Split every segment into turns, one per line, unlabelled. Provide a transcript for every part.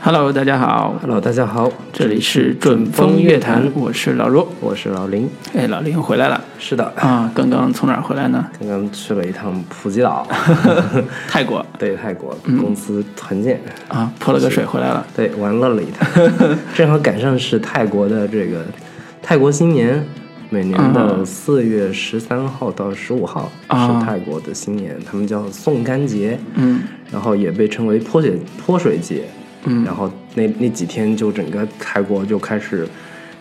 Hello，大家好，
Hello，大家好，
这里是准风乐坛，我是老罗。
我是老林。
哎，老林回来了
是的，
啊！刚刚从哪儿回来呢？
刚刚去了一趟普 吉岛，
泰国
对泰国公司团建，
啊，泼了个水回来了。
对玩乐了一趟， 正好赶上是泰国的这个泰国新年，每年的四月十三号到十五号
嗯啊
是泰国的新年，他们叫宋干节，
嗯，
然后也被称为泼水泼水节，嗯，然后那那几天就整个泰国就开始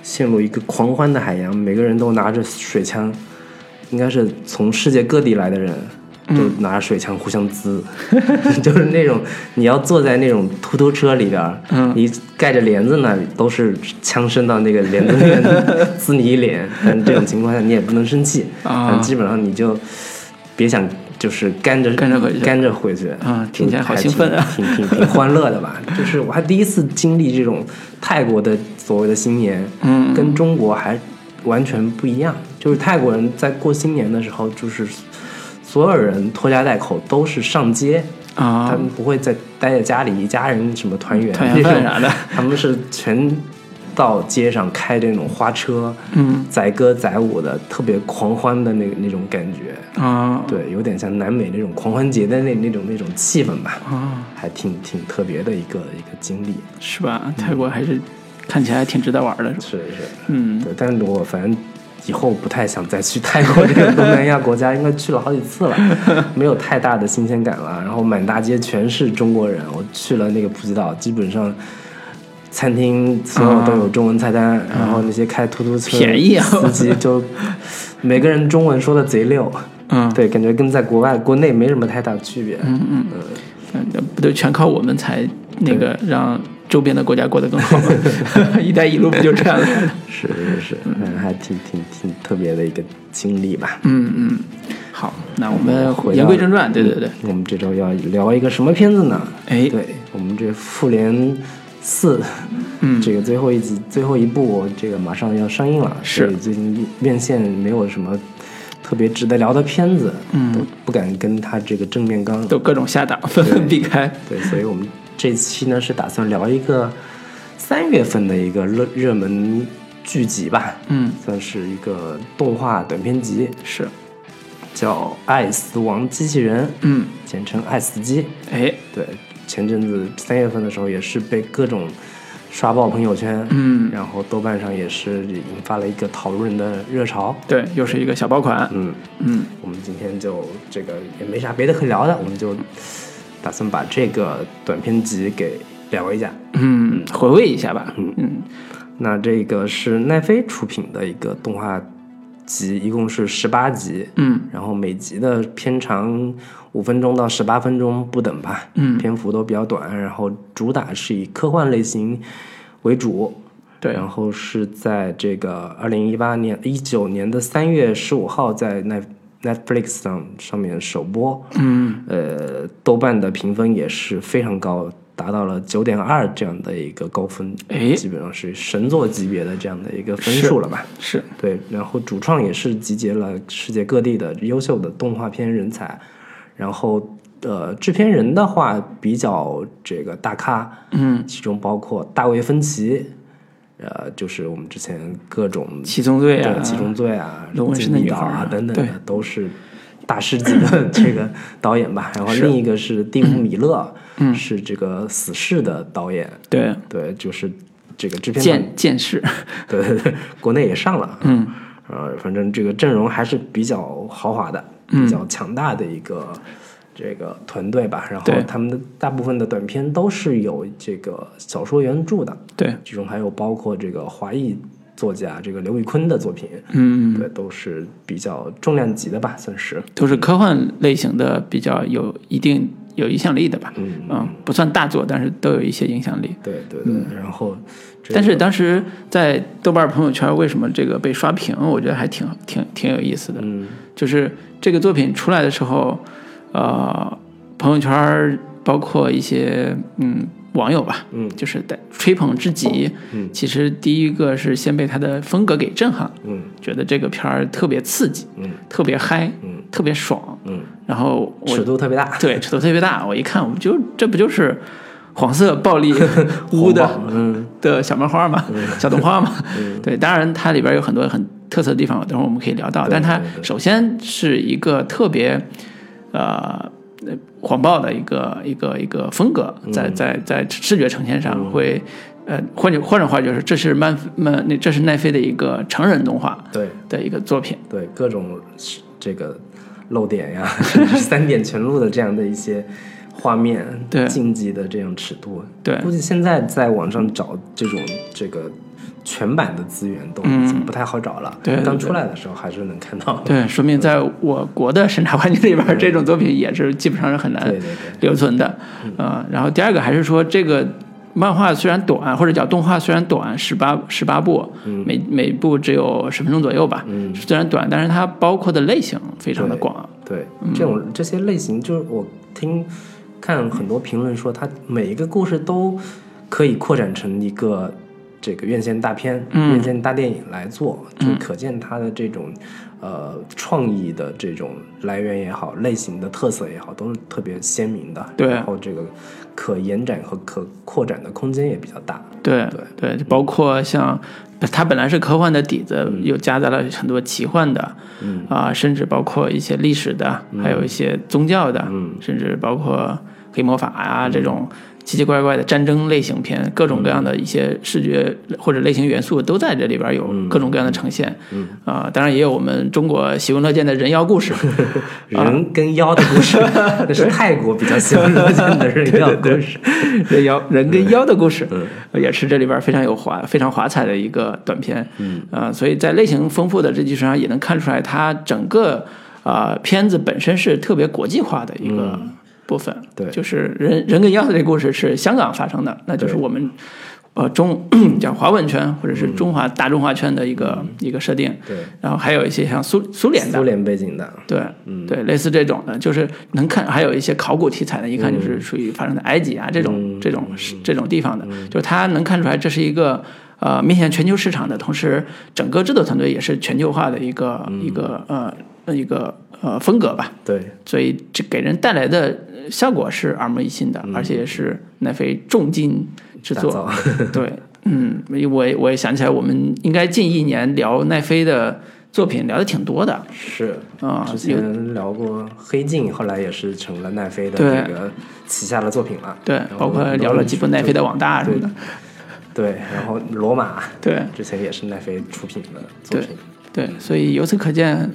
陷入一个狂欢的海洋，每个人都拿着水枪，应该是从世界各地来的人。
嗯
就拿着水枪互相滋， 就是那种你要坐在那种突突车里边儿，
嗯
你盖着帘子呢，都是枪声到那个帘子那边 滋你一脸。但这种情况下你也不能生气，
啊
但基本上你就别想就是干着
干着回去
干着回去
啊听起来好兴奋啊
挺挺挺欢乐的 吧？就是我还第一次经历这种泰国的所谓的新年，
嗯
跟中国还完全不一样。就是泰国人在过新年的时候，就是所有人拖家带口都是上街，他
啊
们，不会再待在家里，一家人什么团圆
团圆
这
饭
种
啥的
他们是全到街上开这种花车，
嗯
载歌载舞的，特别狂欢的那那种感觉。
啊，
对，有点像南美那种狂欢节的那那种那种气氛吧，
啊，
还挺挺特别的一个一个经历。
是吧？泰国还是看起来还挺值得玩的，是吧？
是是，
嗯，
对，但是我反正以后不太想再去泰国这个东南亚国家，应该去了好几次了，没有太大的新鲜感了。然后满大街全是中国人，我去了那个普吉岛，基本上。餐厅所有都有中文菜单，然后那些开突突车
啊便宜啊
司机就每个人中文说的贼溜，
嗯，
对，感觉跟在国外国内没什么太大区别。
嗯嗯嗯，不都全靠我们才那个让周边的国家过得更好吗？ 一带一路不就这样来的？
是是是，嗯，还挺挺挺特别的一个经历吧。
嗯嗯，好，那我们
回到嗯
言归正传，对对对，
我们这周要聊一个什么片子呢？
哎
对我们这《复联四》，
嗯
这个最后一集、最后一部，这个马上要上映了，
是
所以最近院线没有什么特别值得聊的片子，
嗯
都不敢跟他这个正面刚。
都各种下档，纷纷 避开。
对，所以我们这期呢是打算聊一个三月份的一个热热门剧集吧，
嗯，
算是一个动画短片集，
是，
叫《爱死亡机器人》，
嗯，
简称爱死机。
哎，
对，前阵子三月份的时候也是被各种刷爆朋友圈，
嗯
然后豆瓣上也是引发了一个讨论的热潮。
对，又是一个小爆款。
嗯，
嗯
我们今天就这个也没啥别的可聊的，我们就打算把这个短片集给聊一下。
嗯，回味一下吧。嗯
那这个是奈飞出品的一个动画集，一共是十八集，
嗯
然后每集的片长五分钟到十八分钟不等吧，
嗯
篇幅都比较短，然后主打是以科幻类型为主，
对
然后是在这个二零一八年一九年的三月十五号在奈 Netflix 上上面首播，
嗯
呃，豆瓣的评分也是非常高，达到了九点二这样的一个高分，
哎
基本上是神作级别的这样的一个分数了吧？
是，
对，然后主创也是集结了世界各地的优秀的动画片人才，然后呃，制片人的话比较这个大咖，
嗯，
其中包括大卫芬奇，呃，就是我们之前各种
七宗罪啊，
对七宗罪啊、
罗纹身的
金
女
鱼岛
孩
啊
啊
等等
对
的都是大师级 的这个导演吧。然后
是嗯
另一个是蒂姆·米勒，是这个《死侍》的导演，
对
对，就是这个制片版
见见识，
对对 对，国内也上了，
嗯，
呃，反正这个阵容还是比较豪华的，
嗯
比较强大的一个这个团队吧。然后
对
他们的大部分的短片都是有这个小说原著的，
对，
其中还有包括这个华裔作家这个刘宇昆的作品，
嗯，
对，都是比较重量级的吧，算是。
都是科幻类型的比较有一定有影响力的吧。
嗯
嗯，不算大作，但是都有一些影响力。
对对对，然后这
但是当时在豆瓣朋友圈为什么这个被刷屏，我觉得还挺挺挺有意思的。
嗯
就是这个作品出来的时候，呃，朋友圈儿包括一些嗯网友吧，
嗯
就是在吹捧之极。
嗯
其实第一个是先被他的风格给震撼，
嗯
觉得这个片儿特别刺激，
嗯
特别嗨。
嗯
特别爽，
嗯，
然后我
尺度特别大，
对尺度特别大，我一看我就这不就是黄色暴 力污
红
的
榜嗯，
的小漫画嘛，小动 画嘛，对，当然它里边有很多很特色的地方，等会儿我们可以聊到。
对
但它
对对
首先是一个特别呃呃狂暴的一个一个一个风格，
嗯
在在在视觉呈现上会。呃，换句换种话就是，这是漫漫那这是奈飞的一个成人动画
对
的一个作品，
对，各种这个漏点呀， 三点全露的这样的一些画面，
对
竞技的这样尺度，
对
估计现在在网上找这种这个全版的资源都已经不太好找了。
嗯对对
刚
对
出来的时候还是能看到的。
对，说明在我国的审查环境里边儿，这种作品也是基本上是很难
对对对
留存的。
嗯
呃，然后第二个还是说，这个漫画虽然短，或者叫动画虽然短，十八十八部，每每部只有十分钟左右吧，
嗯
虽然短，但是它包括的类型非常的
对
广。
对，
嗯
这种这些类型，就是我听看很多评论说，它每一个故事都可以扩展成一个这个院线大片、
嗯
院线大电影来做，就可见它的这种呃创意的这种来源也好，类型的特色也好，都是特别鲜明的。
对
然后这个可延展和可扩展的空间也比较大。
对对就包括像它本来是科幻的底子，又夹杂了很多奇幻的，
嗯
啊、甚至包括一些历史的，还有一些宗教的，
嗯
甚至包括黑魔法啊、这种奇奇怪怪的战争类型片，各种各样的一些视觉或者类型元素都在这里边有各种各样的呈现。嗯啊、当然也有我们中国喜闻乐见的人妖故事，
人跟妖的 故事，那是泰国比较喜欢乐见的人妖故事。
人妖人跟妖的故事，
嗯
呃也是这里边非常有华非常华彩的一个短片。嗯，呃，所以在类型丰富的这基础上，也能看出来它整个啊、呃片子本身是特别国际化的一个部分。
嗯对
就是人人跟妖的这个故事是香港发生的，那就是
对
我们呃中叫华文圈或者是中
嗯
华、大中华圈的一个、一个设定。
对，
然后还有一些像苏苏联的
苏，联背景的，
对，
嗯
对，类似这种的，就是能看，还有一些考古题材的，一看
嗯
就是属于发生在埃及啊这种、这种这种地方的，
嗯
就是它能看出来这是一个呃面向全球市场的同时，整个制作团队也是全球化的一个、
嗯
一个呃一个呃风格吧，
对，
所以这给人带来的呃效果是耳目一新
嗯
的，而且也是奈飞重金制
打
作，
造。
对，嗯，我也我也想起来，我们应该近一年聊奈飞的作品聊的挺多的。
是
啊
之
有
前聊过《黑镜》，后来也是成了奈飞的
对
这个旗下的作品了。
对
然，后
包括
很多
聊了几部奈飞的网大什么的，
对，然后《罗马》
对
之前也是奈飞出品的作品。
对，所以由此可见，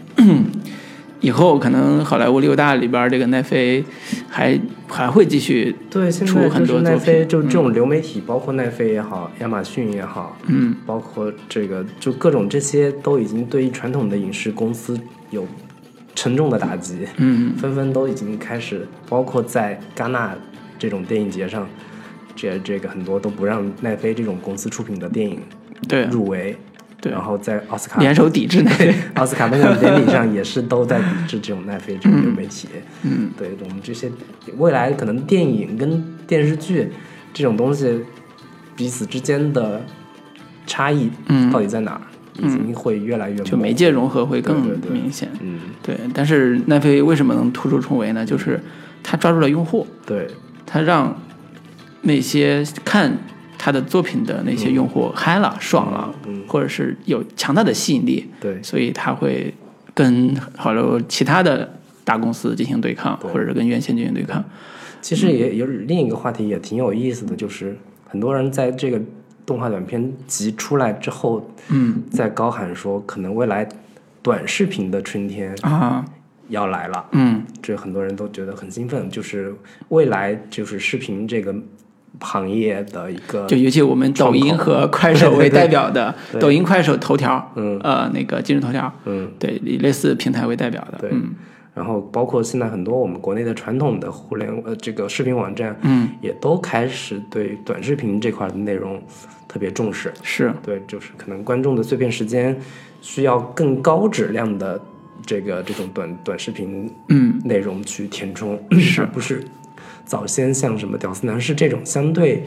以后可能好莱坞六大里边这个奈飞还还会继续，
对，现
出
在
很
就
多
是奈
作品
飞，就这种流媒体，包括奈飞也好，亚马逊也好，
嗯，
包括这个，就各种这些都已经对于传统的影视公司有沉重的打击，
嗯，
纷纷都已经开始，包括在戛纳这种电影节上，这这个很多都不让奈飞这种公司出品的电影
对
入围，
对
然，后在奥斯卡
联手抵制奈飞，
奥斯卡颁奖典礼上也是都在抵制这种奈飞这种流媒体。嗯，对，我们这些未来可能电影跟电视剧这种东西彼此之间的差异，
嗯
到底在哪儿，已经会越来越模糊
就媒介融合会更
对对对
明显。
嗯，
对，但是奈飞为什么能突出重围呢？就是他抓住了用户，
对
他让那些看他的作品的那些用户
嗯
嗨了、爽了，或者是有强大的吸引力，
对
所以他会跟好莱坞其他的大公司进行对抗，或者是跟院线进行对抗。
其实也有另一个话题也挺有意思的，就是很多人在这个动画短片集出来之后，
嗯
在高喊说，可能未来短视频的春天
啊，
要来了。
嗯
这很多人都觉得很兴奋，就是未来就是视频这个行业的一个
就尤其我们抖音和快手为代表的，抖音、快手、头条，
嗯
呃，那个今日头条，
嗯，
对，以类似平台为代表的，
对
嗯
然后包括现在很多我们国内的传统的互联呃这个视频网站
嗯，
也都开始对短视频这块的内容特别重视，
是，
对，就是可能观众的碎片时间需要更高质量的这个这种短短视频
嗯
内容去填充，
是
而不是早先 像什么屌丝男士这种相对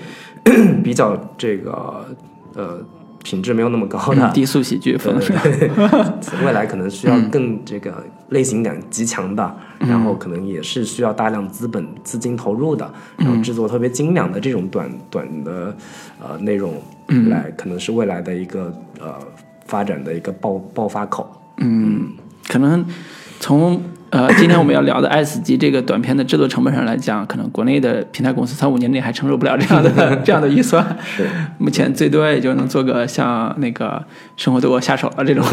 比较这个呃品质没有那么高的，
嗯低俗喜剧风，
对对 未来可能需要更这个类型感极强的，然后可能也是需要大量资本资金投入的，然后制作特别精良的这种短短的呃内容，来可能是未来的一个呃发展的一个爆爆发口。
嗯，可能从。呃，今天我们要聊的《爱死机》这个短片的制作成本上来讲，可能国内的平台公司三五年内还承受不了这样 的这样的预算。
是，
目前最多也就能做个像那个《生活对我下手了》这种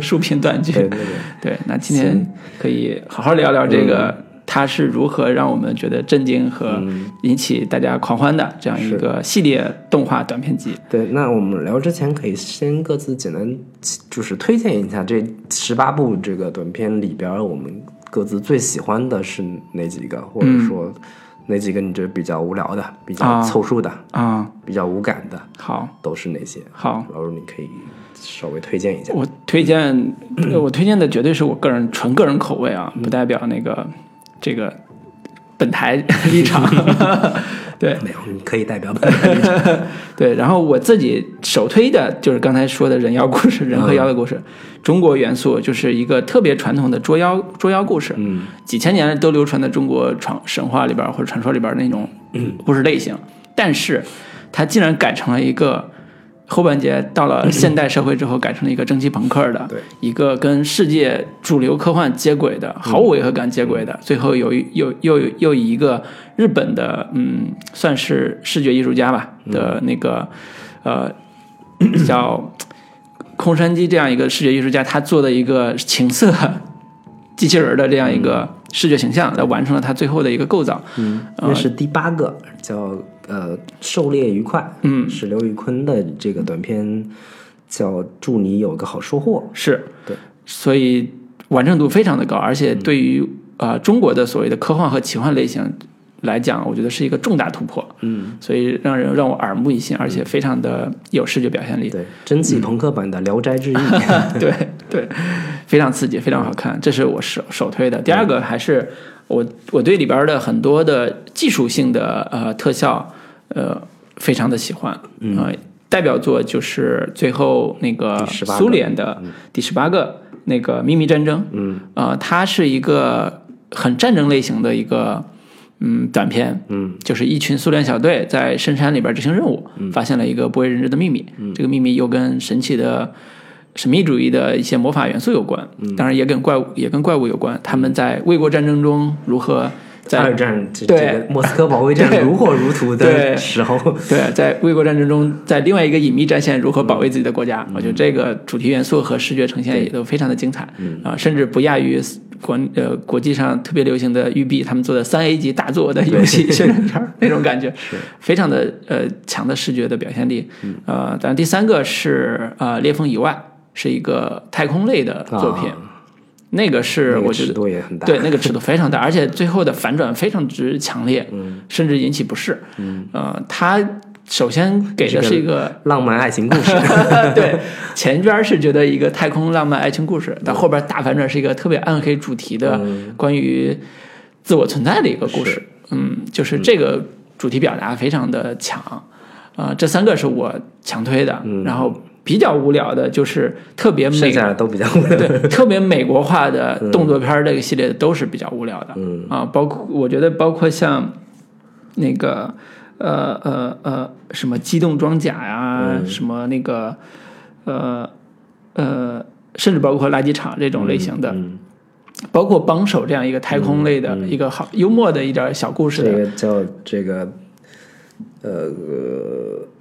竖屏短剧。
对对
对，那今天可以好好聊聊这个
嗯
它是如何让我们觉得震惊和引起大家狂欢的这样一个系列动画短片集。
对，那我们聊之前可以先各自简单就是推荐一下这十八部这个短片里边儿我们各自最喜欢的是哪几个，或者说哪几个你觉得比较无聊的、比较
嗯啊
凑数的、
啊、
比较无感的，
好，
都是哪些？
好。
老师，你可以稍微推荐一下。
我推荐，呃我推荐的绝对是我个人纯个人口味啊，不代表那个这个本台 立 场。对
没有，你可以代表本台立场
对，然后我自己首推的就是刚才说的人妖故事，人和妖的故事，中国元素就是一个特别传统的捉妖捉妖故事，
嗯，
几千年都流传在中国传神话里边或者传说里边那种故事类型，但是它竟然改成了一个后半截到了现代社会之后，改成了一个蒸汽朋克的
对，
一个跟世界主流科幻接轨的，毫无违和感接轨的。最后有一又又又以一个日本的，嗯，算是视觉艺术家吧的那个，呃，叫空山鸡这样一个视觉艺术家，他做的一个情色 机器人儿的这样一个视觉形象，来完成了他最后的一个构造。
那是第八个，叫呃《狩猎愉快》，嗯，是刘宇昆的这个短片，叫《祝你有个好收获》。
是，
对，
所以完成度非常的高，而且对于、
嗯
呃中国的所谓的科幻和奇幻类型来讲，我觉得是一个重大突破，
嗯，
所以让人让我耳目一新，而且非常的有视觉表现力，
对，蒸
嗯
汽朋克版的《聊斋志异》
对对，非常刺激，非常好看，这是我首首推的。第二个还是我我对里边的很多的技术性的呃特效呃非常的喜欢，嗯、呃，代表作就是最后那个
第18个
苏联的第十八个那个秘密战争，嗯，呃，它是一个很战争类型的一个。嗯，短片，嗯，就是一群苏联小队在深山里边执行任务，发现了一个不为人知的秘密。这个秘密又跟神奇的神秘主义的一些魔法元素有关，当然也跟怪物也跟怪物有关。他们在卫国战争中如何在
二战这 这
对
个莫斯科保卫战
对
如火如荼的
对
时候，
对在卫国战争中在另外一个隐秘战线如何保卫自己的国
嗯
家？我觉得这个主题元素和视觉呈现也都非常的精彩
嗯
啊，甚至不亚于国呃国际上特别流行的育碧他们做的三 A 级大作的游戏宣传片 儿那种感觉， 非常的呃强的视觉的表现力。
嗯
呃，当然第三个是呃《裂缝以外》是一个太空类的呃作品。
啊
那个是
那个
我觉
尺
得
度也很大。
对，那个尺度非常大，而且最后的反转非常之强烈，甚至引起不适。嗯，呃，他首先给的是一 个。
浪漫爱情故 事，
对，前边是觉得一个太空浪漫爱情故事，到后边大反转是一个特别暗黑主题的关于自我存在的一个故事。嗯，就是这个主题表达非常的强，啊、这三个是我强推的。然后比较无聊的嗯就是特别美
剩下的都比较无 聊。
对，特别美国化的动作片儿这个系列都是比较无聊的，
嗯
啊，包括我觉得包括像那个呃呃呃什么机动装甲呀、
嗯
什么那个呃呃，甚至包括垃圾场这种类型的，
嗯，
包括帮手这样一个太空类的、一个好幽默的一点儿小故事
这
的，
个叫这个呃《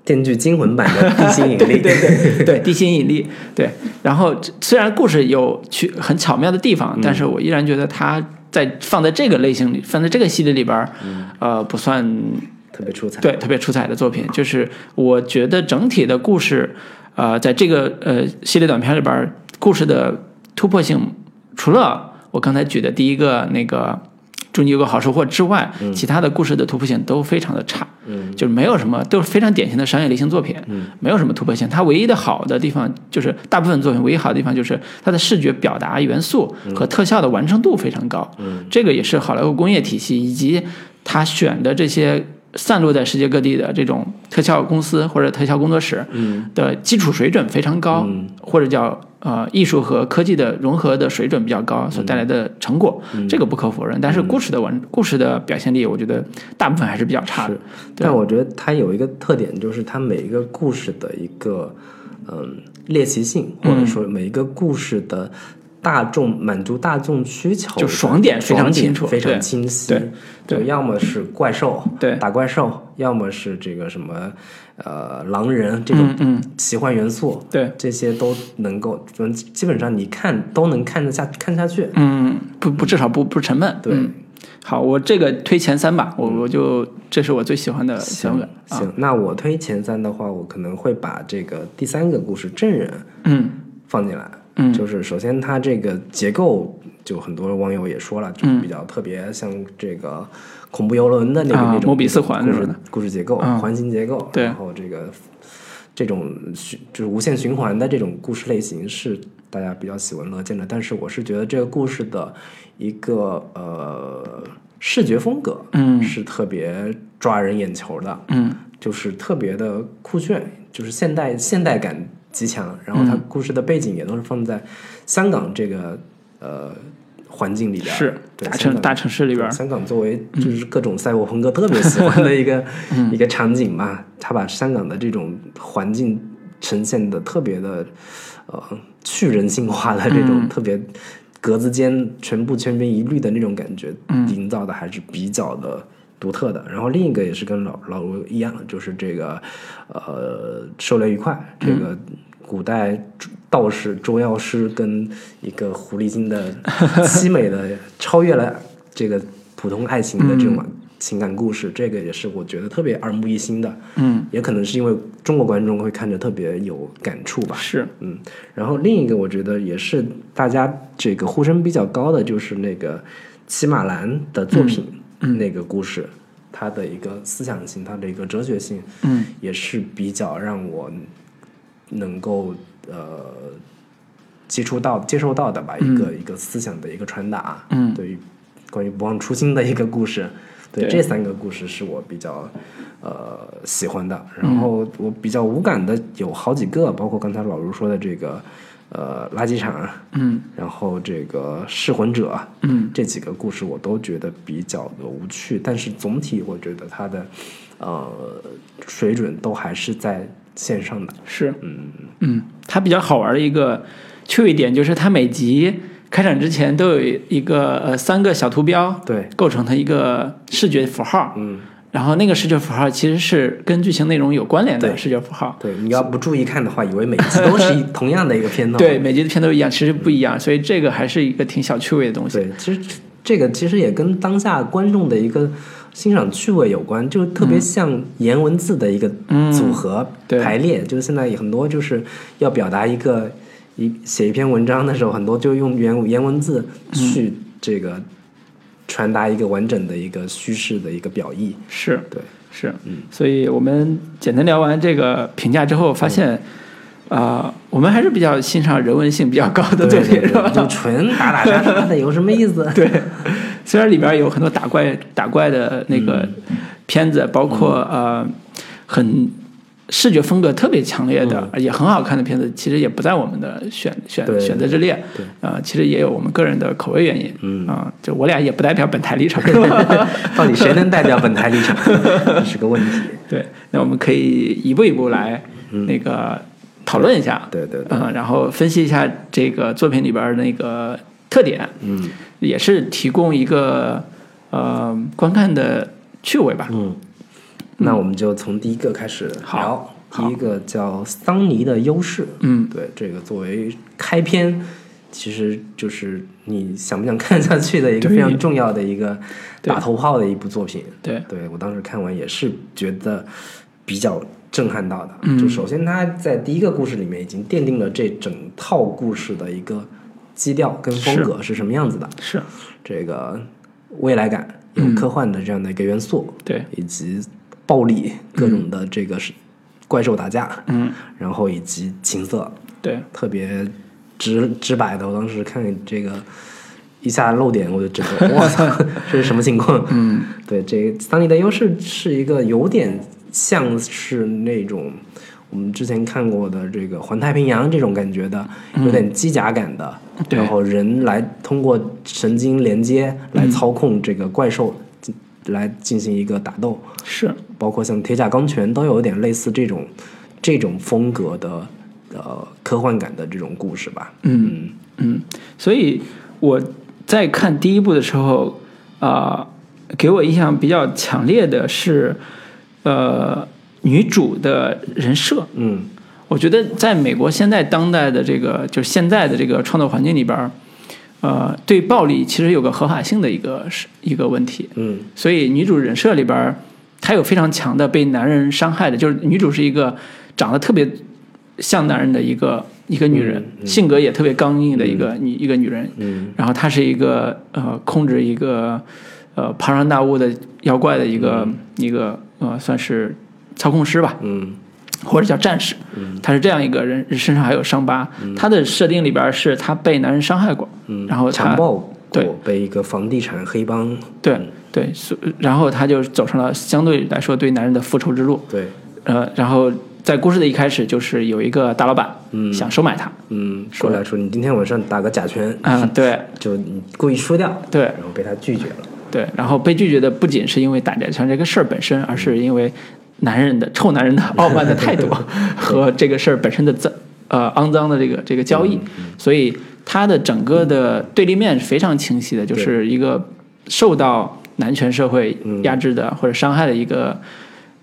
电锯惊魂》版的《地心引力》
对对对对，地心引力。对，然后这虽然故事有去很巧妙的地方，但是我依然觉得它在放在这个类型里，放在这个系列里边儿，呃，不算
特别出彩。
对特别出彩的作品。就是我觉得整体的故事，呃，在这个呃系列短片里边儿，故事的突破性，除了我刚才举的第一个那个。祝你有个好收获之外，其他的故事的突破性都非常的差。
嗯
就是没有什么，都是非常典型的商业类型作品，没有什么突破性。它唯一的好的地方就是，大部分作品唯一好的地方就是它的视觉表达元素
嗯
和特效的完成度非常高。这个也是好莱坞工业体系以及他选的这些散落在世界各地的这种特效公司或者特效工作室
嗯
的基础水准非常高，或者叫呃艺术和科技的融合的水准比较高
嗯
所带来的成果，这个不可否认。但是故事的文故事的表现力，我觉得大部分还是比较差的。对
但我觉得它有一个特点，就是它每一个故事的一个嗯猎奇性，或
嗯
者说每一个故事的大众满足大众需求的，
就爽点非常
爽
清楚
非
对
常清晰
对。对
就要么是怪兽，
对
打怪兽，要么是这个什么呃狼人这种
嗯
奇幻元素，
对，
这些都能够，嗯基本上你看都能看得下看下去。
嗯，不不，至少不不沉闷。
对嗯
嗯好，我这个推前三吧，我我就这是我最喜欢的三个。啊，
行，那我推前三的话，我可能会把这个第三个故事《证人》
嗯
放进来。
嗯
就是首先它这个结构，就很多网友也说了，就比较特别，像这个恐怖游轮的那个、
啊
那种
摩比斯环
故
是
事
吧
故事结构、
嗯
环形结构，
对
然后这个这种循就是无限循环的这种故事类型是大家比较喜闻乐见的，但是我是觉得这个故事的一个呃视觉风格，
嗯
是特别抓人眼球的，
嗯
就是特别的酷炫，就是现代现代感极强。然后它
嗯
故事的背景也都是放在香港这个呃环境里边儿，
是
对
大城
香港
大城市里边儿嗯
对香港作为就是各种赛博朋克特别喜欢的一 个、一个场景嘛，他把香港的这种环境呈现的特别的呃去人性化的这
嗯
种、特别。格子间全部千篇一律的那种感觉，
嗯
营造的还是比较的独特的。然后另一个也是跟老老卢一样，就是这个呃《狩猎愉快》这个古代道士捉药师跟一个狐狸精的凄美的超越了 这个普通爱情的这种情感故事，这个也是我觉得特别耳目一新的。
嗯，
也可能是因为中国观众会看着特别有感触吧。
是
嗯，然后另一个我觉得也是大家这个呼声比较高的，就是那个骑马兰的作品、
嗯
那个故事，它的一个思想性，它的一个哲学性，
嗯，
也是比较让我能够呃接触到、接受到的吧，一个、一个思想的一个传达，
嗯
对于关于不忘初心的一个故事，对
对
这三个故事是我比较呃喜欢的。然后我比较无感的有好几个，包括刚才老卢说的这个呃垃圾场，
嗯
然后这个噬魂者，
嗯
这几个故事我都觉得比较的无趣，但是总体我觉得它的呃水准都还是在线上的。
是嗯，它比较好玩的一个趣味点就是它每集开展之前都有一个呃三个小图标
对，
构成它一个视觉符号，
嗯，
然后那个视觉符号其实是跟剧情内容有关联的
对
视觉符号。
对，你要不注意看的话，以为每集 都是一同样的一个片段。
对，每集的片都一样，其实不一样，所以这个还是一个挺小趣味的东西。
对，其实这个其实也跟当下观众的一个欣赏趣味有关，就特别像颜文字的一个组合、
嗯对
排列，就是现在很多就是要表达一个一写一篇文章的时候，很多就用原颜文字
嗯
去这个传达一个完整的一个叙事的一个表 意。
是，
对，嗯
是，所以我们简单聊完这个评价之后，发现，啊，我们还是比较欣赏人文性比较高的作
嗯对
品，
对
是吧
对，？就纯打打杀杀的有什么意思？
对， 虽然里边有很多打怪打怪的那个
嗯
片子，包括呃很视觉风格特别强烈的，也很好看的片子，其实也不在我们的选选
嗯对
选择之列。
对
啊，其实也有我们个人的口味原因。
嗯
啊，就我俩也不代表本台立 场。
到底谁能代表本台立场？这是个问题。
对，那我们可以一步一步来
嗯
那个讨论一下，
对对对
嗯，然后分析一下这个作品里边儿那个特点，
嗯
也是提供一个呃观看的趣味吧。
嗯，那我们就从第一个开始聊
好。
第一个叫桑尼的优势，
嗯
对，这个作为开篇，其实就是你想不想看下去的一个
对
非常重要的一个
对
打头炮的一部作品。
对，
对我当时看完也是觉得比较震撼到的。
嗯
就首先它在第一个故事里面已经奠定了这整套故事的一个基调跟风格是什么样子的，
是，
这个未来感有
嗯
科幻的这样的一个元素，
对，
以及暴力各种的这个是怪兽打架，
嗯，
然后以及情色，
对，
特别直直白的。我当时看这个一下漏点，我就整个，我操，这是什么情况？嗯，对，这桑尼的优势是一个有点像是那种我们之前看过的这个环太平洋这种感觉的，有点机甲感的，
对
然后人来通过神经连接来操控这个怪兽，进来进行一个打斗，
是，
包括像铁甲钢拳都有点类似这种这种风格的呃科幻感的这种故事吧。
嗯嗯，所以我在看第一部的时候，啊、给我印象比较强烈的是，呃，女主的人设，
嗯
我觉得在美国现在当代的这个就是现在的这个创作环境里边儿，呃，对暴力其实有个合法性的一个是一个问题，
嗯
所以女主人设里边儿，她有非常强的被男人伤害的，就是女主是一个长得特别像男人的一个一个女人，性格也特别刚硬的一个女、一个女人，
嗯
然后她是一个呃控制一个呃庞然大物的妖怪的一个、一个呃算是操控师吧，
嗯
或者叫战士，他是这样一个人，身上还有伤疤。他的设定里边是他被男人伤害过，
嗯，
然后
强
他
暴过
对
被一个房地产黑帮
对对，所然后他就走上了相对来说对男人的复仇之路。
对
呃，然后在故事的一开始，就是有一个大老板想收买他，
嗯说来说你今天晚上打个假拳，
啊、对
就你故意输掉，
对
然后被他拒绝了。
对，然后被拒绝的不仅是因为打假拳这个事儿本身，而是因为男人的臭男人的傲慢的态 度和这个事儿本身的脏呃肮脏的这个这个交易，
嗯
所以他的整个的对立面是非常清晰的，就是一个受到男权社会压制的或者伤害的一个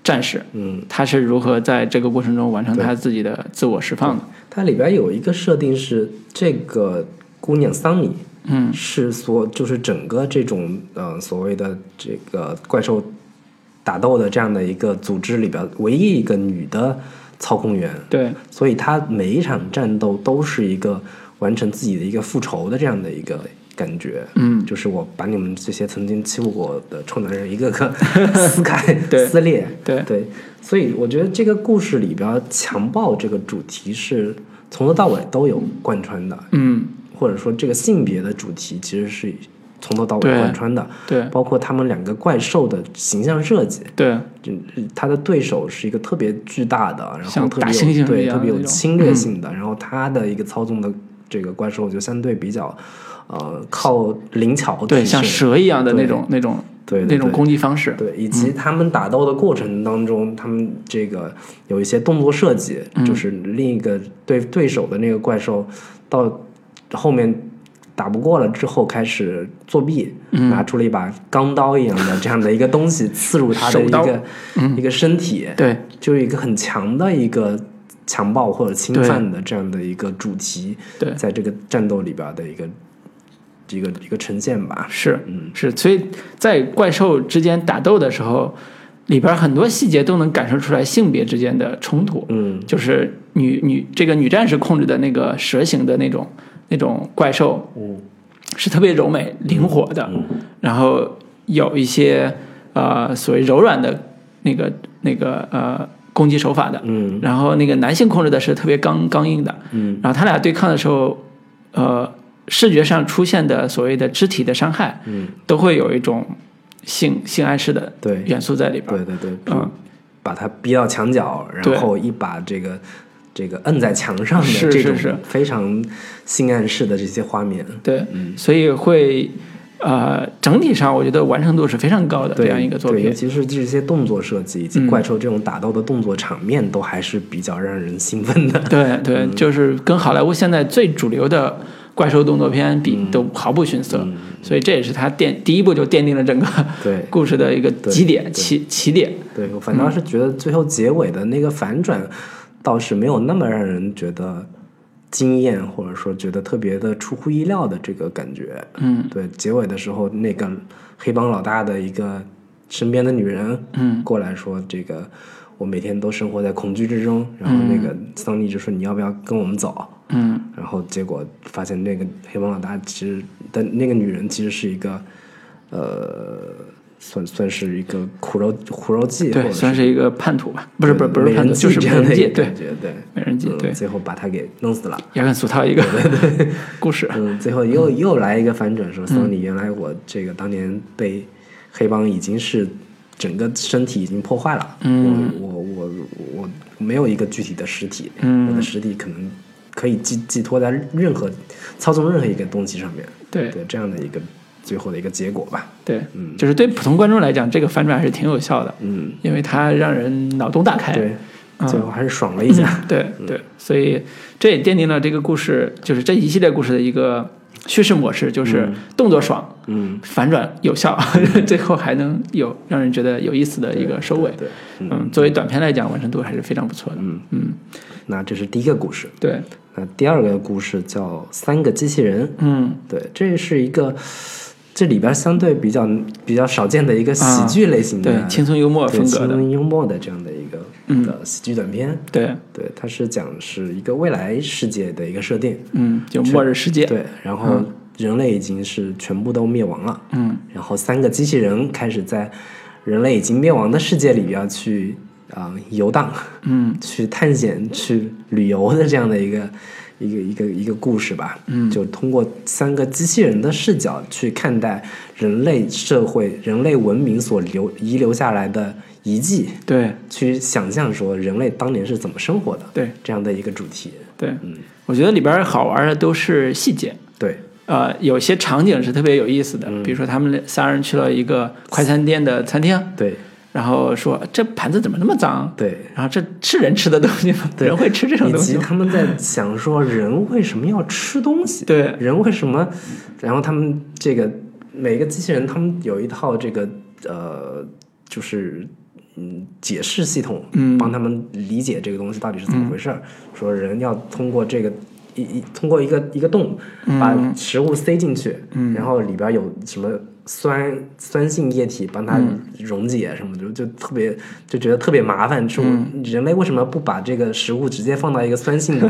战士，
嗯，
他是如何在这个过程中完成他自己的自我释放的？
它里边有一个设定是这个姑娘桑尼，
嗯，
是所就是整个这种呃所谓的这个怪兽打斗的这样的一个组织里边唯一一个女的操控员，
对，
所以她每一场战斗都是一个完成自己的一个复仇的这样的一个感觉，
嗯，
就是我把你们这些曾经欺负过我的臭男人一个 个撕开、
对
撕裂，
对
对，所以我觉得这个故事里边强暴这个主题是从头到尾都有贯穿的，
嗯，
或者说这个性别的主题其实是从头到尾
对
贯穿的，
对
包括他们两个怪兽的形象设计，
对
就呃他的对手是一个特别巨大的，然后
像
特
大
别
猩
有
猩一
对
样
特别有
那种嗯
侵略性的，然后他的一个操纵的这个怪兽就相对比较呃靠灵巧
对，
取
像
胜
蛇一样的那
对
种那种
对对
那种嗯
对
攻击方式，
对，以及他们打斗的过程当中，他们这个有一些动作设计，
嗯
就是另一个对对手的那个怪兽到后面打不过了之后开始作弊，
嗯
拿出了一把钢刀一样的这样的一个东西刺入他的一
手刀嗯
个、一个身体，
对
就是一个很强的一个强暴或者侵
对
犯的这样的一个主题，
对
在这个战斗里边的一个一个一个呈现吧。
啊是，
嗯
是，所以在怪兽之间打斗的时候，里边很多细节都能感受出来性别之间的冲突。
嗯
就是女女这个女战士控制的那个蛇形的那种那种怪兽
嗯
是特别柔美灵活的，然后有一些呃所谓柔软的那个那个呃攻击手法的，
嗯
然后那个男性控制的是特别刚刚硬的，
嗯，
然后他俩对抗的时候，呃，视觉上出现的所谓的肢体的伤害，
嗯，
都会有一种性性暗示的
对
元素在里边儿，
对对对，
嗯，
把他逼到墙角，
对
然后一把这个这个摁在墙上
是
的这
是是
种非常性暗示的这些画面，
对，
嗯
所以会呃整体上我觉得完成度是非常高的这
对
样一个作
对尤
品，嗯
其是这些动作设计以及怪兽这种打斗的动作场面，都还是比较让人兴奋 的。
对对
嗯
就是跟好莱坞现在最主流的。怪兽动作片比
嗯
都毫不逊色，所以这也是他奠第一部就奠定了整个
对
故事的一个基点起起点。
对我反倒
嗯
是觉得最后结尾的那个反转，倒是没有那么让人觉得惊艳，或者说觉得特别的出乎意料的这个感觉。
嗯，
对，结尾的时候，那个黑帮老大的一个身边的女人，
嗯，
过来说这个。我每天都生活在恐惧之中，然后那个桑尼就说你要不要跟我们走？
嗯，
然后结果发现那个黑帮老大其实的那个女人其实是一个，呃，算算是一个苦肉苦肉计，或
对，
者
算是一个叛徒吧，不是不是不是
美
叛
人
徒，
计
就是
这
美
样
人
的一
计，
个
对
感，觉，对，
美人计，
嗯
对，
最后把他给弄死了。
也很俗套一个故事，
嗯，最后又又来一个反转，说桑尼原来我这个当年被黑帮已经是整个身体已经破坏了，嗯，我我我我没有一个具体的实体，嗯，我的实体可能可以寄寄托在任何操纵任何一个东西上面，
对
对，嗯这样的一个最后的一个结果吧，
对，就是对普通观众来讲，这个反转还是挺有效的，
嗯，
因为它让人脑洞大开，
对，
嗯
最后还是爽了一下，嗯
对对，所以这也奠定了这个故事，就是这一系列故事的一个叙事模式，就是动作爽，
嗯，
反转有效， 最后还能有让人觉得有意思的一个收尾。
对，嗯
嗯，作为短片来讲，完成度还是非常不错的。
嗯
嗯，
那这是第一个故事，
对，
那第二个故事叫《三个机器人》，
嗯，
对，这是一个这里边相对比较比较少见的一个喜剧类型的，
啊对，轻松幽默
对
风格
轻
的，嗯
松幽默的这样的一个、的喜剧短片。
对，
对，它是讲是一个未来世界的一个设定，
嗯，就末日世界，
对，然后人类已经是全部都灭亡了，
嗯，
然后三个机器人开始在人类已经灭亡的世界里边去啊、游荡，
嗯，
去探险、去旅游的这样的一个一个一个一个故事吧，嗯，就通过三个机器人的视角去看待人类社会、人类文明所留遗留下来的遗迹，
对
去想象说人类当年是怎么生活的，
对
这样的一个主题，
对，
嗯
我觉得里边儿好玩的都是细节。
对，
呃，有些场景是特别有意思的，
嗯
比如说他们仨人去了一个快餐店的餐厅，
对，
然后说这盘子怎么那么脏？
对。
然后这是人吃的东西 吗？人会吃这种
以
东西
及
吗？
他们在想说人为什么要吃东西，
对
人为什么？然后他们这个每个机器人，他们有一套这个呃，就是嗯解释系统，嗯，帮他们理解这个东西到底是怎么回事儿。说人要通过这个。一一通过一个一个洞把食物塞进去，然后里边有什么酸酸性液体帮它溶解什么的，就就特别就觉得特别麻烦。说人类为什么不把这个食物直接放到一个酸性的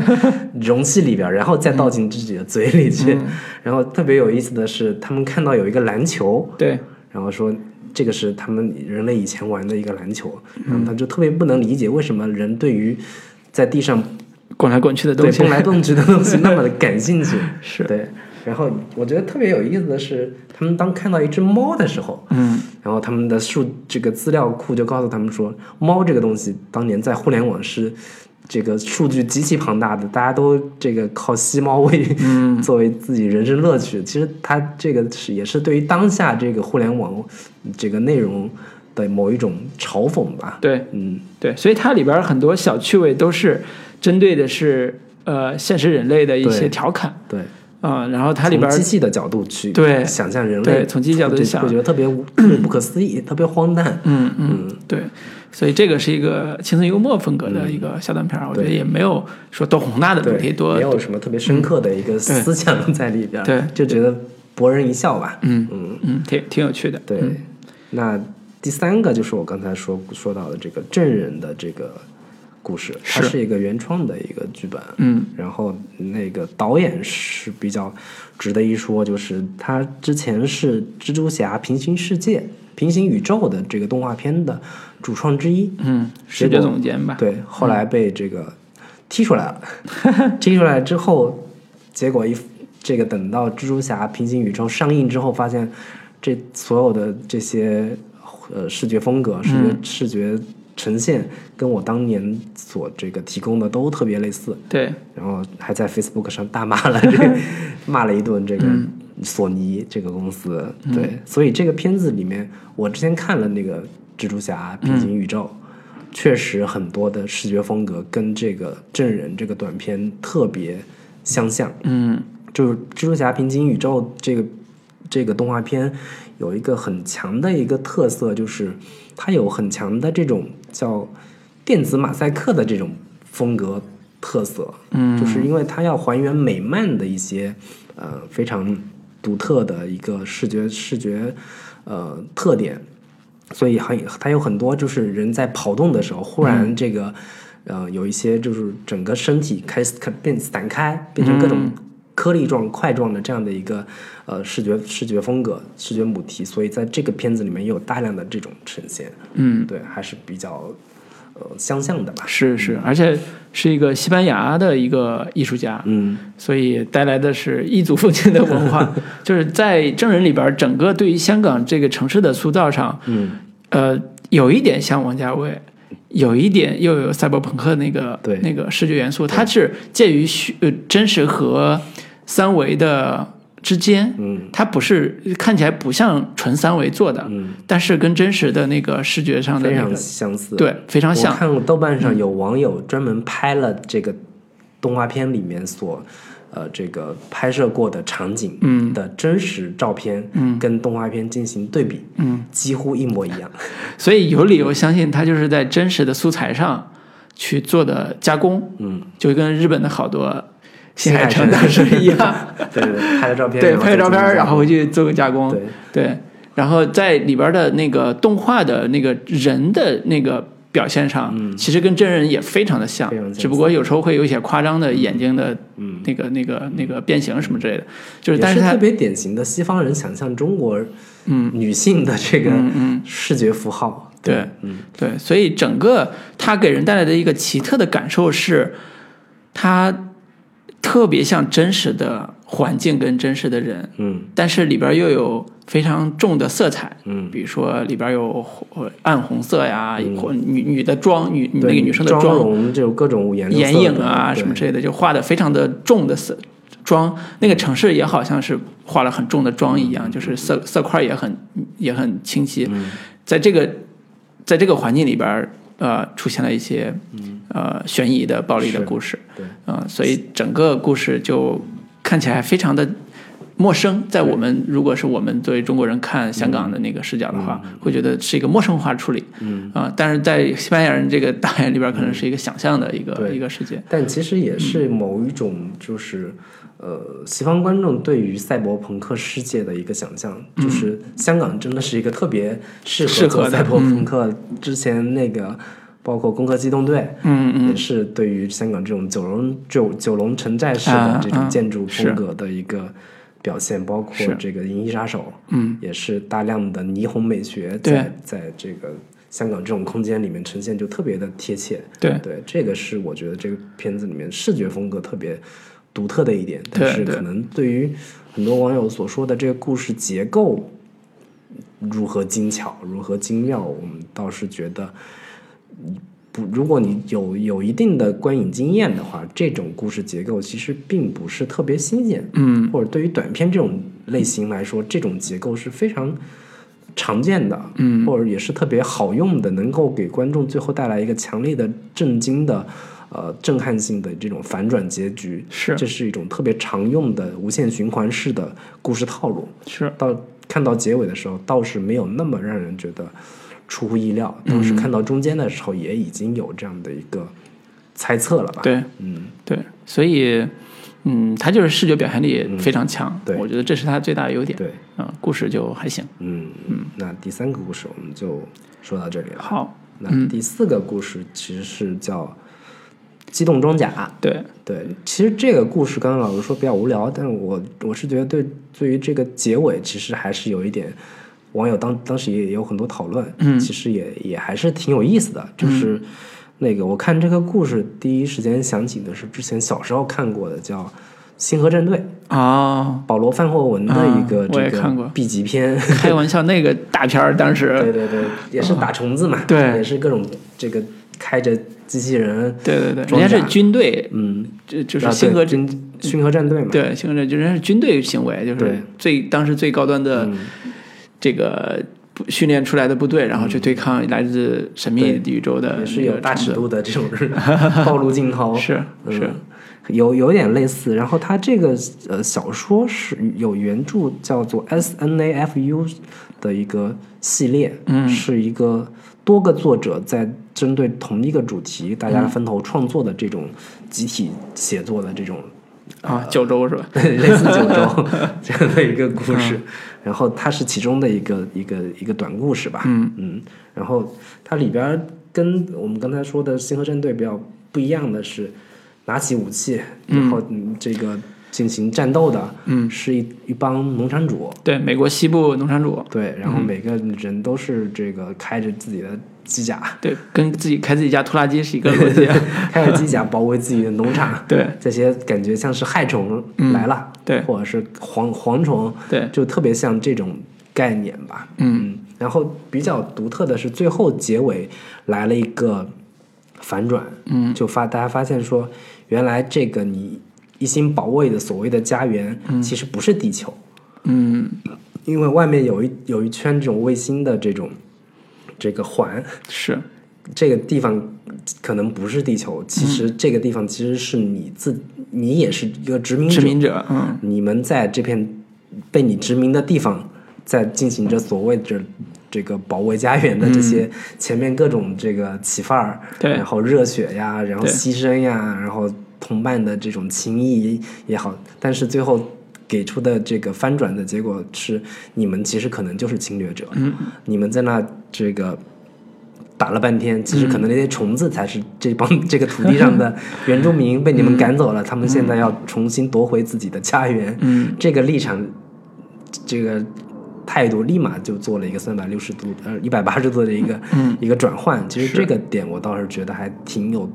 容器里边儿，然后再倒进自己的嘴里去？然后特别有意思的是，他们看到有一个篮球，
对
然后说这个是他们人类以前玩的一个篮球，然后他就特别不能理解为什么人对于在地上
滚来滚去的
对
东西
蹦，来蹦去的东西那么的感兴趣，
是
对。然后我觉得特别有意思的是，他们当看到一只猫的时候，
嗯，
然后他们的数这个资料库就告诉他们说，猫这个东西当年在互联网是这个数据极其庞大的，大家都这个靠吸猫为、
嗯
作为自己人生乐趣。其实它这个是也是对于当下这个互联网这个内容的某一种嘲讽吧。
对
嗯，
对，所以它里边儿很多小趣味都是针对的是呃现实人类的一些
对
调侃
对。
啊、然后它里边儿
从机器的角度去
对
想象人类，
对从机器角度去
会
想
会觉得特别无 特别不可思议，特别荒诞。
嗯嗯对，所以这个是一个轻松幽默风格的一个小短片儿，我觉得也没有说多宏大的主题
嗯对，
多嗯
没有什么特别深刻的一个思想在里边，
对
就觉得博人一笑吧。
嗯
嗯，
嗯挺挺有趣的，
对。那第三个就是我刚才说说到的这个证人的这个故事，它
是
是一个原创的一个剧本。
嗯
然后那个导演是比较值得一说，就是他之前是《蜘蛛侠：平行世界》《平行宇宙》的这个动画片的主创之一，
嗯，视
结
觉
果
总监吧，
对，后来被这个踢出来了。 踢出来之后，结果一这个等到蜘蛛侠平行宇宙上映之后，发现这所有的这些呃视觉风格、视觉、视觉呈现，跟我当年所这个提供的都特别类似。
对
然后还在 Facebook 上大骂了这个，骂了一顿这个索尼这个公司。对，所以这个片子里面，我之前看了那个《蜘蛛侠：平行宇宙》确实很多的视觉风格跟这个《证人》这个短片特别相像。
嗯
就是《蜘蛛侠：平行宇宙》这个这个动画片有一个很强的一个特色，就是它有很强的这种叫电子马赛克的这种风格特色。嗯，就是因为它要还原美漫的一些呃非常独特的一个视觉视觉呃特点。所以很，它有很多就是人在跑动的时候，忽
嗯
然这
嗯
个，呃，有一些就是整个身体开始开变散开，变成各种、颗粒状、块状的这样的一个呃视觉视觉风格、视觉母题，所以在这个片子里面也有大量的这种呈现。
嗯，
对，还是比较呃相像的吧。
是
嗯
是，而且是一个西班牙的一个艺术家，
嗯
所以带来的是异族风情的文化。 就是在《证人》里边儿，整个对于香港这个城市的塑造上，
嗯，
呃，有一点像王家卫，有一点又有赛博朋克那个
对
那个视觉元素，它是介于虚呃真实和三维的之间，
嗯，
它不是看起来不像纯三维做的，
嗯，
但是跟真实的那个视觉上的
非
那
常
个
相似。
对非常像嗯
我，看过豆瓣上有网友专门拍了这个动画片里面所呃这个拍摄过的场景，嗯的真实照片，嗯，跟动画片进行对比，嗯，几乎一模一样。
所以有理由相信它就是在真实的素材上去做的加工，
嗯，
就跟日本的好多
新
新
海
海诚
诚
大师一样，
对对 对，拍了照片，
对，
然后
拍个
再
照
进
片
行
儿，然后
加
回去做个加工，
工对，
对，然后在里边的那个动画的那个人的那个表现上，其实跟真人也非常的像
嗯非常，相似
只不过有时候会有一些夸张的眼睛的
嗯，
那个、那个、那个变形什么之类的，就
也
是但
是
是它
特别典型的西方人想象中国
嗯
女性的这个
嗯嗯
视觉符号，
对
嗯，
对，所以整个它给人带来的一个奇特的感受是，它特别像真实的环境跟真实的人，
嗯
但是里边又有非常重的色彩。
嗯，
比如说里边有红暗红色呀，或女女的妆，女那个
对
女生的
妆
妆
容就有各种五颜六色
眼影
的
啊什么之
对
类的，就画的非常的重的色妆。那个城市也好像是画了很重的妆一
嗯
样，就是色色块也很也很清晰。在这个在这个环境里边儿，呃，出现了一些呃悬疑的暴力的
是
故事，
对
啊、所以整个故事就看起来非常的陌生。在我们如果是我们作为中国人看香港的那个视角的话，会觉得是一个陌生化处理，
嗯
啊、但是在西班牙人这个大眼里边，可能是一个想象的一个、
对
一个世界。
但其实
嗯
也是某一种就是。呃，西方观众对于赛博朋克世界的一个想象，就是香港真的是一个特别适合
嗯适合
做
的嗯
赛博朋克。之前那个包括《攻壳机动队》，
嗯嗯
也是对于香港这种九龙九九龙城寨式的
啊
这种
啊
建筑
是
风格的一个表现，包括
是
这个《银翼杀手》，
嗯，
也是大量的霓虹美学
对
在在这个香港这种空间里面呈现，就特别的贴切。
对
对，这个是我觉得这个片子里面视觉风格特别独特的一点，但
对
是
对
可能对于很多网友所说的这个故事结构如何精巧、如何精妙，我们倒是觉得。不，如果你有有一定的观影经验的话，这种故事结构其实并不是特别新鲜，
嗯，
或者对于短片这种类型来说，这种结构是非常常见的，
嗯，
或者也是特别好用的，能够给观众最后带来一个强烈的震惊的。呃，震撼性的这种反转结局，
是
这是一种特别常用的无限循环式的故事套路。
是
到看到结尾的时候，倒是没有那么让人觉得出乎意料。
嗯
当时看到中间的时候，也已经有这样的一个猜测了吧？，
对
嗯，
对，所以嗯，他就是视觉表现力非常强，
对
我觉得这是他最大的优点。
对，
嗯、故事就还行。
嗯嗯。那第三个故事我们就说到这里了。
好，
那第四个故事其实是叫《机动装甲》。
对，
对，其实这个故事刚刚老师说比较无聊，但是我我是觉得对对于这个结尾，其实还是有一点，网友当当时也有很多讨论，嗯，其实也也还是挺有意思的，就是那个我看这个故事第一时间想起的是之前小时候看过的叫《星河战队》，
哦，
保罗·范霍文的
啊
一个
我也
这
看过
个 B 级片，
开玩笑，那个大片儿当时，
对对对，也是打虫子嘛，
啊对
也是各种这个开着机器人，
对对对，
装
人家
甲
是军队，
嗯，
就就是
啊
星河
对军星河战队嘛，
对星河战就人家是军队行为，就是
对嗯
最当时最高端的这个部训练出来的部队，然后去对抗来自神秘宇宙的
嗯也是
呃那个
有大
虫
尺
子，
度的这种 暴露镜头，
是是
嗯，有有点类似。然后它这个呃小说是有原著叫做 S N A F U 的一个系列，
嗯
是一个多个作者在针对同一个主题，大家分头创作的这种集体写作的这种
啊，九州是吧？
类似九 州这样的一个故事，然后它是其中的一个一个一个短故事吧，嗯然后它里边儿跟我们刚才说的《星河战队》比较不一样的是，拿起武器，然后嗯这个进行战斗的，
嗯，
是一一帮农场主，
对，美国西部农场主，
对，然后每个人都是这个开着自己的机甲，
对，跟自己开自己家拖拉机是一个逻辑。啊
开着机甲保卫自己的农场，
对嗯
这些感觉像是害虫来了，
对
或者是蝗蝗虫，
对，
就特别像这种概念吧。
嗯
嗯，然后比较独特的是最后结尾来了一个反转，
嗯，
就发大家发现说，原来这个你一心保卫的所谓的家园，其实不是地球，
嗯，
因为外面有一有一圈这种卫星的这种这个环，
是，
这个地方可能不是地球，其实这个地方其实是你自，你也是一个殖民者，
殖民者，嗯，
你们在这片被你殖民的地方，在进行着所谓的这个保卫家园的这些前面各种这个起范儿，
对
然后热血呀，然后
对
牺牲呀，然后同伴的这种情谊也好，但是最后。给出的这个翻转的结果是，你们其实可能就是侵略者，
嗯
你们在那这个打了半天，其实可能那些虫子才是这帮、这个土地上
嗯
的 原住民被你们赶走了，他们现在要重新夺回自己的家园。
嗯，
这个立场，这个态度立马就做了一个三百六十度呃一百八十度的一个、一个转换。其实
嗯是
这个点我倒是觉得还挺有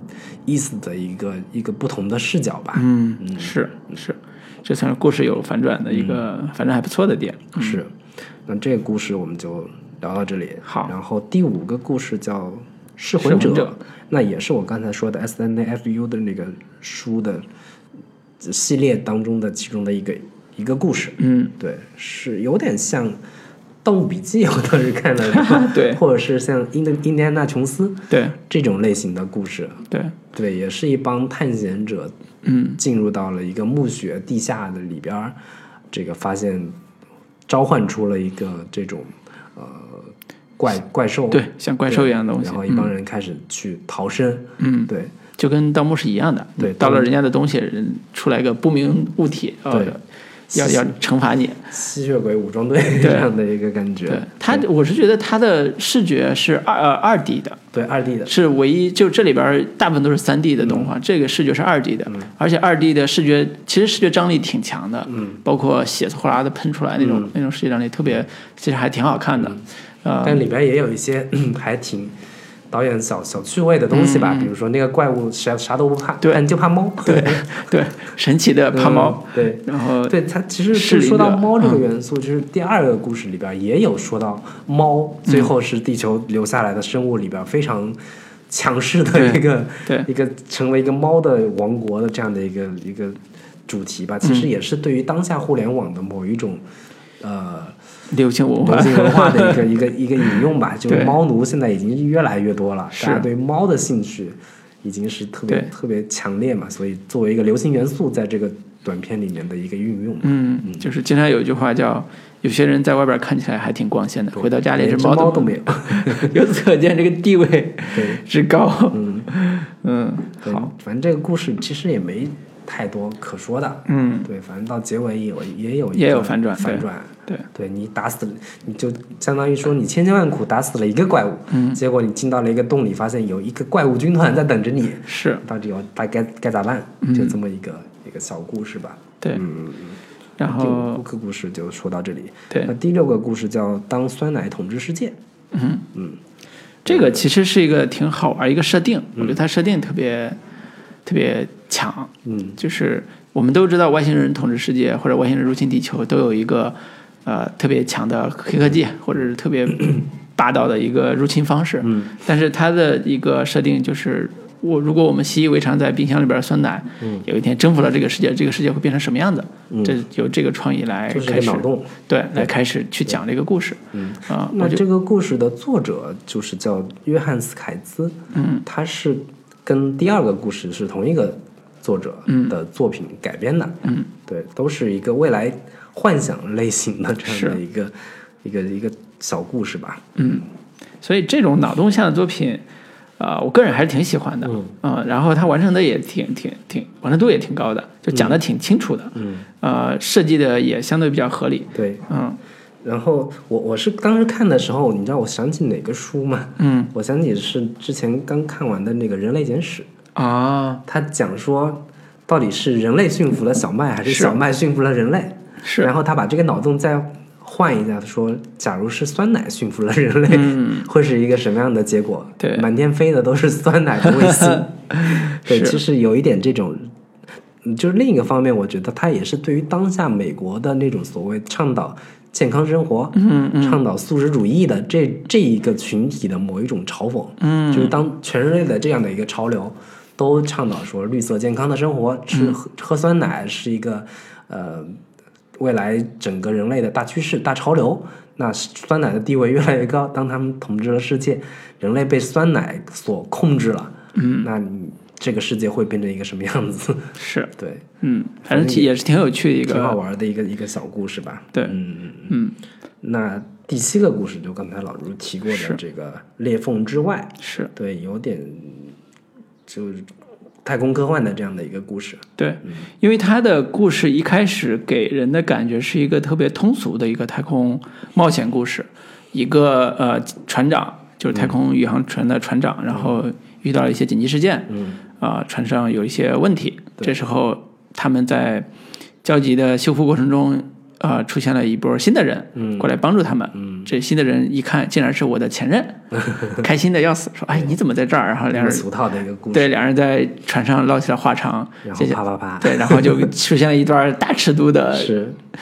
意思的一个一个不同的视角吧。
嗯，是是，这算是故事有反转的一个，
嗯
反正还不错的点。
是，那这个故事我们就聊到这里。
好
然后第五个故事叫《
噬
噬魂
魂
者》
者
那也是我刚才说的 S N A F U 的那个书的系列当中的其中的一个一个故事。
嗯，，
对，是有点像《盗墓笔记》，我当时看了
对
或者是像印《印第安纳琼斯》
对
这种类型的故事。
对，
对，也是一帮探险者
嗯
进入到了一个墓穴地下的里边，儿，这个发现召唤出了一个这种呃怪怪兽，
对，像怪兽一样的东西
然，后一帮人开始去逃生，
嗯，
对
就跟盗墓是一样的。
对
盗了人家的东西，人出来个不明物体，要
对
要要惩罚你。
吸血鬼武装队这样的一个感觉，
对他，我是觉得他的视觉是二呃二 D 的，
对嗯二 D 的，
是唯一就这里边儿大部分都是三 D 的动画，这个视觉是二 D 的，
嗯
而且二 D 的视觉其实视觉张力挺强的，
嗯
包括血哗啦的喷出来那种、那种视觉张力特别，其实还挺好看的，呃，
但里边也有一些 还挺。导演小小趣味的东西吧，比如说那个怪物啥啥都不怕，
嗯对
但就怕猫，
对呃对，神奇的
嗯
胖猫，
对，
然后
对它其实
是
是
邻
说到
居
猫这个元素，就是第二个故事里边也有说到猫，最后是地球留下来的生物里边非常强势的
对
一个
对
一个成为一个猫的王国的这样的一个一个主题吧。
嗯
其实也是对于当下互联网的某一种呃
流行文化
流，行文化的一个一个一个引用吧。就是
对
猫奴现在已经越来越多了，
是
大家对猫的兴趣已经是特别
对
特别强烈嘛，所以作为一个流行元素，在这个短片里面的一个运用。
嗯，就是经常有一句话叫。有些人在外边看起来还挺光鲜的，回到家里
连
这
只
猫
猫
都
都
没
没有。
有，由此可见这个地位
对
之高。
嗯，
嗯，
对
好，，
反正这个故事其实也没太多可说的。
嗯，
对，反正到结尾也有也有一
也有
个
反转
反
对
转。
对，
对你打死了，你就相当于说你千辛万苦打死了一个怪物，嗯，结果你进到了一个洞里，发现有一个怪物军团在等着你，
是
到底要该该该咋办？就这么一个、一个小故事吧。
对。
嗯，
然
第五
后
个故事就说到这里。
对
那第六个故事叫《当酸奶统治世界》。
这个其实是一个挺好玩一个设定，我觉得它设定特别特别强。
嗯，
就是我们都知道外星人统治世界或者外星人入侵地球都有一个呃特别强的黑科技或者是特别霸道的一个入侵方式。
嗯，
但是它的一个设定就是。我如果我们习以为常在冰箱里边的酸奶，嗯、有一天征服了这个世界，这个世界会变成什么样的？嗯、这由这个创意来
就是
开
一个
始
脑，洞，
对，来开始去讲这个故事。嗯啊、
那
我就
这个故事的作者就是叫约翰斯凯兹，嗯，他是跟第二个故事是同一个作者的作品改编的，嗯，对，都是一个未来幻想类型的这样的一个一个一个小故事吧，
所以这种脑洞下的作品，啊、我个人还是挺喜欢的，嗯、然后它完成的也挺挺挺完成度也挺高的，就讲的挺清楚的，嗯，呃，设计的也相对比较合理，
对。
嗯
然后我我是当时看的时候，你知道我想起哪个书吗？
嗯
我想起是之前刚看完的那个《人类简史》，
啊，
他讲说到底是人类驯服了小麦，还是
是
小麦驯服了人类？
是
然后他把这个脑洞再换一下，说假如是酸奶驯服了人类，会是一个什么样的结果？
嗯对
满天飞的都是酸奶的 卫星。对，
是
其实有一点这种。嗯就是另一个方面，我觉得他也是对于当下美国的那种所谓倡导健康生活、
嗯
倡导素食主义的这这一个群体的某一种嘲讽。
嗯，
就是当全人类的这样的一个潮流都倡导说绿色健康的生活，吃
嗯
喝喝酸奶是一个呃未来整个人类的大趋势、大潮流。那酸奶的地位越来越高，当他们统治了世界，人类被酸奶所控制了，嗯，那你这个世界会变成一个什么样子？
是，
对，
嗯，反正也是挺有趣的一
挺好
个，
玩的一个一个小故事吧。
对
嗯，
嗯，
那第七个故事就刚才老卢提过的
是
这个裂缝之外，
是
对，有点就是太空科幻的这样的一个故事。
对，因为他的故事一开始给人的感觉是一个特别通俗的一个太空冒险故事，一个呃船长就是
嗯
太空宇航船的船长，然后遇到了一些紧急事件，
嗯，
啊、船上有一些问题，
对
这时候他们在焦急的修复过程中，啊，出现了一波新的人，
嗯
过来帮助他们。
嗯
这新的人一看，竟然是我的前 任，开心的要死，说：“哎，你怎么在这儿？”然后
这
两
么
人
俗套的一个故事。
对两人在船上唠起了话长，
然后
谢谢。
啪啪啪，
啊 对，然后就出现了一段大尺度的
是嗯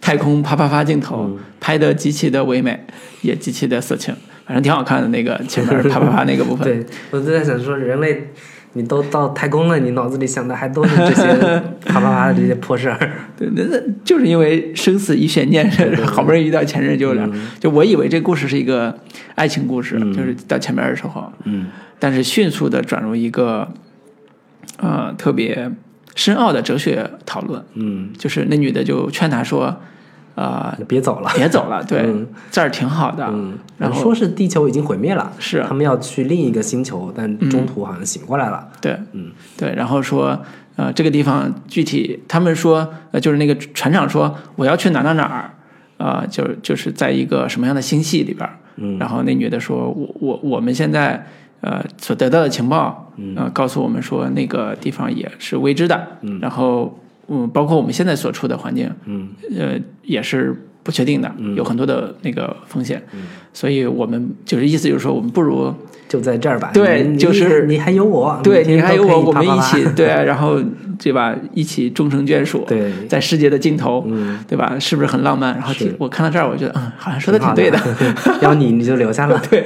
太空啪啪啪镜头，拍的极其的唯美，也极其的色情，反正挺好看的那个前 面啪啪啪那个部分。
对，我就在想说，人类你都到太空了，你脑子里想的还都是这 些啪啪啪的这些破事儿。
对，那那就是因为生死一悬念， 好不容易遇到前任就两，
嗯
就我以为这故事是一个爱情故事，就是到前面的时候，
嗯，
但是迅速的转入一个呃特别深奥的哲学讨论，
嗯，
就是那女的就劝他说，啊、
你别走了。
别走了，对，
嗯
这儿挺好的，
嗯，
然后
说是地球已经毁灭了，
是啊嗯
他们要去另一个星球，但中途好像醒过来了。
对，
嗯，
对，然后说，呃，这个地方具体他们说，呃，就是那个船长说我要去哪哪哪儿，呃，就是就是在一个什么样的星系里边儿，
嗯
然后那女的说，我我我们现在呃所得到的情报，
嗯
呃，告诉我们说那个地方也是未知的，嗯，然后嗯，包括我们现在所处的环境，
嗯，
呃，也是不确定的，有很多的那个风险，
嗯
所以我们就是意思就是说，我们不如。
就在这儿吧。
对
你
就是
你你还有我，
对
啊每天
你还有
都可
我，
以
我
啪
们
啪
一
啪
起对啊， 然后对吧？一起终成眷属，
对
在世界的尽头，
嗯
对吧？是不是很浪漫？然后
是
挺我看到这儿，我觉得嗯，好像说的挺
好
对的。
要你你就留下了。
对，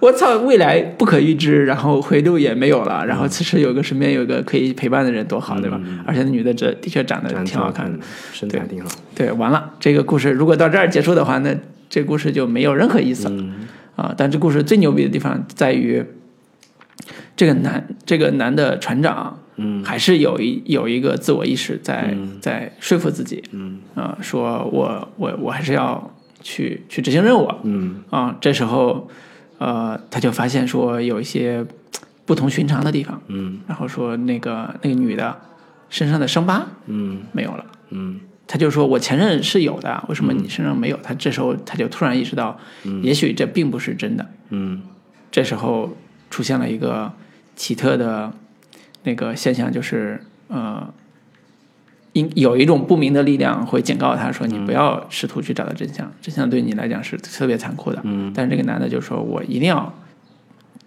我操，未来不可预知，然后回路也没有了，
嗯
然后此时有个身边有个可以陪伴的人，多好，对吧？而且那女的这的确长得
长得
挺好看的。
的，嗯身材
对
挺好。
对，完了，这个故事如果到这儿结束的话，那这故事就没有任何意思了
嗯
啊、但这故事最牛逼的地方在于，这个男这个男的船长，嗯，还是有一有一个自我意识在、在说服自己，嗯啊、说我我我还是要去去执行任务啊、
嗯
这时候，呃，他就发现说有一些不同寻常的地方，
嗯
然后说那个那个女的身上的伤疤
嗯
没有了。
嗯
他就说：“我前任是有的，为什么你身上没有？”他这时候他就突然意识到，也许这并不是真的。
嗯
这时候出现了一个奇特的那个现象，就是呃，因有一种不明的力量会警告他说：“
嗯
你不要试图去找到真相，真相对你来讲是特别残酷的。”
嗯
但是这个男的就说：“我一定要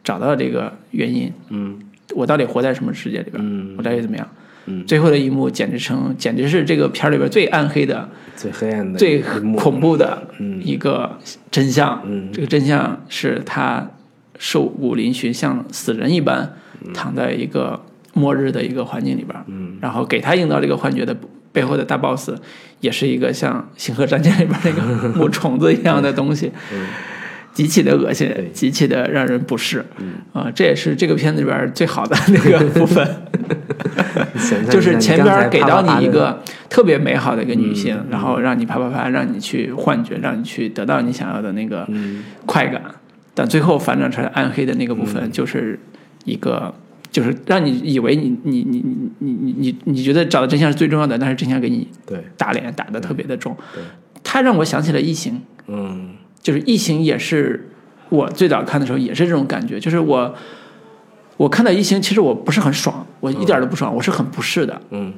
找到这个原因，
嗯
我到底活在什么世界里边？
嗯，
我到底怎么样？”
嗯
最后的一幕简直成，简直是这个片儿里边最暗黑的。
最黑暗的
最
一幕
恐怖的
嗯
一个真相。
嗯
这个真相是他受武林群像死人一般躺在一个末日的一个环境里边儿，
嗯
然后给他营造这个幻觉的背后的大 boss 也是一个像《星河战舰》里边那 个母虫子一样的东西。极其的恶心
嗯对，嗯
极其的让人不适，啊、这也是这个片子里边儿最好的那个部分。
想象一下
就是前边儿给到
刚才啪啪啪
你一
的嗯
个特别美好的一个女性，然后让你啪啪啪，让你去幻觉，让你去得到你想要的那个
嗯
快感，但最后反转出来暗黑的那个部分，
嗯
就是一个，就是让你以为你你你你你你你你觉得找到真相是最重要的，但是真相给你
对，
打脸打的特别的重，它让我想起了异形，
嗯
就是《异形》也是我最早看的时候也是这种感觉，就是我我看到《异形》，其实我不是很爽，我一点都不爽，我是很不适的。
嗯，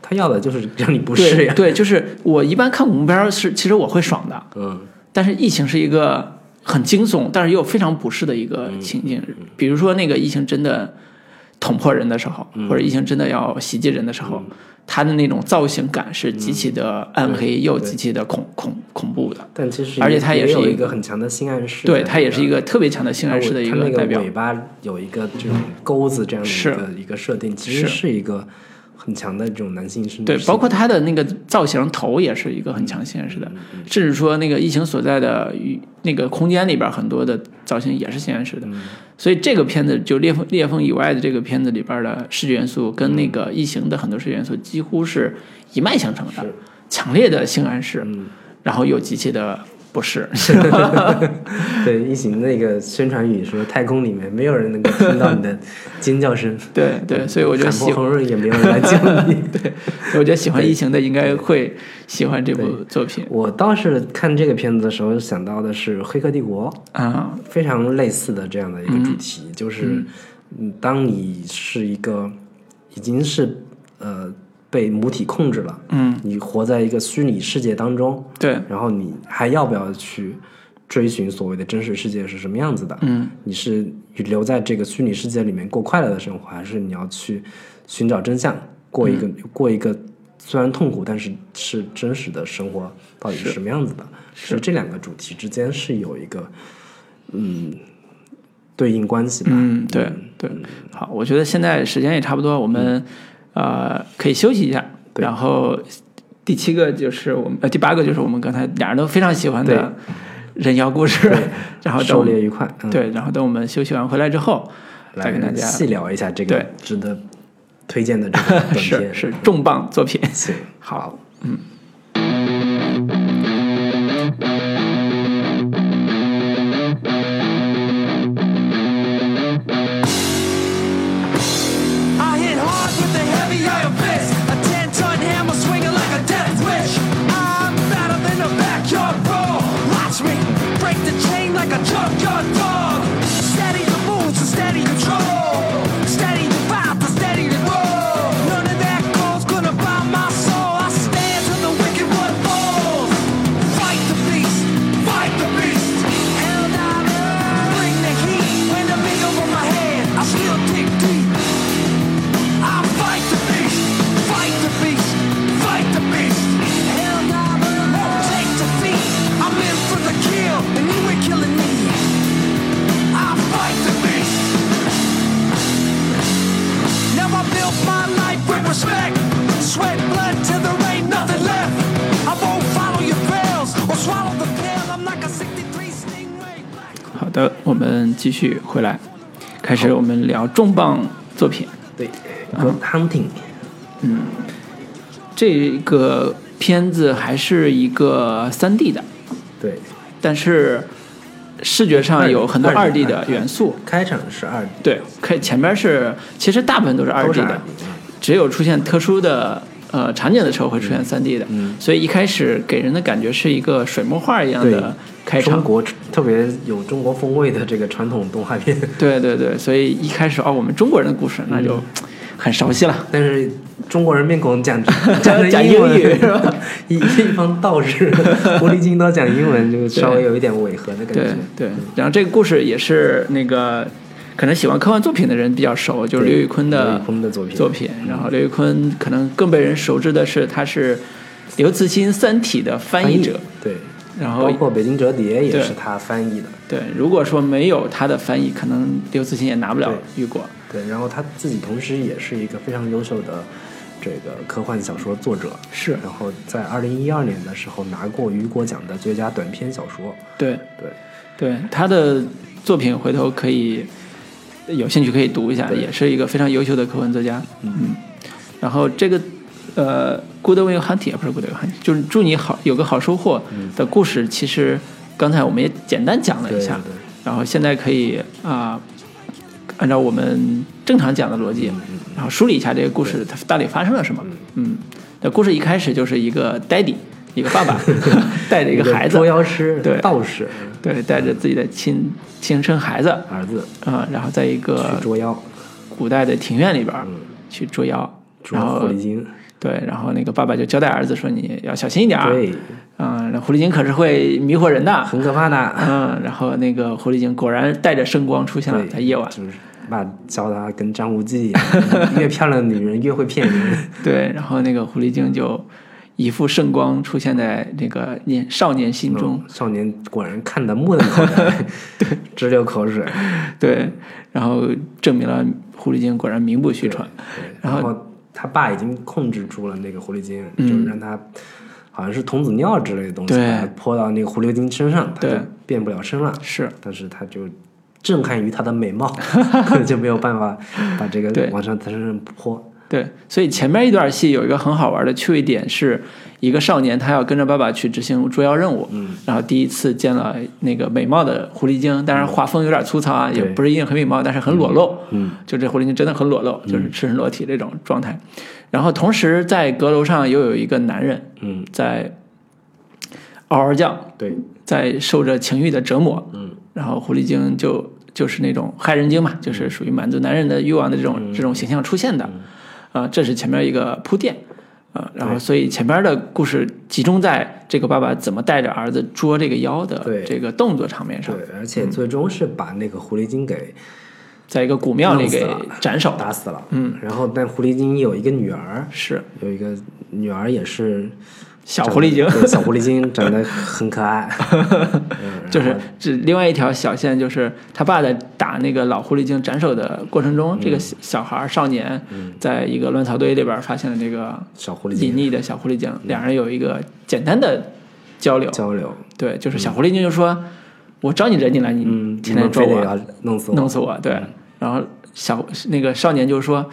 他要的就是让你不适
对
呀。
对，就是我一般看恐怖片儿是，其实我会爽的，
嗯
但是疫情是一个很惊悚，但是又非常不适的一个
嗯
情境。比如说那个疫情真的捅破人的时候，
嗯
或者疫情真的要袭击人的时候，它的那种造型感是极其
嗯
的暗黑，又极其的恐恐恐怖的。
但其实
而且它也
也
是
有
一
一
个
个很强的性暗示在里
对，
面的。
它也是一个特别强的性
它
暗示
尾
的一
它那
代表
尾。巴有一个这种钩子这样的一
是
个一个设定，其实
是
是一个很强的这种男性生
对，包括它的那个造型头也是一个很强性暗示
嗯
的，甚至说那个疫情所在的与那个空间里边很多的造型也是性暗示
嗯
的，所以这个片子就裂缝裂缝以外的这个片子里边的视觉元素跟那个异形的很多视觉元素几乎是一脉相承的
是，
强烈的性暗示，
嗯
然后又极其的不 适，
对异形那个宣传语说太空里面没有人能够听到你 的尖叫声，
对对，所以我觉得
喊
喜欢，
破红润也没有人来救你。
我觉得喜欢异形的应该会喜欢这部
对
作品
我倒是看这个片子的时候想到的是《黑客帝国》，
啊，
非常类似的这样的一个主题，就是，嗯，当你是一个已经是呃被母体控制了，
嗯，
你活在一个虚拟世界当中，
对，
然后你还要不要去追寻所谓的真实世界是什么样子的？
嗯，
你是留在这个虚拟世界里面过快乐的生活，还是你要去寻找真相，过一个、
嗯
过一个虽然痛苦但是是真实的生活到底是什么样子的？是这两个主题之间是有一个嗯对应关系的。
嗯，对对，好，我觉得现在时间也差不多，我们、呃可以休息一下，
嗯对
然后第七个就是我们呃第八个就是我们刚才俩人都非常喜欢的人妖故事，然后等我
狩
们
猎愉快，嗯、
对，然后等我们休息完回来之后再跟大
来
家
细聊一下这个
对
值得推荐的这 个短
呃是
片。
是重磅作 品，
行，
好，
I hit hard with a heavy iron fist. A 10 ton hammer swinging like a death wish. I'm fatter than a backyard brawl. Watch me break the chain like a junkyard dog. Steady the moves and steady control. Steady the vibe and steady the roll. None of that gold's gonna buy my soul. I stand till the wicked one falls. Fight the beast, fight the beast. Hell nah, nah. bring the heat. When the big over my head, I still dig deep. I fight the beast, fight the beast, fight the beast. Hell nah, but I won't take defeat. I'm in for the kill, and you ain't killing me. I fight the beast. Now I built my life with respect. Sweat blood till there ain't nothing left. I won't follow your bells or swallow the pill. I'm like a 63 stingray. Black
好的，我们继续回来，开始我们聊重磅作品，
对，Good Hunting，
这个片子还是一个三 D 的，
对，
但是视觉上有很多
二
二
D，
D 的元素。
开场是二 D，
对，可以前面是其实大部分都是二
都
D
是
的
二，D，啊
只有出现特殊的呃场景的时候会出
嗯
现三 D 的。所以一开始给人的感觉是一个水墨画一样
对
的开
中
场。
国特别有中国风味的这个传统动画片，
对对对，所以一开始哦，我们中国人的故事那
嗯
就很熟悉了。
但是中国人面孔 讲的
讲
英
英语是吧
文， 一一方道士、狐狸精都讲英文，就稍微有一点违和的感
对
觉。
对，然后这个故事也是那个可能喜欢科幻作品的人比较熟，就是
对
刘宇坤的
刘宇昆的作品嗯
然后刘宇坤可能更被人熟知的是，他是刘慈欣《三体》的翻译者。
对，
然后
包括《北京折叠》也
对
是他翻译的。
对，如果说没有他的翻译，可能刘慈欣也拿不了
对
雨果。
对，然后他自己同时也是一个非常优秀的这个科幻小说作者，
是
然后在二零一二年的时候拿过雨果奖的最佳短篇小说。
对
对，
对，他的作品回头可以有兴趣可以读一下，也是一个非常优秀的科幻作家。嗯，然后这个呃，Good Will Hunting 也不是 Good Will Hunting，就是祝你好有个好收获的故事，其实刚才我们也简单讲了一下，
对对对
然后现在可以啊、按照我们正常讲的逻
嗯
辑，然后梳理一下这个故事它到底发生了什么。嗯，那故事一开始就是一个 daddy，一个 爸爸带着一个孩子
捉，妖师、
对
道士、
对，带着自己的亲亲生孩子啊、
儿子
然后在一个
嗯去捉妖。
古代的庭院里边儿，去捉妖，
主
然
要
后
狐狸精，
对，然后那个爸爸就交代儿子说你要小心一点儿，
对，
嗯，那狐狸精可是会迷惑人的，
很可 怕的。
嗯，然后那个狐狸精果然带着圣光出现了，
对
在夜晚，
就是爸教他跟张无忌一样，越漂亮的女人越会骗人。
对，然后那个狐狸精就一副圣光出现在那个年少年心 中，
少年果然看得目瞪口 呆，直流口水。
对，然后证明了狐狸精果然名不虚传，
对
然后嗯
然后他爸已经控制住了那个狐狸精，就是让他好像是童子尿之类的东西，
对
把它泼到那个狐狸精身上，他就
对
变不了身了。
是
但是他就震撼于她的 美貌，就没有办法把这
对
个往上她身上泼。
对，所以前面一段戏有一个很好玩的趣味点，是一个少年他要跟着爸爸去执行捉妖任务，
嗯，
然后第一次见了那个美貌的狐狸精，当然画风有点粗糙啊，也
嗯对
不是一定很美貌，但是很裸露，
嗯，
就这狐狸精真的很裸露，就是赤身裸体这种状态。然后同时在阁楼上又有一个男人
嗯，
在嗷嗷叫，
对，
在受着情欲的折磨，
嗯，
然后狐狸精就就是那种害人精嘛，就是属于满足男人的欲望的这
嗯
种、这种形象出现的，啊，这是前面一个铺垫，啊，然后
对
所以前面的故事集中在这个爸爸怎么带着儿子捉这个妖的
对
这个动作场面上
对，，而且最终是把那个狐狸精给
在一个古庙里
弄死
给
了
斩首的，
打死了。
嗯，
然后但狐狸精有一个女儿，
是
有一个女儿也是
小狐狸精
长，得对小狐狸精长得很可爱，嗯
就是这另外一条小线，就是他爸在打那个老狐狸精斩首的过程
嗯
中，这个小小孩儿少年在一个乱草堆里边儿发现了这个
小狐狸
隐
精嗯
匿的小狐狸精，两人有一个简单的交流。
交流，
对，就是小狐狸精就说：“我招你惹你来，你
嗯，
天天
你们
抓
非得
我，
要弄死我，嗯
弄死我。”对，然后小那个少年就说。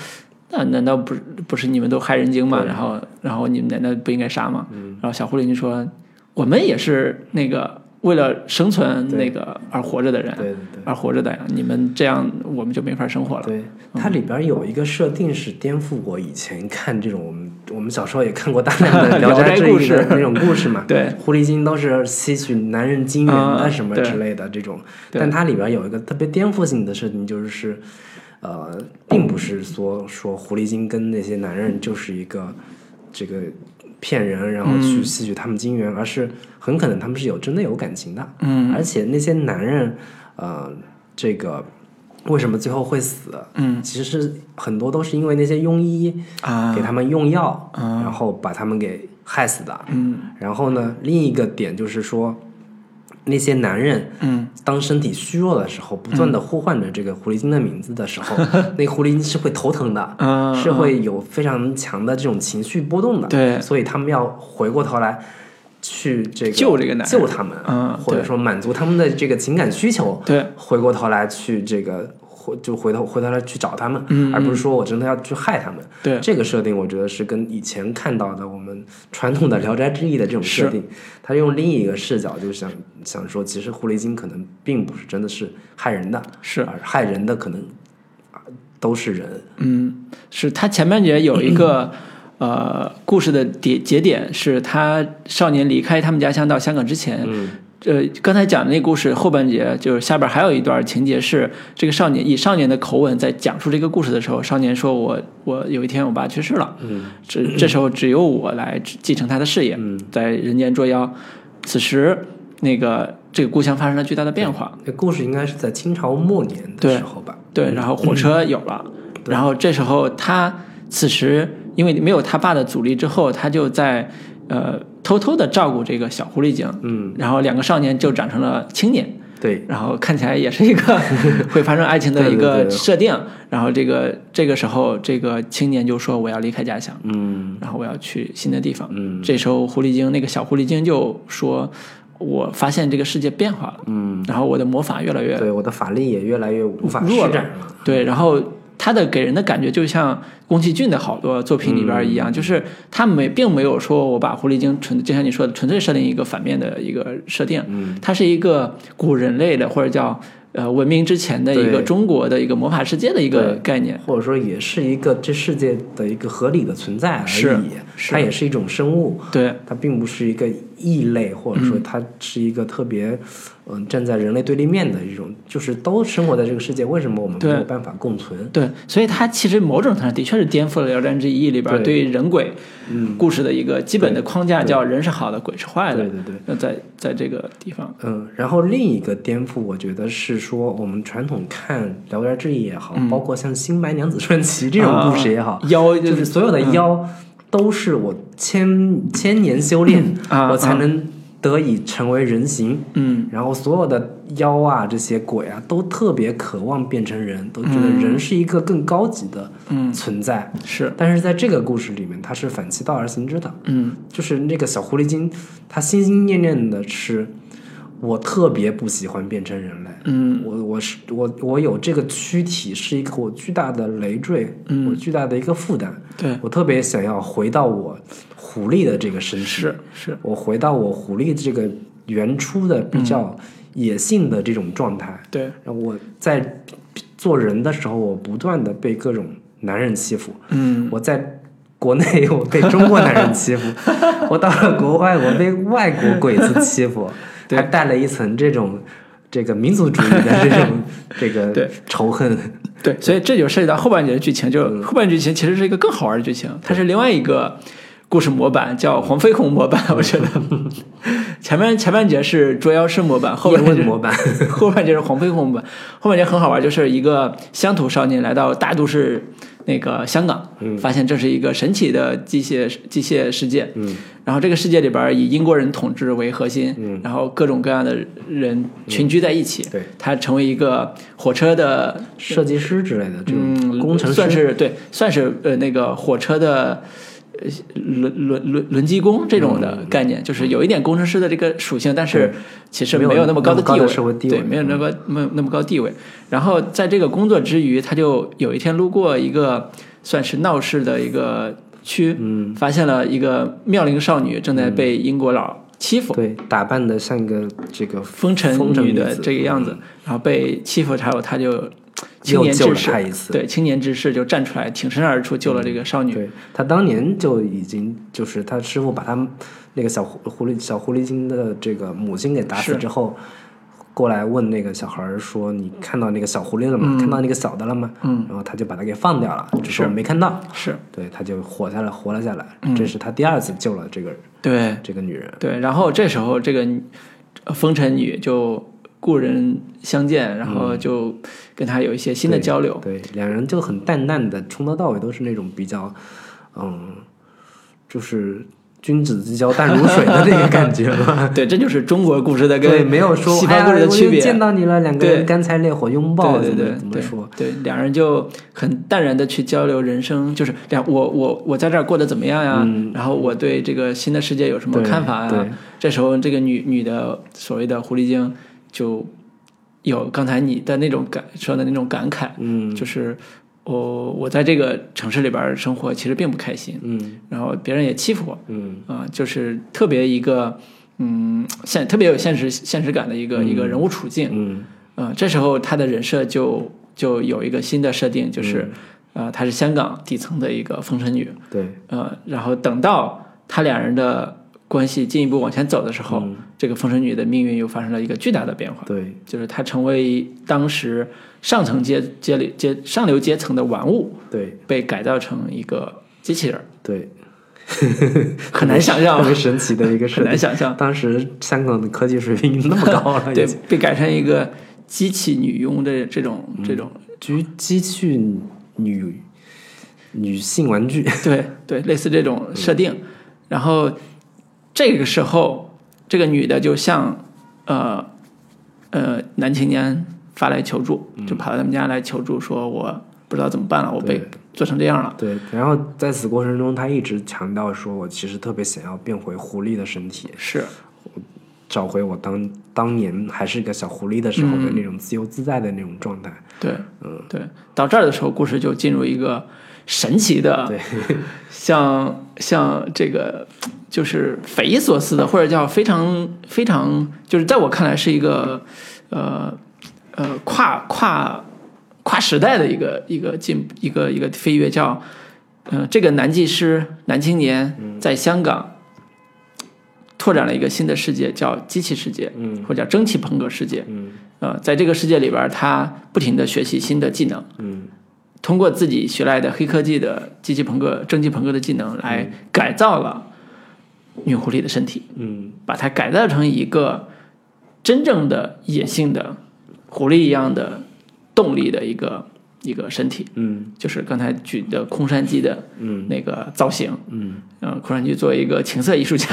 那难道不是不是你们都害人精吗？然后然后你们难道不应该杀吗？
嗯
然后小狐狸精说，我们也是那个为了生存那个而活着的人，
对对对
而活着的呀。你们这样我们就没法生活了。
对，
嗯
它里边有一个设定是颠覆我以前看这种我们我们小时候也看过大量 的《
聊
聊
斋
斋志异
故》事。
的那种故事 嘛
对
狐狸精都是吸取男人精元
啊
啊什么
对
之类的这种，
对
但它里边有一个特别颠覆性的设定，就是是呃，并不是说说狐狸精跟那些男人就是一个这个骗人，然后
嗯
去吸取他们精元，而是很可能他们是有真的有感情的。嗯，而且那些男人，呃，这个为什么最后会死？
嗯，
其实是很多都是因为那些庸医
啊
给他们用药，然后把他们给害死的。
嗯
然后呢，另一个点就是说，那些男人，
嗯，
当身体虚弱的时候，不断的呼唤着这个狐狸精的名字的 时候，那狐狸精是会头疼的，
嗯
是会有非常强的这种情绪波动的。
对
所以他们要回过头来。去这个
救这个男人
救他们，
嗯
或者
对
说满足他们的这个情感需求，
对
回过头来去这个回就回头回头来去找他们，
嗯
而不是说我真的要去害他们，
对
这个设定，我觉得是跟以前看到的我们传统的《聊斋志异》的这种设定，他用另一个视角，就想想说，其实狐狸精可能并不是真的是害人的，
是
而害人的可能啊都是人，
嗯，是他前面也有一个呃故事的节节点，是他少年离开他们家乡到香港之前。呃，刚才讲的那故事后半节，就是下边还有一段情节是这个少年以少年的口吻在讲述这个故事的时候，少年说我：“我有一天我爸去世了，这这时候只有我来继承他的事业，在人间捉妖。”此时，那个这个故乡发生了巨大的变化，
那故事应该是在清朝末年
对
的时候吧？
对，然后火
嗯
车有了，然后这时候他此时因为没有他爸的阻力之后，他就在呃偷偷的照顾这个小狐狸精，
嗯，
然后两个少年就长成了青年，
对，
然后看起来也是一 个会发生爱情的一
对对
个
对
设定，然后这个这个时候这个青年就说我要离开家乡，
嗯
然后我要去新的地方，
嗯
这时候狐狸精那个小狐狸精就说。我发现这个世界变化了，
嗯，
然后我的魔法越来越
对，我的法力也越来越无法施
弱
展
了
了，
对，然后他的给人的感觉就像宫崎骏的好多作品里边一样，
嗯
就是他没并没有说我把狐狸精纯就像你说的纯粹设定一个反面的一个设定，
嗯
它是一个古人类的或者叫呃文明之前的一个
对
中国的一个魔法世界的一个
对
概念。
或者说也是一个这世界的一个合理的存在而
是
已，
是
它也是一种生物，
对嗯
它并不是一个异类，或者说它是一个特别，嗯，站在人类对立面的一种，就是都生活在这个世界，为什么我们没
对
有办法共存？
对，所以它其实某种程度上的确是颠覆了《聊斋志异》里边
对嗯
对于人鬼故事的一个基本的框架，叫人是好的，鬼是坏的。
对对对
那在在这个地方，
嗯，然后另一个颠覆，我觉得是说我们传统看《聊斋志异》也好，包括像《新白娘子传奇》这种故事也好，
嗯啊嗯妖就
就是是所有的妖都是我千千年修炼，
啊
我才能得以成为人形。
嗯，
然后所有的妖啊，这些鬼啊，都特别渴望变成人，都觉得
嗯
人是一个更高级的存在。
是，
但是在这个故事里面，它是反其道而行之的。
嗯，
就是那个小狐狸精，她心心念念的是，我特别不喜欢变成人类。嗯，我我是我我有这个躯体是一个我巨大的累赘，嗯、我巨大的一个负担。
对
我特别想要回到我狐狸的这个身体，
是是，
我回到我狐狸这个原初的比较野性的这种状态。
对，
然后我在做人的时候，我不断的被各种男人欺负。
嗯，
我在国内我被中国男人欺负， 我到了国外我被外国鬼子欺负，
对
还带了一层这种这个民族主义的这 种这
对
个 仇恨。
对，所以这就涉及到后半截的剧情，就后半截剧情其实是一个更好玩的剧情，它是另外一个故事模板，叫黄飞鸿模板，我觉得。 前面前半截是捉妖师模板，后半
叶问
截
模板
后半截是黄飞鸿模板，后半截很好玩，就是一个乡土少年来到大都市那个香港，发现这是一个神奇的机械机械世界，嗯，然后这个世界里边以英国人统治为核心，嗯，然后各种各样的人群居在一起，
对
他成为一个火车的
设计师之类的这种
嗯，
工程师，
算是对，算是呃那个火车的呃轮轮轮轮机工这种
嗯
的概念，就是有一点工程师的这个属性，但是其实
没有
没有那么高的
那么高的
地位，
社会地位嗯
对，没有那么没有那么高地位。然后在这个工作之余，他就有一天路过一个算是闹市的一个区，嗯，发现了一个妙龄少女正在
嗯
被英国佬欺负，
对，打扮的像一个这个
风尘
风尘
女
女
的
子嗯
这个样子，然后被欺负之后，他就青年
救
志
了
士
她一次
对青年志士就站出来挺身而出救了这个少女。
对他当年就已经就是他师傅把他那个小狐狐狸小狐狸精的这个母亲给打死
是
之后，过来问那个小孩儿说：“你看到那个小狐狸了
嗯
吗？看到那个小的了吗？”嗯，然后他就把他给放掉了，只是我没看到。
是，
对，他就活下来，活了下来。
嗯
这是他第二次救了这个
对
这个女人。
对。然后这时候这个呃风尘女就呃故人相见，然后就跟他有一些新的
嗯对
交流。
对，两人就很淡淡的，从头到尾都是那种比较，嗯，就是君子之交淡如水的那个感觉吧。
对，这就是中国故事的
对，
跟
没有说
西
哎
方故
呀
事的区
我
别。
又见到你了，两个
对
人干柴烈火拥抱，
对
怎
对对
么怎么
对
说？
对，两人就很淡然的去交流人生，就是两我我我在这儿过得怎么样呀？然后我对这个新的世界有什么
嗯对
看法呀
对？
这时候这个女女的所谓的狐狸精就有刚才你的那种感说的那种感慨，
嗯
就是我我在这个城市里边儿生活其实并不开心，
嗯
然后别人也欺负我，
嗯，
啊、就是特别一个嗯现特别有现实现实感的一个、一个人物处境，
嗯
呃，这时候他的人设就就有一个新的设定，就是、呃，她是香港底层的一个风尘女，
对，
呃，然后等到他俩人的关系进一步往前走的时候，这个风尘女的命运又发生了一个巨大的变化，
对，
就是她成为当时上层阶阶里阶上流阶层的玩物，
对，
被改造成一个机器人儿，
对，
很难想象
特，别神奇的一个事
很难
情。
想象，
当时香港的科技水平那么高 了，
对
已经，
被改成一个机器女佣的这种这种
居机器女女性玩具，
对对，类似这种设定。然后这个时候，这个女的就向呃呃男青年发来求助，就跑到他们家来求助，说我不知道怎么办了，我被
对
做成这样了。
对。 然后在此过程中，她一直强调说，我其实特别想要变回狐狸的身体，
是
找回我当当年还是个小狐狸的时候的那种自由自在的那种状态。
对，对。到这儿的时候，故事就进入一个神奇的， 像像这个就是匪夷所思的，或者叫非常非常，就是在我看来是一个呃呃跨跨跨时代的一个一个进一个一个飞跃，叫呃这个男技师男青年在香港。拓展了一个新的世界，叫机器世界，嗯，或者叫蒸汽朋克世界，嗯，呃，在这个世界里边，他不停地学习新的技能，
嗯，
通过自己学来的黑科技的机器朋克、蒸汽朋克的技能来改造了女狐狸的身体，
嗯
把它改造成一个真正的野性的狐狸一样的动力的一个一个身体，
嗯
就是刚才举的空山鸡的
嗯
那个造型，
嗯
嗯，空山居作为一个情色艺术 家，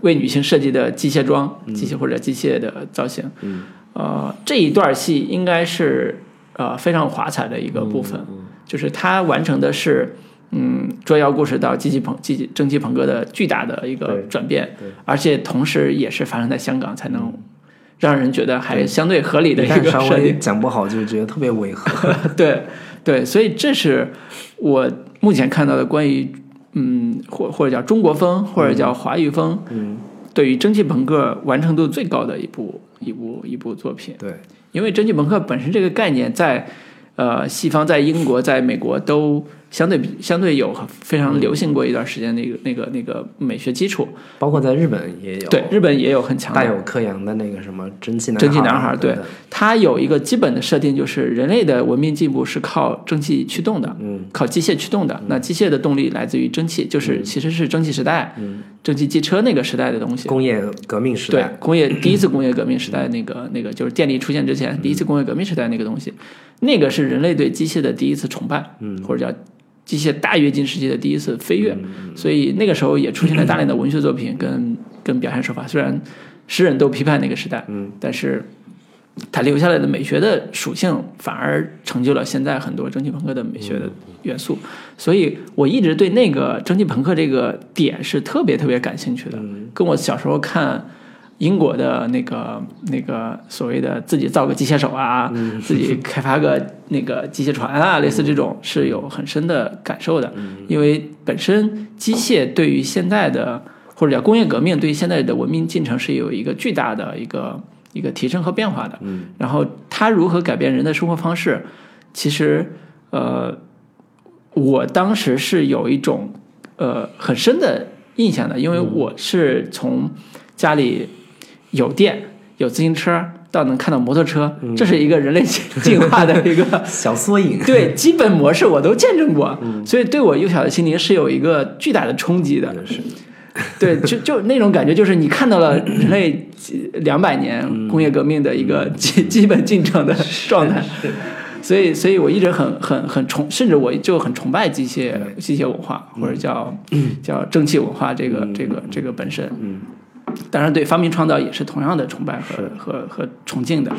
为女性设计的机械装、机械或者机械的造型，
嗯
呃，这一段戏应该是呃非常华彩的一个部分，
嗯
就是它完成的是嗯捉妖故事到机器朋机器蒸汽朋克的巨大的一个
对嗯
转变，而且同时也是发生在香港才能让人觉得还相对合理的
一
一个
旦稍
设
微
定，
讲不好就觉得特别违 和。
对对，所以这是我目前看到的关于嗯，或或者叫中国风，或者叫华语风，
嗯，
对于蒸汽朋克完成度最高的一部一部一部作品。
对，
因为蒸汽朋克本身这个概念在呃西方，在英国、在美国都相对比相对有非常流行过一段时间的一个那个那个美学基础。
包括在日本也有，
对，日本也有很强
大
的
有克洋的那个什么蒸汽男
蒸汽男孩
孩，啊
儿，对
等等，
它有一个基本的设定，就是人类的文明进步是靠蒸汽驱动的，
嗯
靠机械驱动的。那机械的动力来自于蒸汽，就是其实是蒸汽时代、
嗯
蒸汽机车那个时代的东西。
工业革命时
对
代，，
工 业第一次工业革命时代那个那个就是电力出现之前，第一次工业革命时代那个东西，那个是人类对机械的第一次崇拜，
嗯
或者叫机械大跃进时期的第一次飞跃。
嗯
所以那个时候也出现了大量的文学作品跟跟表现手法，虽然诗人都批判那个时代，
嗯
但是它留下来的美学的属性，反而成就了现在很多蒸汽朋克的美学的
嗯
元素。所以我一直对那个蒸汽朋克这个点是特别特别感兴趣的，
嗯
跟我小时候看。英国的那个那个所谓的自己造个机械手啊，自己开发个那个机械船啊，类似这种是有很深的感受的，因为本身机械对于现在的或者叫工业革命对于现在的文明进程是有一个巨大的一个一个提升和变化的。
嗯，
然后它如何改变人的生活方式，其实呃，我当时是有一种呃很深的印象的，因为我是从家里有电、有自行车到能看到摩托车，这是一个人类进进化的一个
小缩影。
对基本模式我都见证过，所以对我幼小的心灵是有一个巨大的冲击的。
是，
对，就就那种感觉，就是你看到了人类两百年工业革命的一个基基本进程的状态。所以，所以我一直很很很崇，甚至我就很崇拜机械机械文化，或者叫叫蒸汽文化这个这个这个本身。当然对发明创造也是同样的崇拜和和和崇敬的。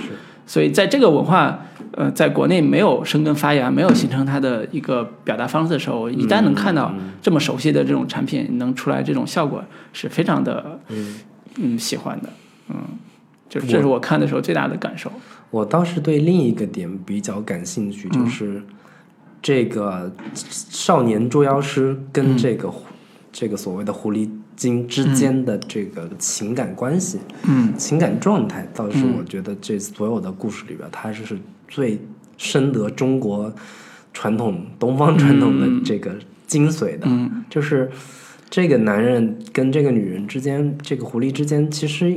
所以在这个文化，呃，在国内没有生根发芽、没有形成它的一个表达方式的时候，一旦能看
嗯
到这么熟悉的这种产品能出来这种效果，是非常的，嗯，喜欢的，嗯，就是这是我看的时候最大的感受。
我倒是对另一个点比较感兴趣，
嗯
就是这个少年捉妖师
嗯
跟这个、这个所谓的狐狸精之间的这个情感关系，
嗯，
情感状态，倒是我觉得这所有的故事里边，它是最深得中国传统、东方传统的这个精髓的，
嗯
就是这个男人跟这个女人之间，这个狐狸之间，其实，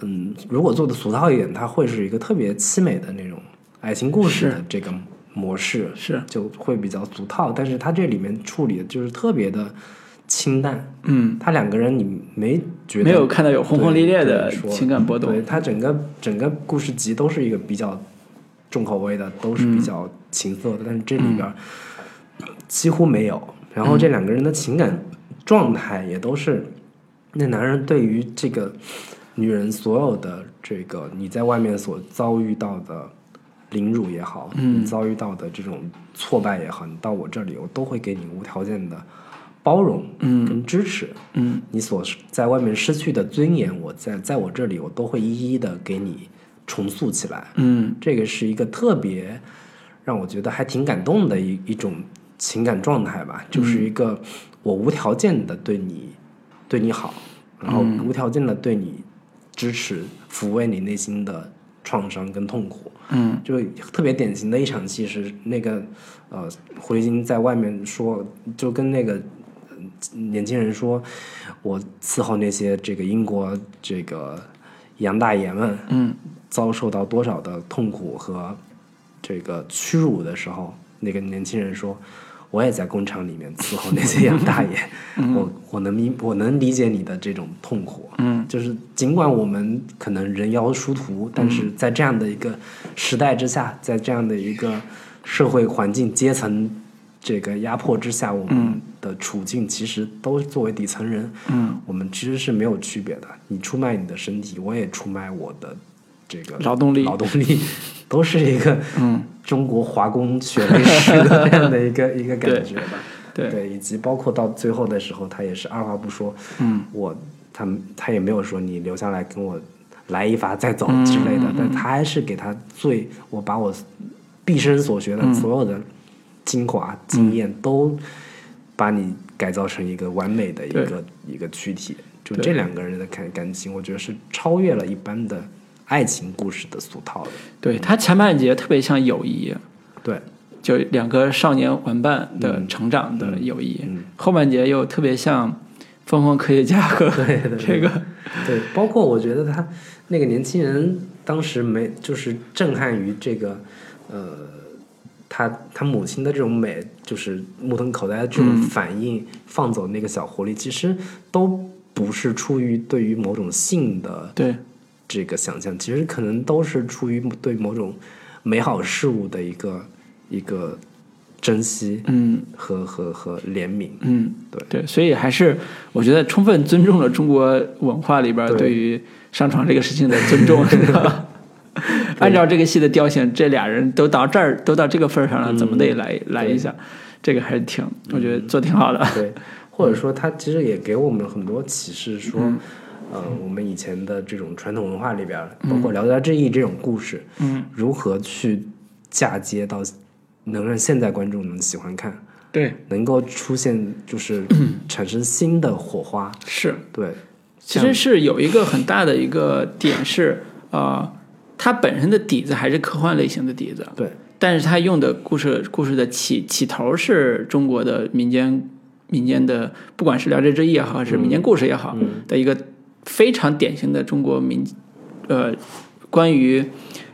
嗯，如果做的俗套一点，它会是一个特别凄美的那种爱情故事的这个模式，
是
就会比较俗套，但是它这里面处理的就是特别的清淡，
嗯，
他两个人你没觉得
没有看到有轰轰烈烈的
对对说
情感波
对
动。
它整个整个故事集都是一个比较重口味的，都是
嗯
比较情色的，但是这里边儿几乎没有。然后这两个人的情感状态也都是，那男人对于这个女人所有的这个你在外面所遭遇到的凌辱也好，
嗯
你遭遇到的这种挫败也好，你到我这里，我都会给你无条件的包容，嗯，跟支持，
嗯，
你所失在外面失去的尊严，我在在我这里，我都会一一的给你重塑起来，
嗯
这个是一个特别让我觉得还挺感动的一一种情感状态吧，就是一个我无条件的对你对你好，然后无条件的对你支持，抚慰你内心的创伤跟痛苦。
嗯
就特别典型的一场戏是那个呃，狐狸精在外面说，就跟那个嗯年轻人说，我伺候那些这个英国这个洋大爷们，嗯，遭受到多少的痛苦和这个屈辱的时候，那个年轻人说，我也在工厂里面伺候那些洋大 爷，我我能明我能理解你的这种痛苦，嗯，就是尽管我们可能人妖殊途，但是在这样的一个时代之下，在这样的一个社会环境阶层。这个压迫之下，我们的处境其实都作为底层人，嗯，我们其实是没有区别的。你出卖你的身体，我也出卖我的这个
劳动力
劳动力都是一个嗯中国华工血泪史的这样的 一个一个感觉吧。
对
对，以及包括到最后的时候，他也是二话不说，嗯，我他他也没有说你留下来跟我来一发再走
嗯
之类的，但他还是给他最我把我毕生所学
嗯
的所有的精华、经验都把你改造成一个完美的一个一个躯体。就这两个人的感感情，我觉得是超越了一般的爱情故事的俗套的。
对他前半节特别像友谊，
对，
就两个少年玩伴
嗯
的成长的友谊，后半节又特别像疯狂科学家和这个
对，包括我觉得他那个年轻人当时没，就是震撼于这个，呃，他他母亲的这种美，就是目瞪口呆的这种反应，放走那个小狐狸，其实都不是出于对于某种性的
对
这个想象，其实可能都是出于对某种美好事物的一个一个珍惜，嗯，和和和怜悯，嗯，对。
对，所以还是我觉得充分尊重了中国文化里边儿
对
对于上床这个事情的尊 重。 按照这个戏的调性，这俩人都到这儿，都到这个份儿
嗯
上了，怎么得来、来一下？这个还是挺，我觉得做挺好的。
对，或者说他其实也给我们很多启示，说，
嗯
呃，我们以前的这种传统文化里边儿，包
嗯
括《聊斋志异》这种故事，嗯，如何去嫁接到能让现在观众能喜欢看，
对，
能够出现 就是产生新的火花，
是，
对，
其实是有一个很大的一个点是，呃，它本身的底子还是科幻类型的底子，
对，
但是他用的故事故事的起起头是中国的民间民间的，不管是《聊斋志异》也好，还
嗯
是民间故事也好，的一个非常典型的中国民呃关于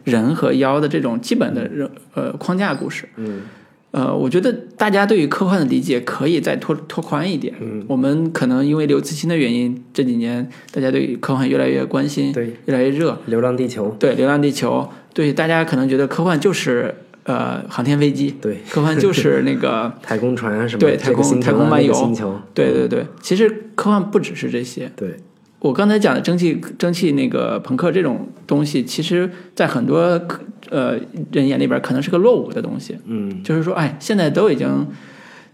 人和妖的这种基本的人呃框架故事。
嗯，
呃，我觉得大家对于科幻的理解可以再拓拓宽一点。嗯，我们可能因为刘慈欣的原因，这几年大家对科幻越来越关心，
对，
越来越热。
《流浪地球》，
对《流浪地球》，对大家可能觉得科幻就是呃航天飞机，
对，
科幻就是那个
太空船啊什么，
对
这
太
个
空
星球
太空
啊
漫
那
游
个星球，，
对对对，其实科幻不只是这些。
对，
我刚才讲的蒸汽蒸汽那个朋克这种东西，其实在很多呃人眼里边可能是个落伍的东西，
嗯，
就是说，哎，现在都已经。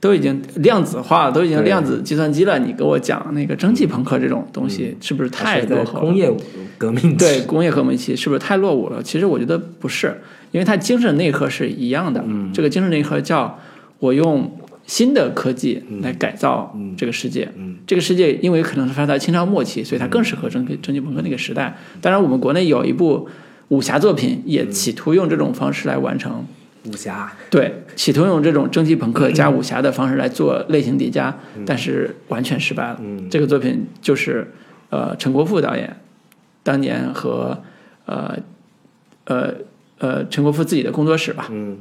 都已经量子化了，都已经
对
量子计算机了。你给我讲那个蒸汽朋克这种东西，是不是太
嗯还是在
落后了？
工业 革命
对
之
工业革命期是不是太落伍了？其实我觉得不是，因为它精神内核是一样的。嗯，这个精神内核叫我用新的科技来改造这个世界。嗯，这个世界因为可能是发生在清朝末期，所以它更适合蒸汽蒸汽朋克那个时代。当然，我们国内有一部武侠作品也企图用这种方式来完成。
武侠，
对，企图用这种蒸汽朋克加武侠的方式来做类型叠加，但是完全失败了。
嗯
这个作品就是呃陈国富导演当年和呃呃呃陈国富自己的工作室吧，
嗯，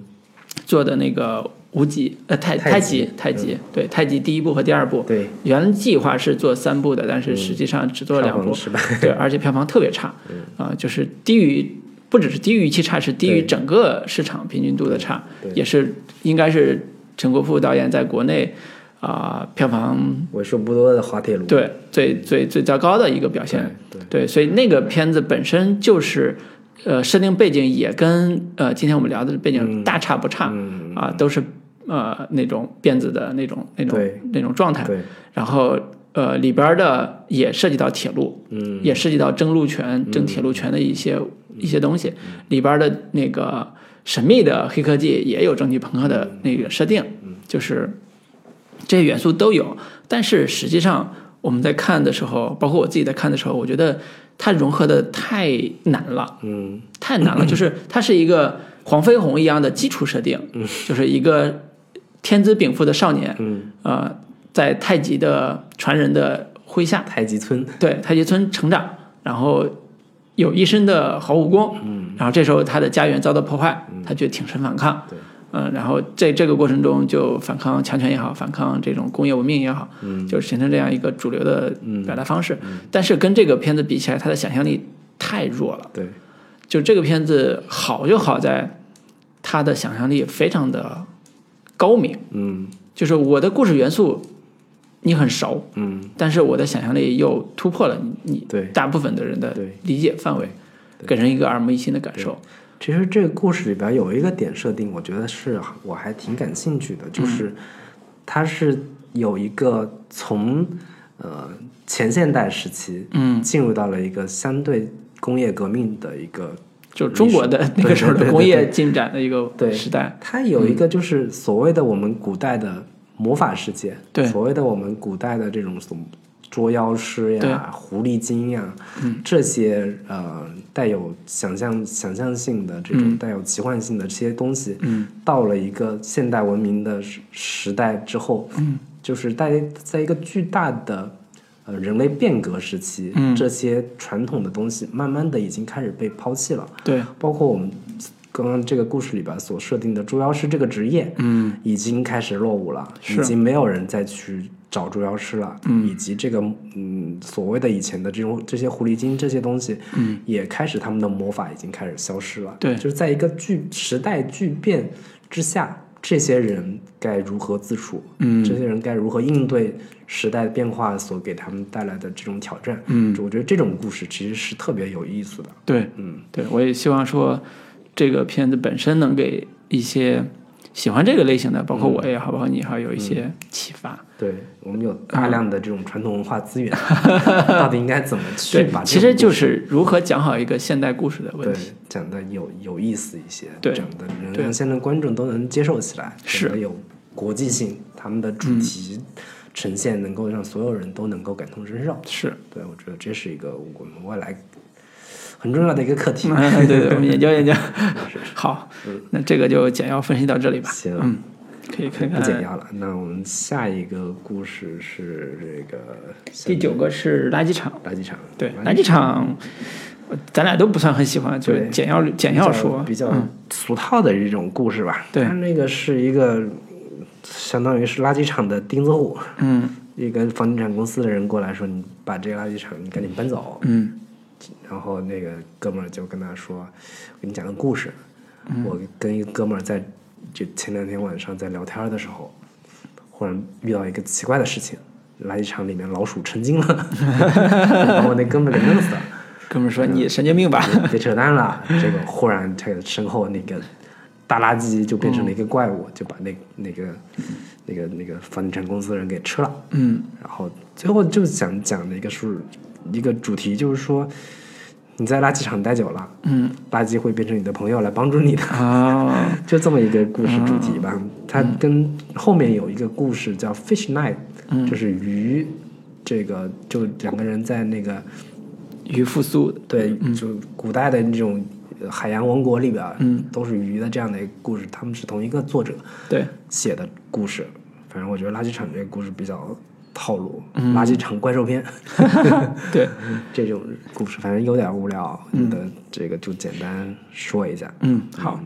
做的那个无极呃太
太
太
极嗯
极太极、对太极第一部和第二部，
对，
原计划是做三部的，但是实际上只做了两
票
部，
房失败
对，而且票房特别差，啊、就是低于不只是低于预期差，是低于
对
整个市场平均度的差
对，
也是应该是陈国富导演在国内啊、票房
为数不多的滑铁卢，
对最最最糟糕的一个表现。
对
对，所以那个片子本身就是，呃，设定背景也跟呃今天我们聊的背景大差不差啊、
嗯
都是呃那种辫子的那种那种
对
那种状态。
对，
然后呃里边儿的也涉及到铁路，
嗯，
也涉及到争路权、争铁路权的一些、一些东西，里边儿的那个神秘的黑科技也有蒸汽朋克的那个设定，就是这些元素都有。但是实际上我们在看的时候，包括我自己在看的时候，我觉得它融合的太难了。
嗯，
太难了，就是它是一个黄飞鸿一样的基础设定，就是一个天资禀赋的少年，
嗯
呃，在太极的传人的麾下，
太极村，
对太极村成长，然后有一身的好武功，嗯，然后这时候他的家园遭到破坏，他却挺身反抗，
对，
嗯，然后在这个过程中就反抗强权也好，反抗这种工业文明也好，嗯，就形成这样一个主流的表达方式，但是跟这个片子比起来，他的想象力太弱了，
对，
就这个片子好就好在他的想象力非常的高明，
嗯
就是我的故事元素你很熟，
嗯，
但是我的想象力又突破了你你
对
大部分的人的
对
理解范围，给人一个耳目一新的感受。
其实这个故事里边有一个点设定，我觉得是我还挺感兴趣的，就是它是有一个从呃前现代时期，
嗯，
进入到了一个相对工业革命的一个
就中国的那个时候的工业进展的一嗯个
对
时代，
它有一个就是所谓的我们古代的魔法世界，
对
所谓的我们古代的这种什么捉妖师
对嗯
呀、狐狸精呀，这些呃带有想象想象性的这
嗯
种带有奇幻性的这些东西，到了一个现代文明的时时代之后，
嗯
就是在在一个巨大的。呃，人类变革时期，
嗯
这些传统的东西慢慢的已经开始被抛弃了。
对
包括我们刚刚这个故事里边所设定的捉妖师这个职业，嗯，已经开始落伍了，已
是
经没有人再去找捉妖师了，嗯，以及这个嗯所谓的以前的这种这些狐狸精这些东西，嗯，也开始他们的魔法已经开始消失了，
对
就是在一个巨时代巨变之下。这些人该如何自处？嗯，这些人该如何应对时代变化所给他们带来的这种挑战？嗯，我觉得这种故事其实是特别有意思的。
对，
嗯，
对我也希望说这个片子本身能给一些喜欢这个类型的，包
嗯
括我也好，包括你也好，有一些启发。
对我们有大量的这种传统文化 资源，到底应该怎么去把这种故事？
其实就是如何讲好一个现代故事的问
对
题。
讲的有有意思一些，
对
讲的人
对
让现在观众都能接受起来，
是
讲得有国际性，他们的主题呈现能够让所有人都能够感同身受。
是，
对，我觉得这是一个我们未来很重要的一个课题。
对对，我们研究 研究。好，那这个就简要分析到这里吧。
嗯行
嗯，可以看看
不简要了，那我们下一个故事是这个
第九个是垃圾场，
垃圾场，
对，垃圾场，呃咱俩都不算很喜欢，就是
对
简要简
比
要
较
说，嗯
比较俗套的一种故事吧。
对
它那个是一个相当于是垃圾场的钉子户，
嗯
一个房地产公司的人过来说：“你把这个垃圾场你赶紧搬走。
嗯
然后那个哥们儿就跟他说：“我给你讲个故事。
嗯
我跟一个哥们儿在就前两天晚上在聊天的时候，忽然遇到一个奇怪的事情，垃圾场里面老鼠成精 了，把我那哥们儿给弄死了。”
哥们儿说你神经病吧，
别扯淡了。这个忽然这个身后那个大垃圾就变成了一个怪物，就把那那个那个那个房地产公司的人给吃了。
嗯，
然后最后就想讲的一个是一个主题，就是说你在垃圾场待久了，
嗯，
垃圾会变成你的朋友来帮助你的。
啊，嗯
就这么一个故事主题吧，它跟后面有一个故事叫《Fish Night》，就是
嗯
鱼，这个就两个人在那个
与复苏，
对，就古代的那种呃海洋王国里边，嗯，都是鱼的这样的一个故事，他们是同一个作者
对，
写的故事。反正我觉得垃圾场这个故事比较套路，垃圾场怪兽片
对，
这种故事，反正有点无聊。嗯，的这个就简单说一下。
嗯，好，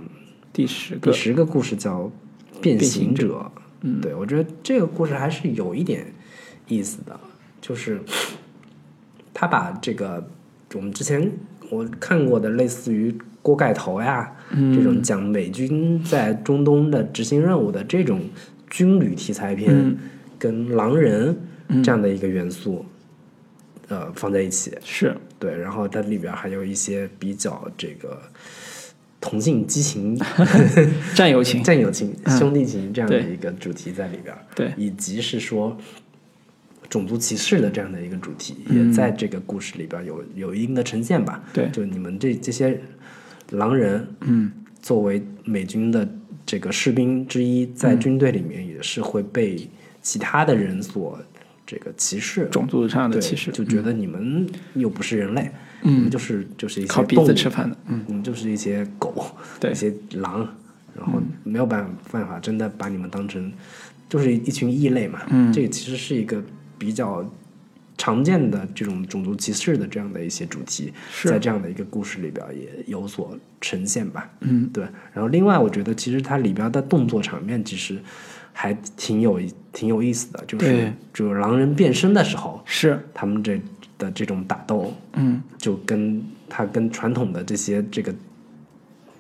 第十
第
个，
十个故事叫《变形者》，嗯，对我觉得这个故事还是有一点意思的，就是他把这个我们之前我看过的类似于锅盖头呀、这种讲美军在中东的执行任务的这种军旅题材片，跟狼人这样的一个元素，呃，放在一起，
是，
对，然后它里边还有一些比较这个同性激情
战友情，
战友情、兄弟情这样的
对
一个主题在里边儿，
对
以及是说种族歧视的这样的一个主题，也在这个故事里边儿有有一定的呈现吧。
嗯对
就你们这这些狼人，嗯，作为美军的这个士兵之一，在军队里面也是会被其他的人所这个歧视，
种族上的
对
歧视，嗯
就觉得你们又不是人类，你们就是就是一些
靠鼻
动
子
物
吃饭的，嗯
你们嗯就是一些狗，
对嗯
一些狼，然后没有办办法真的把你们当成就是一群异类嘛。嗯，这个其实是一个比较常见的这种种族歧视的这样的一些主题，
是
在这样的一个故事里边也有所呈现吧。嗯，对。然后另外，我觉得其实它里边的动作场面其实还挺有挺有意思的，就是
对
就是狼人变身的时候，
是，
他们这的这种打斗，
嗯，
就跟它跟传统的这些这个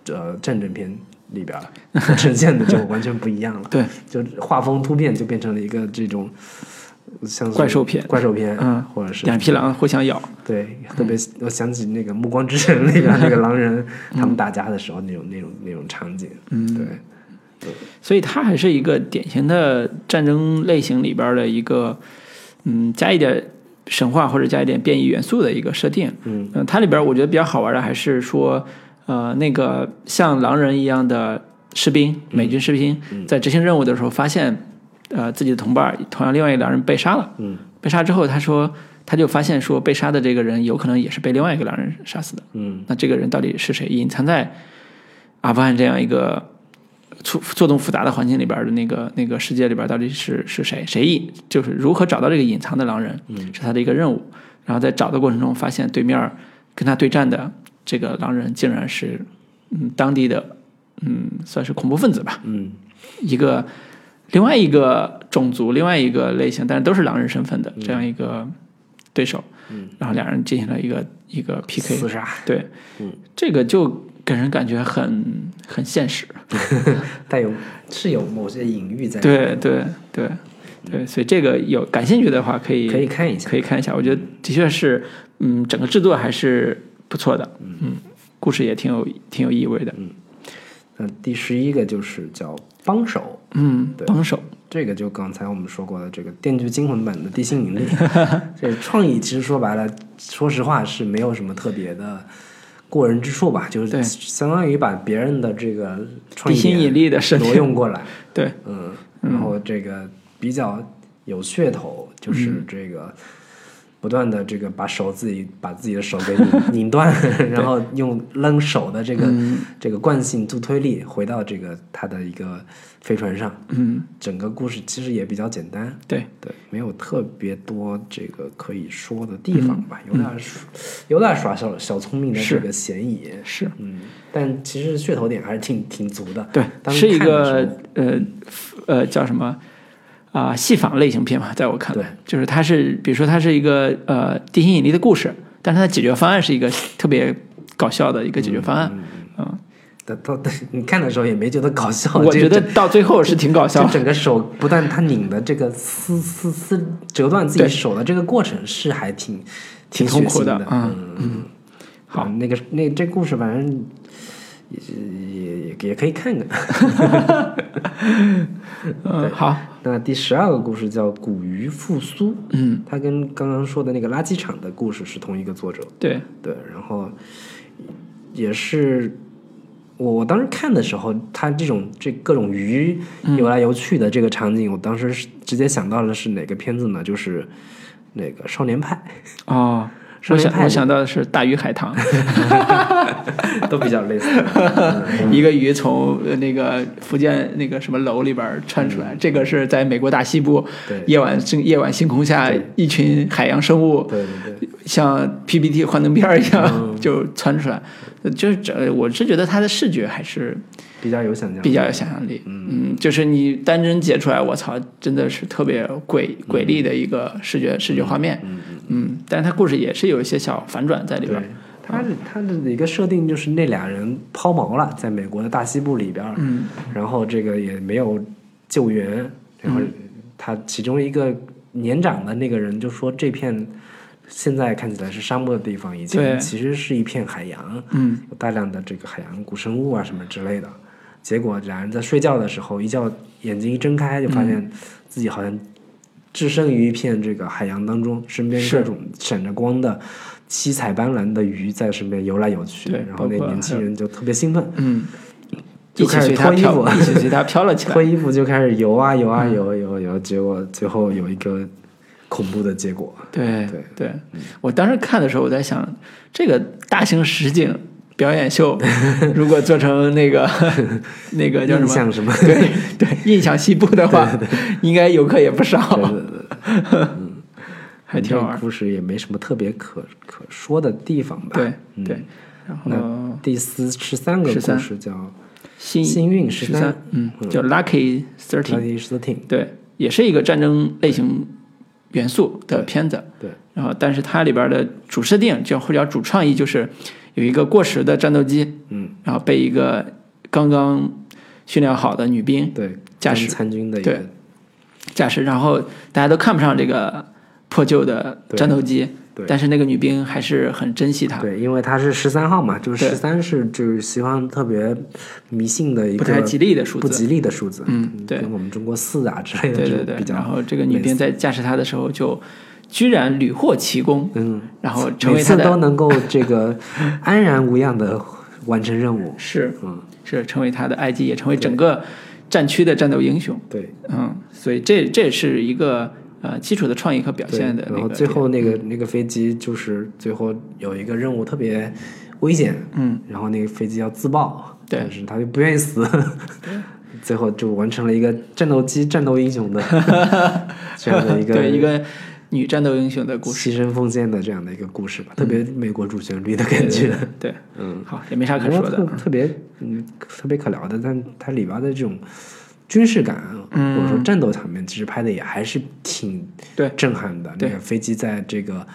呃战争片里边儿 呈现的就完全不一样了。
对，
就画风突变，就变成了一个这种像是
怪兽片
怪兽片，
嗯
或者是
两匹嗯狼互相咬，
对，特别我想起那个《暮光之城》里边那个狼 人他们打架的时候那种那种那种场景，嗯，对，
所以它还是一个典型的战争类型里边的一个，嗯，加一点神话或者加一点变异元素的一个设定。
嗯
嗯，它里边我觉得比较好玩的还是说，呃，那个像狼人一样的士兵，
嗯
美军士兵、在执行任务的时候发现，呃，自己的同伴儿同样另外一个狼人被杀了。
嗯
被杀之后，他说他就发现说被杀的这个人有可能也是被另外一个狼人杀死的。
嗯
那这个人到底是谁？隐藏在阿富汗这样一个错错综复杂的环境里边的那个那个世界里边，到底是是谁？谁隐就是如何找到这个隐藏的狼人，是他的一个任务。然后在找的过程中，发现对面儿跟他对战的这个狼人，竟然是嗯当地的嗯算是恐怖分子吧，
嗯
一个另外一个种族、另外一个类型，但是都是狼人身份的这样一个对手。然后两人进行了一个一个 PK
厮杀，
对，这个就给人感觉很很现实。
带有是有某些隐喻在，，
对对对对，所以这个有感兴趣的话，可以
嗯可以看一下
可以看一下。我觉得的确是，嗯，整个制作还是不错的，嗯，故事也挺有挺有意味的，
嗯，第十一个就是叫帮手，
嗯
对，
帮手，
这个就刚才我们说过的这个《电锯惊魂》版的地 心引力，这创意其实说白了，说实话是没有什么特别的过人之处吧，就
对
是相当于把别人的这个创
地
意
心引力的设
点
定
挪用过来，
对，
嗯，然后这个比较有噱头，
嗯
就是这个不断的这个把手自己把自己的手给 拧拧断，然后用扔手的这个、
嗯
这个惯性助推力回到这个他的一个飞船上。
嗯，
整个故事其实也比较简单，
对，
对，没有特别多这个可以说的地方吧，有点耍有点耍小小聪明的
嗯
这
是
个嫌疑。
是。
嗯，但其实噱头点还是挺挺足的。
对，
当
是一
看的时候
个呃呃叫什么啊、戏仿类型片嘛，在我看
对
来，就是它是比如说它是一个呃地心引力的故事，但是它的解决方案是一个特别搞笑的一个解决方案，嗯，
他他他， 你看的时候也没觉得搞笑，
我
这
觉得
嗯这
到最后是挺搞笑
就
的，
整个手不但他拧的这个撕撕撕折断自己
对
手的这个过程是还挺挺
痛
血
苦
腥
的
的，
嗯
嗯，
好
那个那这故事反正也也也也可以看看。
嗯，好，
那第十二个故事叫《古鱼复苏》，嗯，它跟刚刚说的那个垃圾场的故事是同一个作者，
对，
对，然后也是我我当时看的时候，它这种这各种鱼
嗯
游来游去的这个场景，我当时是直接想到的是哪个片子呢？就是那个《少年派
哦，
少
我
年
想
派
我
里
想到的是大鱼海 棠，》，
都比较类似。
一个鱼从呃那个福建那个什么楼里边儿窜出
嗯
来，这个是在美国大西部
对
夜晚星夜晚星空下
对，
一群海洋生物
对对对，
像 PPT 幻灯片儿一
嗯
样 就窜出来，就是这我是觉得它的视觉还是
比较有想象，
比较有想象力，嗯，就是你单帧截出来，我操，真的是特别诡
嗯
诡异的一个视觉视觉画面，嗯，但是它故事也是有一些小反转在里边
对
儿，。
它的它的一个设定就是那俩人抛锚了，在美国的大西部里边，嗯，然后这个也没有救援，然
嗯
后他其中一个年长的那个人就说这片现在看起来是沙漠的地方，以前
对
其实是一片海洋，
嗯，
有大量的这个海洋古生物啊什么之类的。结果俩人在睡觉的时候，一觉眼睛一睁开，就发
嗯
现自己好像置身于一片这个海洋当中，身边
是
各种闪着光的七彩斑斓的鱼在身边游来游去，
对
然后那
包括
年轻人就特别兴奋，
嗯，
就
一起
开
随
始
它
脱衣
飘
服，，
一 起随它飘了起来嗯
脱，衣服就开始游啊游啊游游游，结果最后有一个恐怖的结果，
对
对嗯
对，我当时看的时候，我在想，这个大型实景表演秀如果做成那 个那个叫什么
印象 什么
对对，印象西部的话，应该游客也不少，嗯还挺好玩
这
儿。
故事也没什么特别可可说的地方吧？
对
嗯
对，然后
那第四十三个故
13
事叫
幸
幸运
十
13
三，嗯，叫 Lucky
《
Thirteen，
Lucky Thirteen》。
对，也是一个战争类型元素的片子。
对，
然后，但是它里边的主设定就或者叫主创意就是有一个过时的战斗机，
嗯，
然后被一个刚刚训练好的女兵
对，
驾驶
当参军的一个
对驾驶，然后大家都看不上这个破旧的战斗机
对对，
但是那个女兵还是很珍惜它。
对，因为他是十三号嘛，就是
对
十三是就是西方特别迷信的一
不
个
太吉利的数字
不吉利的数字。
嗯对
跟我们中国四啊之类的
对
就
对对
比，较。
然后这个女兵在驾驶它的时候就居然屡获奇功，
嗯，
然后成
每
为它
次都
的
能够这个安然无恙的完成任务。
是
嗯，
是成为它的 IG，也成为整个战区的战斗英雄。
对。
嗯，所以这这是一个呃基础的创意和表
对
现的那嗯
然后
个。
最后那个那个飞机就是最后有一个任务特别危险，
嗯，
然后那个飞机要自爆，
对
但是他就不愿意死， 最后就完成了一个战斗机战斗英雄 的这样的一个
对一个女战斗英雄的故事，嗯
牺牲奉献的这样的一个故事吧，特别美国主旋律的感觉。
对，
嗯，
好，也没啥可
然后
说的
特。特别嗯特别可聊的，但它里边的这种军事感啊或者说战斗场面，其实拍的也还是挺
嗯对
震撼的。那
对
个飞机在这个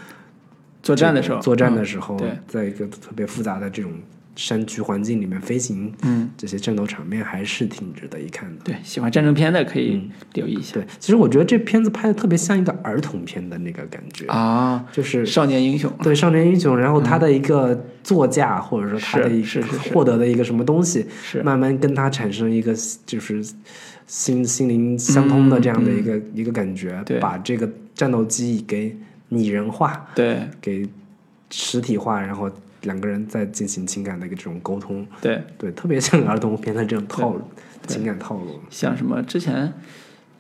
作战的时候，
作战的
嗯
时候，
对
在一个特别复杂的这种山区环境里面飞行，
嗯，
这些战斗场面还是挺值得一看的。
对，喜欢战争片的可
嗯
以留意一下
对，其实我觉得这片子拍的特别像一个儿童片的那个感觉，
啊。
就是
少年英雄，
对少年英雄，然后他的一个座驾，或者说他的一
是是是是
获得的一个什么东西，
是
慢慢跟他产生一个就是心心灵相通的这样的一个、一个感觉
嗯对，
把这个战斗机给拟人化，
对
给实体化，然后两个人再进行情感的一个这种沟通，
对，
对，特别像儿童片的这种套路，情感套路，
像什么之前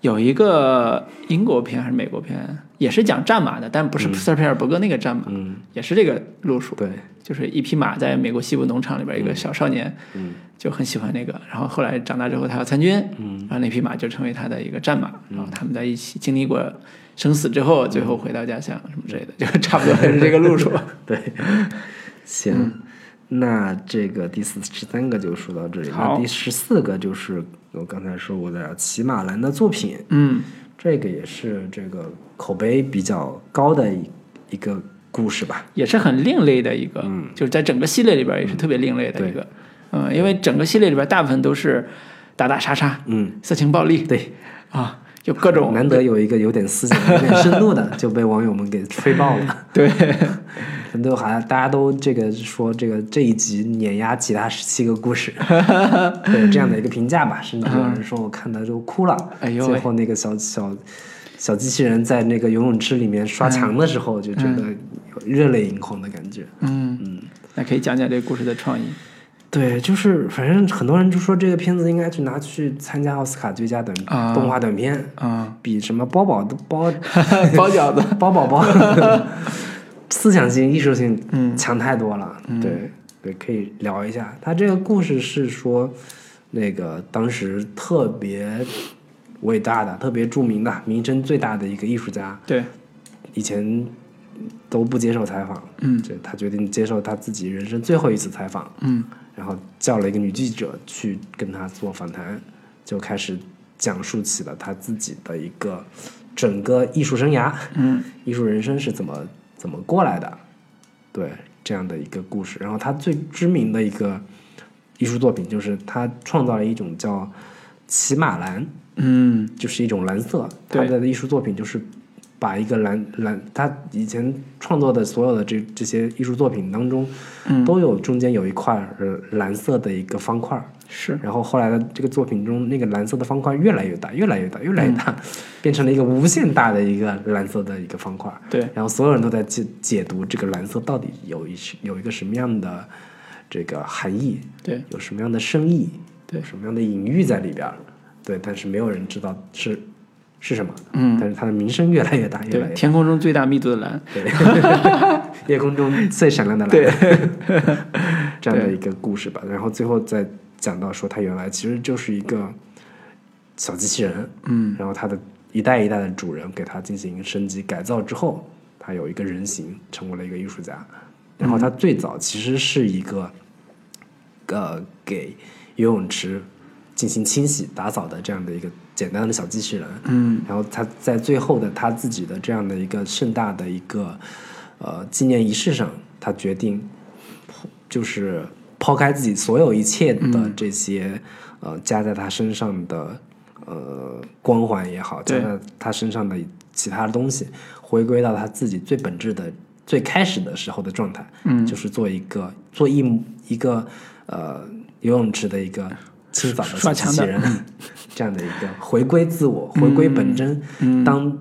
有一个英国片还是美国片，也是讲战马的，但不是斯皮尔伯格那个战马，
嗯，
也是这个路数。
对，
就是一匹马在美国西部农场里边，一个小少年，
嗯，
就很喜欢那个。然后后来长大之后，他要参军，嗯，然后那匹马就成为他的一个战马。
嗯
然后他们在一起经历过生死之后，最后回到家乡什么之类的，
嗯
就差不多是这个路数。 嗯
对，行，那这个第四十三个就说到这里，那
好
第十四个就是我刚才说过的骑马兰的作品，
嗯，
这个也是这个口碑比较高的一一个故事吧。
也是很另类的一个，就是在整个系列里边也是特别另类的一个，嗯，因为整个系列里边大部分都是打打杀杀、
嗯，
色情暴力，
对，
啊，有各种
难得有一个有点思想、 有点深度的，就被网友们给吹爆了。
对
都还大家都这个说这个这一集碾压其他十七个 故事，对这样的一个评价吧，甚至有人说我看的都哭了。
嗯哎呦喂
最后那个小小小机器人在那个游泳池里面刷墙的时候，就觉得有热泪盈眶的感觉。
嗯，那可以讲讲这个故事的创意，
对，就是反正很多人就说这个片子应该去拿去参加奥斯卡最佳短、
啊
动画短片，
啊，
比什么包宝都包
包饺子，
包宝宝，思想性、艺术性强太多了。对对，可以聊一下。他这个故事是说，那个当时特别伟大的、特别著名的、名声最大的一个艺术家，
对，
以前都不接受采访，
嗯
这他决定接受他自己人生最后一次采访，
嗯，
然后叫了一个女记者去跟他做访谈，就开始讲述起了他自己的一个整个艺术生涯，
嗯，
艺术人生是怎么怎么过来的，对这样的一个故事。然后他最知名的一个艺术作品就是他创造了一种叫骑马蓝，
嗯
就是一种蓝色。他
对
的艺术作品就是把一个蓝蓝，他以前创作的所有的这这些艺术作品当中，
嗯，
都有中间有一块呃蓝色的一个方块儿。
是，
然后后来的这个作品中，那个蓝色的方块越来越大，越来越大，越
嗯
来越大，变成了一个无限大的一个蓝色的一个方块儿。
对，
然后所有人都在解解读这个蓝色到底有一有一个什么样的这个含义，
对，
有什么样的深意，
对
有什么样的隐喻在里边儿，对，但是没有人知道是是什么，
嗯
但是它的名声越来越大，越来
对，
越大，
天空中最大密度的蓝，
对，夜空中最闪亮的蓝，
对，
这样的一个故事吧。然后最后再讲到说，他原来其实就是一个小机器人，嗯，然后他的一代一代的主人给他进行升级改造之后，他有一个人形，成为了一个艺术家。然后他最早其实是一个，呃，给游泳池进行清洗打扫的这样的一个简单的小机器人。嗯，然后他在最后的他自己的这样的一个盛大的一个呃纪念仪式上，他决定就是抛开自己所有一切
嗯
的这些、呃加在他身上的呃光环也好，加
对
在他身上的其他的东西，回归到他自己最本质的最开始的时候的状态，嗯，就是做一个做一一个呃游泳池的一个清扫的
嗯刷
小
墙
机
的嗯
器人，这样的一个回归自我，回归本真，
嗯
当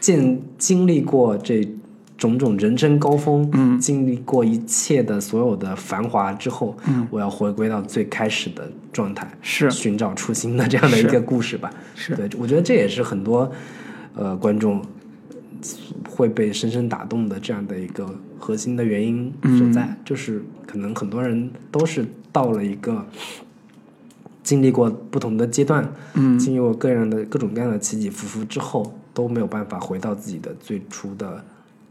见经历过这种种人生高峰，嗯，经历过一切的所有的繁华之后，嗯，我要回归到最开始的状态，
是
寻找初心的这样的一
是
个故事吧。
是
对，我觉得这也是很多呃观众会被深深打动的这样的一个核心的原因所在，
嗯
就是可能很多人都是到了一个经历过不同的阶段，嗯，经历过各样的各种各样的起起伏伏之后，都没有办法回到自己的最初的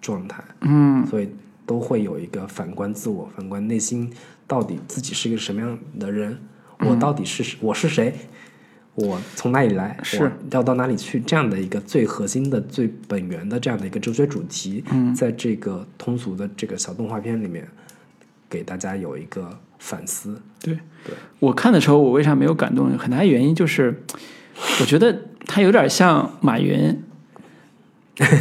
状态，嗯，所以都会有一个反观自我、反观内心，到底自己是一个什么样的人，我到底是谁我是谁。我从哪里来，
是
我要到哪里去，这样的一个最核心的、最本源的这样的一个哲学主题，在这个通俗的这个小动画片里面，给大家有一个反思。
对，我看的时候，我为啥没有感动？很大原因就是，我觉得他有点像马 云，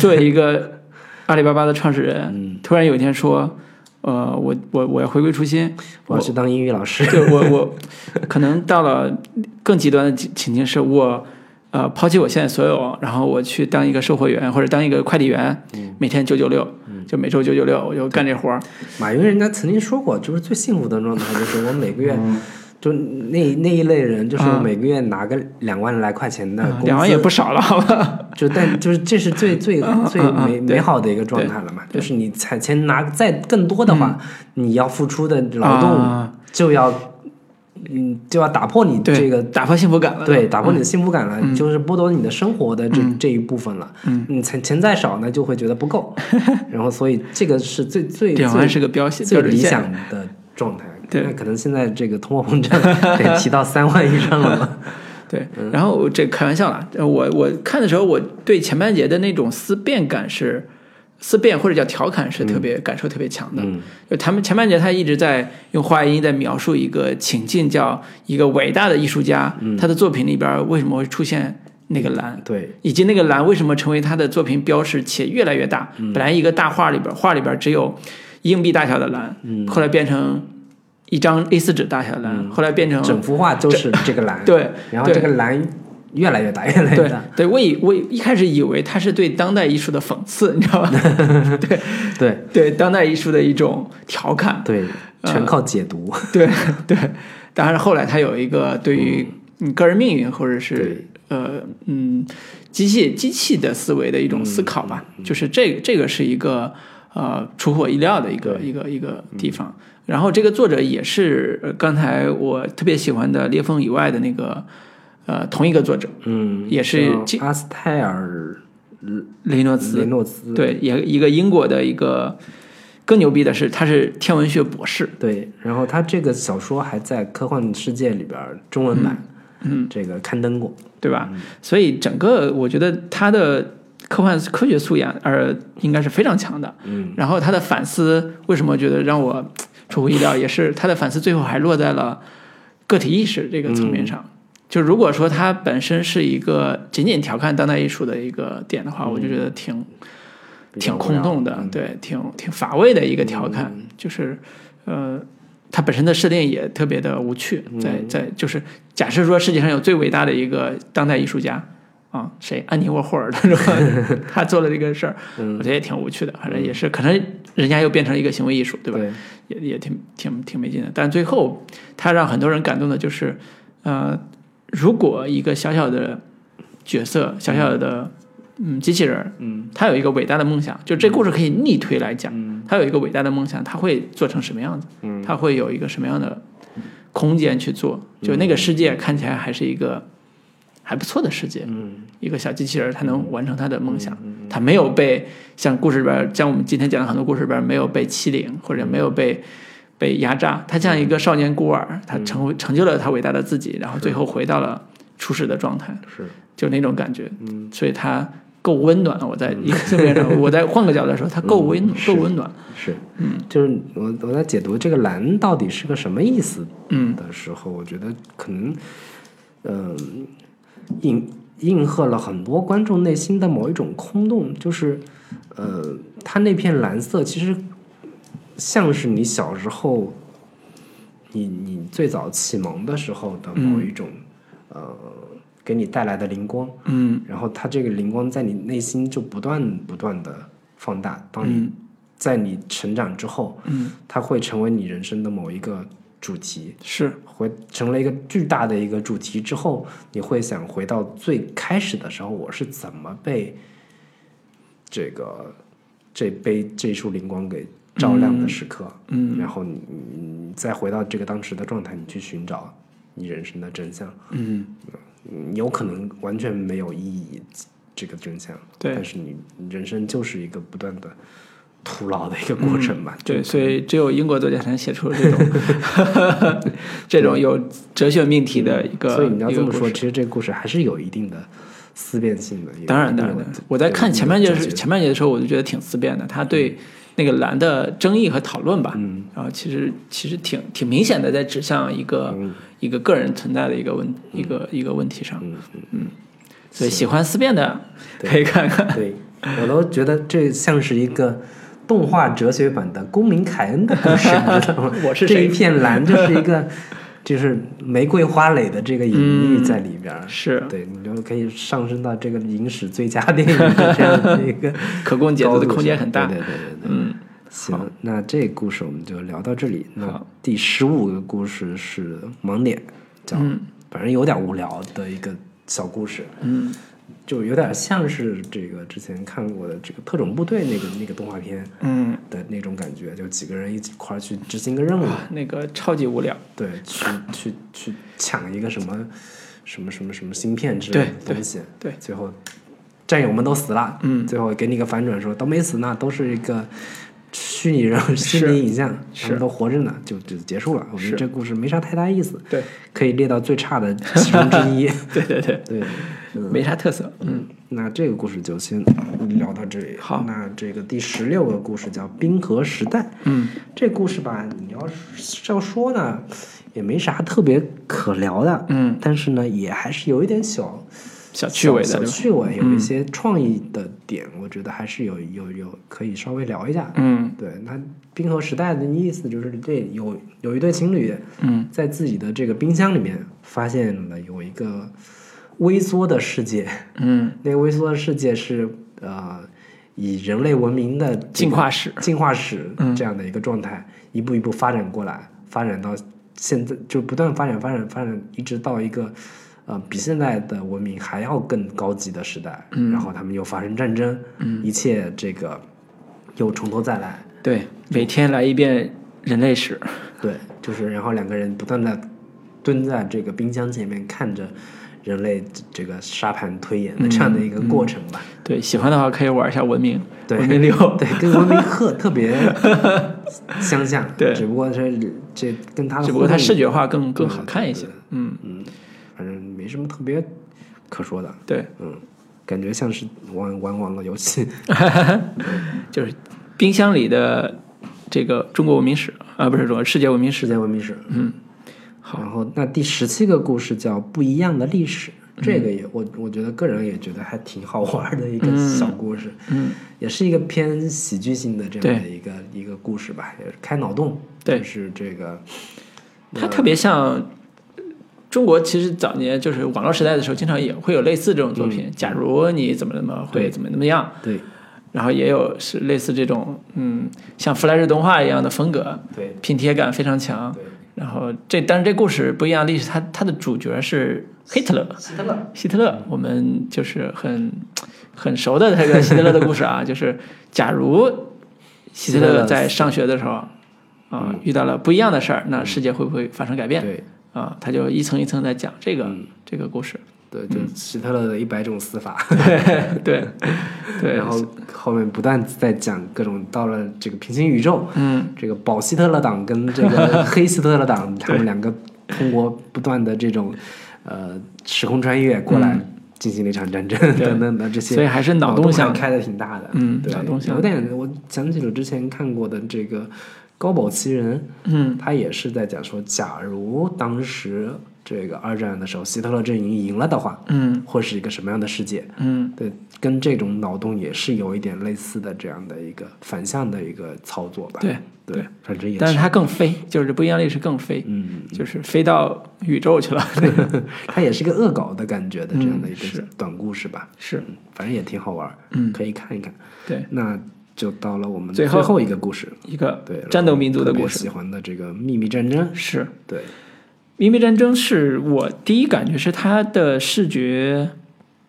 作为一个阿里巴巴的创始人，突然有一天说：“呃，我我我要回归初心，
我要去当英语老师，
对我我 可能到了更极端的情情境是我。呃，抛弃我现在所有，然后我去当一个售货员或者当一个快递员，每天九九六，就每周九九六，我就干这活儿。
马云人家曾经说过，就是最幸福的状态就是我每个月，
嗯
就那那一类人，就是我每个月拿个两万来块钱的工
嗯
资，
两万也不少了，好吧？
就但就是这是最最最
嗯嗯
美
对
美好的一个状态了嘛，就是你才钱拿再更多的话，你要付出的劳动
嗯啊
就要，嗯，就要打破你
对，嗯
这个
打破幸福感了，
对，打破你的幸福感了，就是剥夺你的生活的这、这一部分了。嗯，你钱钱再少呢，就会觉得 不够。然后，所以这个是最最
两万
最
是个标线
最
标准
理
线
想的状态。
对
那可能现在这个通货膨胀得提到三万以上了 吧？
对，
嗯
然后我这开玩笑啦，呃我我看的时候，我对前半截的那种思辨感是思辨或者叫调侃是特别、感受特别强的。
嗯
就他们前半截他一直在用话音在描述一个情境，叫一个伟大的艺术家，
嗯
他的作品里边为什么会出现那个蓝？
对，
以及那个蓝为什么成为他的作品标识且越来越大？
嗯
本来一个大画里边，画里边只有硬币大小的蓝，
嗯
后来变成一张 A4 纸大小的蓝，后来变成
整幅画就是这个蓝。
对
然后这
对
个蓝越来越大，越来越
对
大。
对，我以我一开始以为它是对当代艺术的讽刺，你知道吧？对
对
对，嗯当代艺术的一种调侃。
对，全靠解读。
对对，当然后来它有一个对于你个人命运或者是呃嗯机械机器的思维的一种思考吧，就是这个这个是一个呃出乎我意料的一个一个一个地方。然后这个作者也是呃刚才我特别喜欢的裂缝以外的那个呃同一个作者
嗯，
也是
叫
经
阿斯泰尔
雷诺
雷
兹
诺兹。
对，也一个英国的一个更牛逼的是，他是天文学博士。
对，然后他这个小说还在《科幻世界》里边儿中文版，嗯，这个刊登过。
对吧？所以整个我觉得他的科幻科学素养，呃，应该是非常强的。
嗯，
然后他的反思，为什么觉得让我出乎意料，也是他的反思最后还落在了个体意识这个层面上。就如果说他本身是一个仅仅调侃当代艺术的一个点的话，我就觉得挺
比较
挺
嗯
空洞的，对，挺挺乏味的一个调侃，就是呃，它本身的设定也特别的无趣，
嗯
在在就是假设说世界上有最伟大的一个当代艺术家啊，谁安妮沃霍尔，他 说他做了这个事儿，
嗯
我觉得也挺无趣的，反正也是，可能人家又变成了一个行为艺术，对吧？
对
也也挺挺挺没劲的。但最后，他让很多人感动的就是，呃，如果一个小小的角色、小小的嗯，机器人儿，嗯，他有一个伟大的梦想，就这故事可以逆推来讲，他有一个伟大的梦想，他会做成什么样子？嗯，他会有一个什么样的空间去做？就那个世界看起来还是一个还不错的世界，嗯，一个小机器人儿，它能完成他的梦想，他没有被像故事里边儿，像我们今天讲的很多故事里边儿没有被欺凌或者没有被。被压榨，他像一个少年孤儿，他成
嗯
为成就了他伟大的自己，然后最后回到了初始的状态。
是，
就那种感觉，嗯，所以它够温暖。我在一个侧面上，我在换个角度来说，它够温暖，
嗯是
够温暖。
是，嗯，就是我我在解读这个蓝到底是个什么意思，
嗯
的时候，我觉得可能，嗯、应应和了很多观众内心的某一种空洞，就是，呃，它那片蓝色其实像是你小时候，你你最早启蒙的时候的某一种，呃，给你带来的灵光，
嗯
然后它这个灵光在你内心就不断不断的放大。当你
嗯
在你成长之后，
嗯，
它会成为你人生的某一个主题，
是，
回成了一个巨大的一个主题之后，你会想回到最开始的时候，我是怎么被这个这被这束灵光给照亮的时刻，嗯，然后你你你再回到这个当时的状态，你去寻找你人生的真相，
嗯，
嗯有可能完全没有意义这个真相，
对
但是你你人生就是一个不断的徒劳的一个过程嘛，
嗯对，所以只有英国作家才能写出这种 这种有哲学命题的一个。
所以你要
一
这
个
么
故
说，
事
其实这个故事还是有一定的思辨性的。
当然，当然，
的
当然，我在看前半
节
节是前半节的时候，我就觉得挺思辨的。他
嗯
对那个蓝的争议和讨论吧，嗯，然后其实其实挺挺明显的，在指向一个、
嗯
一个个人存在的一个问一个一个问题上，嗯所以喜欢思辨的可以看看，？
对，我都觉得这像是一个动画哲学版的公民凯恩的故事，你知道吗
我是谁
这一片 蓝就是一个就是玫瑰花蕾的这个隐喻在里边儿。
嗯是
对，你就可以上升到这个影史最佳电影的这样的一个
可供解读
高
的
度
空间
上
很大
对对对对对，嗯，行，那这故事我们就聊到这里。那
好
第十五个故事是盲点，叫反正有点无聊的一个小故事，
嗯
就有点像是这个之前看过的这个特种部队那个那个动画片
嗯，
的那种感觉，就几个人一块儿去执行个任务，
那个超级无聊，
对，去去去抢一个什么什么什么什么芯片之类的
对
东西，
对对
最后战友们都死了，嗯，最后给你个反转说都没死呢，都是一个虚拟人物、虚拟影像，他
是
们都活着呢，就就结束了。我觉
是
得这故事没啥太大意思，
对，
可以列到最差的其中之一。
对对对，
对，嗯，
没啥特色，嗯，
那这个故事就先聊到这里。
好
那这个第十六个故事叫《冰河时代》。
嗯，
这故事吧，你要是要说呢，也没啥特别可聊的。
嗯，
但是呢，也还是有一点小
小趣味的
小
对吧？嗯
趣味，有一些创意的点，我觉得还是有有有可以稍微聊一下。
嗯
对，那冰河时代的意思就是这有有一对情侣，
嗯，
在自己的这个冰箱里面发现了有一个微缩的世界，
嗯，
那个微缩的世界是呃以人类文明的这个
进化史嗯
进化史这样的一个状态，一步一步发展过来，发展到现在就不断发展发展发展，一直到一个呃比现在的文明还要更高级的时代，
嗯
然后他们又发生战争，一切这个又从头再来，
对，每天来一遍人类史，
对，就是然后两个人不断的蹲在这个冰箱前面看着人类这这个沙盘推演
嗯
的这样的一个过程吧。
对，喜欢的话可以玩一下文明，
对
文明六，
对，跟文明课特 别相像，
对
只不过是这跟他的，
只不过它视觉化更更好看一些
对对。
嗯，
嗯，反正没什么特别可说的，
对，
嗯，感觉像是玩玩网络游戏，
就是冰箱里的这个中国文明史啊，不是中国世界文明
世
史。
界文明史，嗯，
好
然后那第十七个故事叫《不一样的历史》，
嗯
这个也我我觉得个人也觉得还挺好玩的一个小故事，嗯，也是一个偏喜剧性的这样的
对
一个一个故事吧，也是开脑洞，
对
就是这个，
它特别像中国，其实早年就是网络时代的时候，经常也会有类似这种作品。假如你怎么怎么会
对
怎么怎么样，
对
然后也有是类似这种嗯，像 Flash 动画一样的风格，
对
拼贴感非常强。
对
然后这，但是这故事不一样，历史它它的主角是 Hitler，
希特勒，
希特勒，我们就是很很熟的这个希特勒的故事 啊，就是假如希特勒在上学的时候啊、遇到了不一样的事儿，那世界会不会发生改变？
对
啊、他就一层一层在讲这个、这个故 事。
对，就希特勒的一百种死法，
对嗯对，
然后后面不断在讲各种到了这个平行宇宙，
嗯，
这个保希特勒党跟这个黑希特 勒党，他们两个通过不断的这种呃时空穿越过来。进行了一场战争，等等的这些，
嗯所以还是脑
脑
洞想
开的挺大的。
嗯
对
脑洞，想
有点我想起了之前看过的这个《高保奇人》，
嗯
他也是在讲说，假如当时这个二战的时候，希特勒阵营赢了的话，
嗯
会是一个什么样的世界？
嗯
对，跟这种脑洞也是有一点类似的这样的一个反向的一个操作吧。
对
对，反正也
但是
是
它更飞，就是不一样历史更飞，
嗯，
就是飞到宇宙去了。
它也是个恶搞的感觉的这样的一
嗯是
个短故事吧。
是
嗯，反正也挺好玩儿，
嗯
可以看一看。
对
那就到了我们
最
最
后
后一个故事，
一个
对，
战斗民族的
特别
故事
喜。欢的这个秘密战争，
是
对，
秘密战争是我第一感觉是它的视觉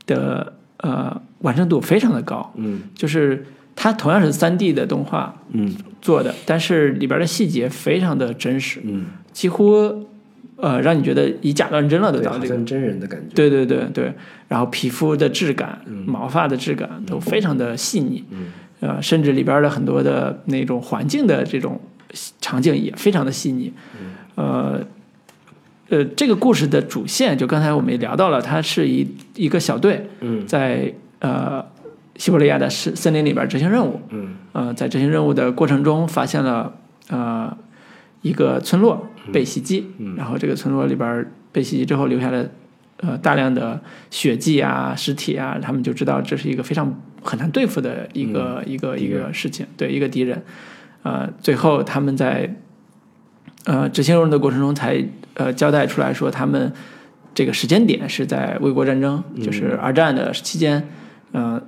的呃完成度非常的高，
嗯
就是它同样是三 D 的动画
嗯
做的，但是里边的细节非常的真实，
嗯，
几乎呃让你觉得以假乱真了都
对，
到
好
这个
像真人的感觉，
对对对对，然后皮肤的质感、毛发的质感都非常的细腻，
嗯
呃，甚至里边的很多的那种环境的这种场景也非常的细腻，
嗯
呃。呃，这个故事的主线就刚才我们也聊到了，它是一一个小队
嗯
在呃西伯利亚的森森林里边执行任务，
嗯
呃，在执行任务的过程中发现了呃一个村落被袭击，
嗯
然后这个村落里边儿被袭击之后留下了呃大量的血迹啊、尸体啊，他们就知道这是一个非常很难对付的一个、一个一
嗯敌
个
人
事情，对一个敌人。呃，最后他们在呃执行任务的过程中才呃交代出来说他们。这个时间点是在卫国战争，就是
嗯
二战的期间，呃，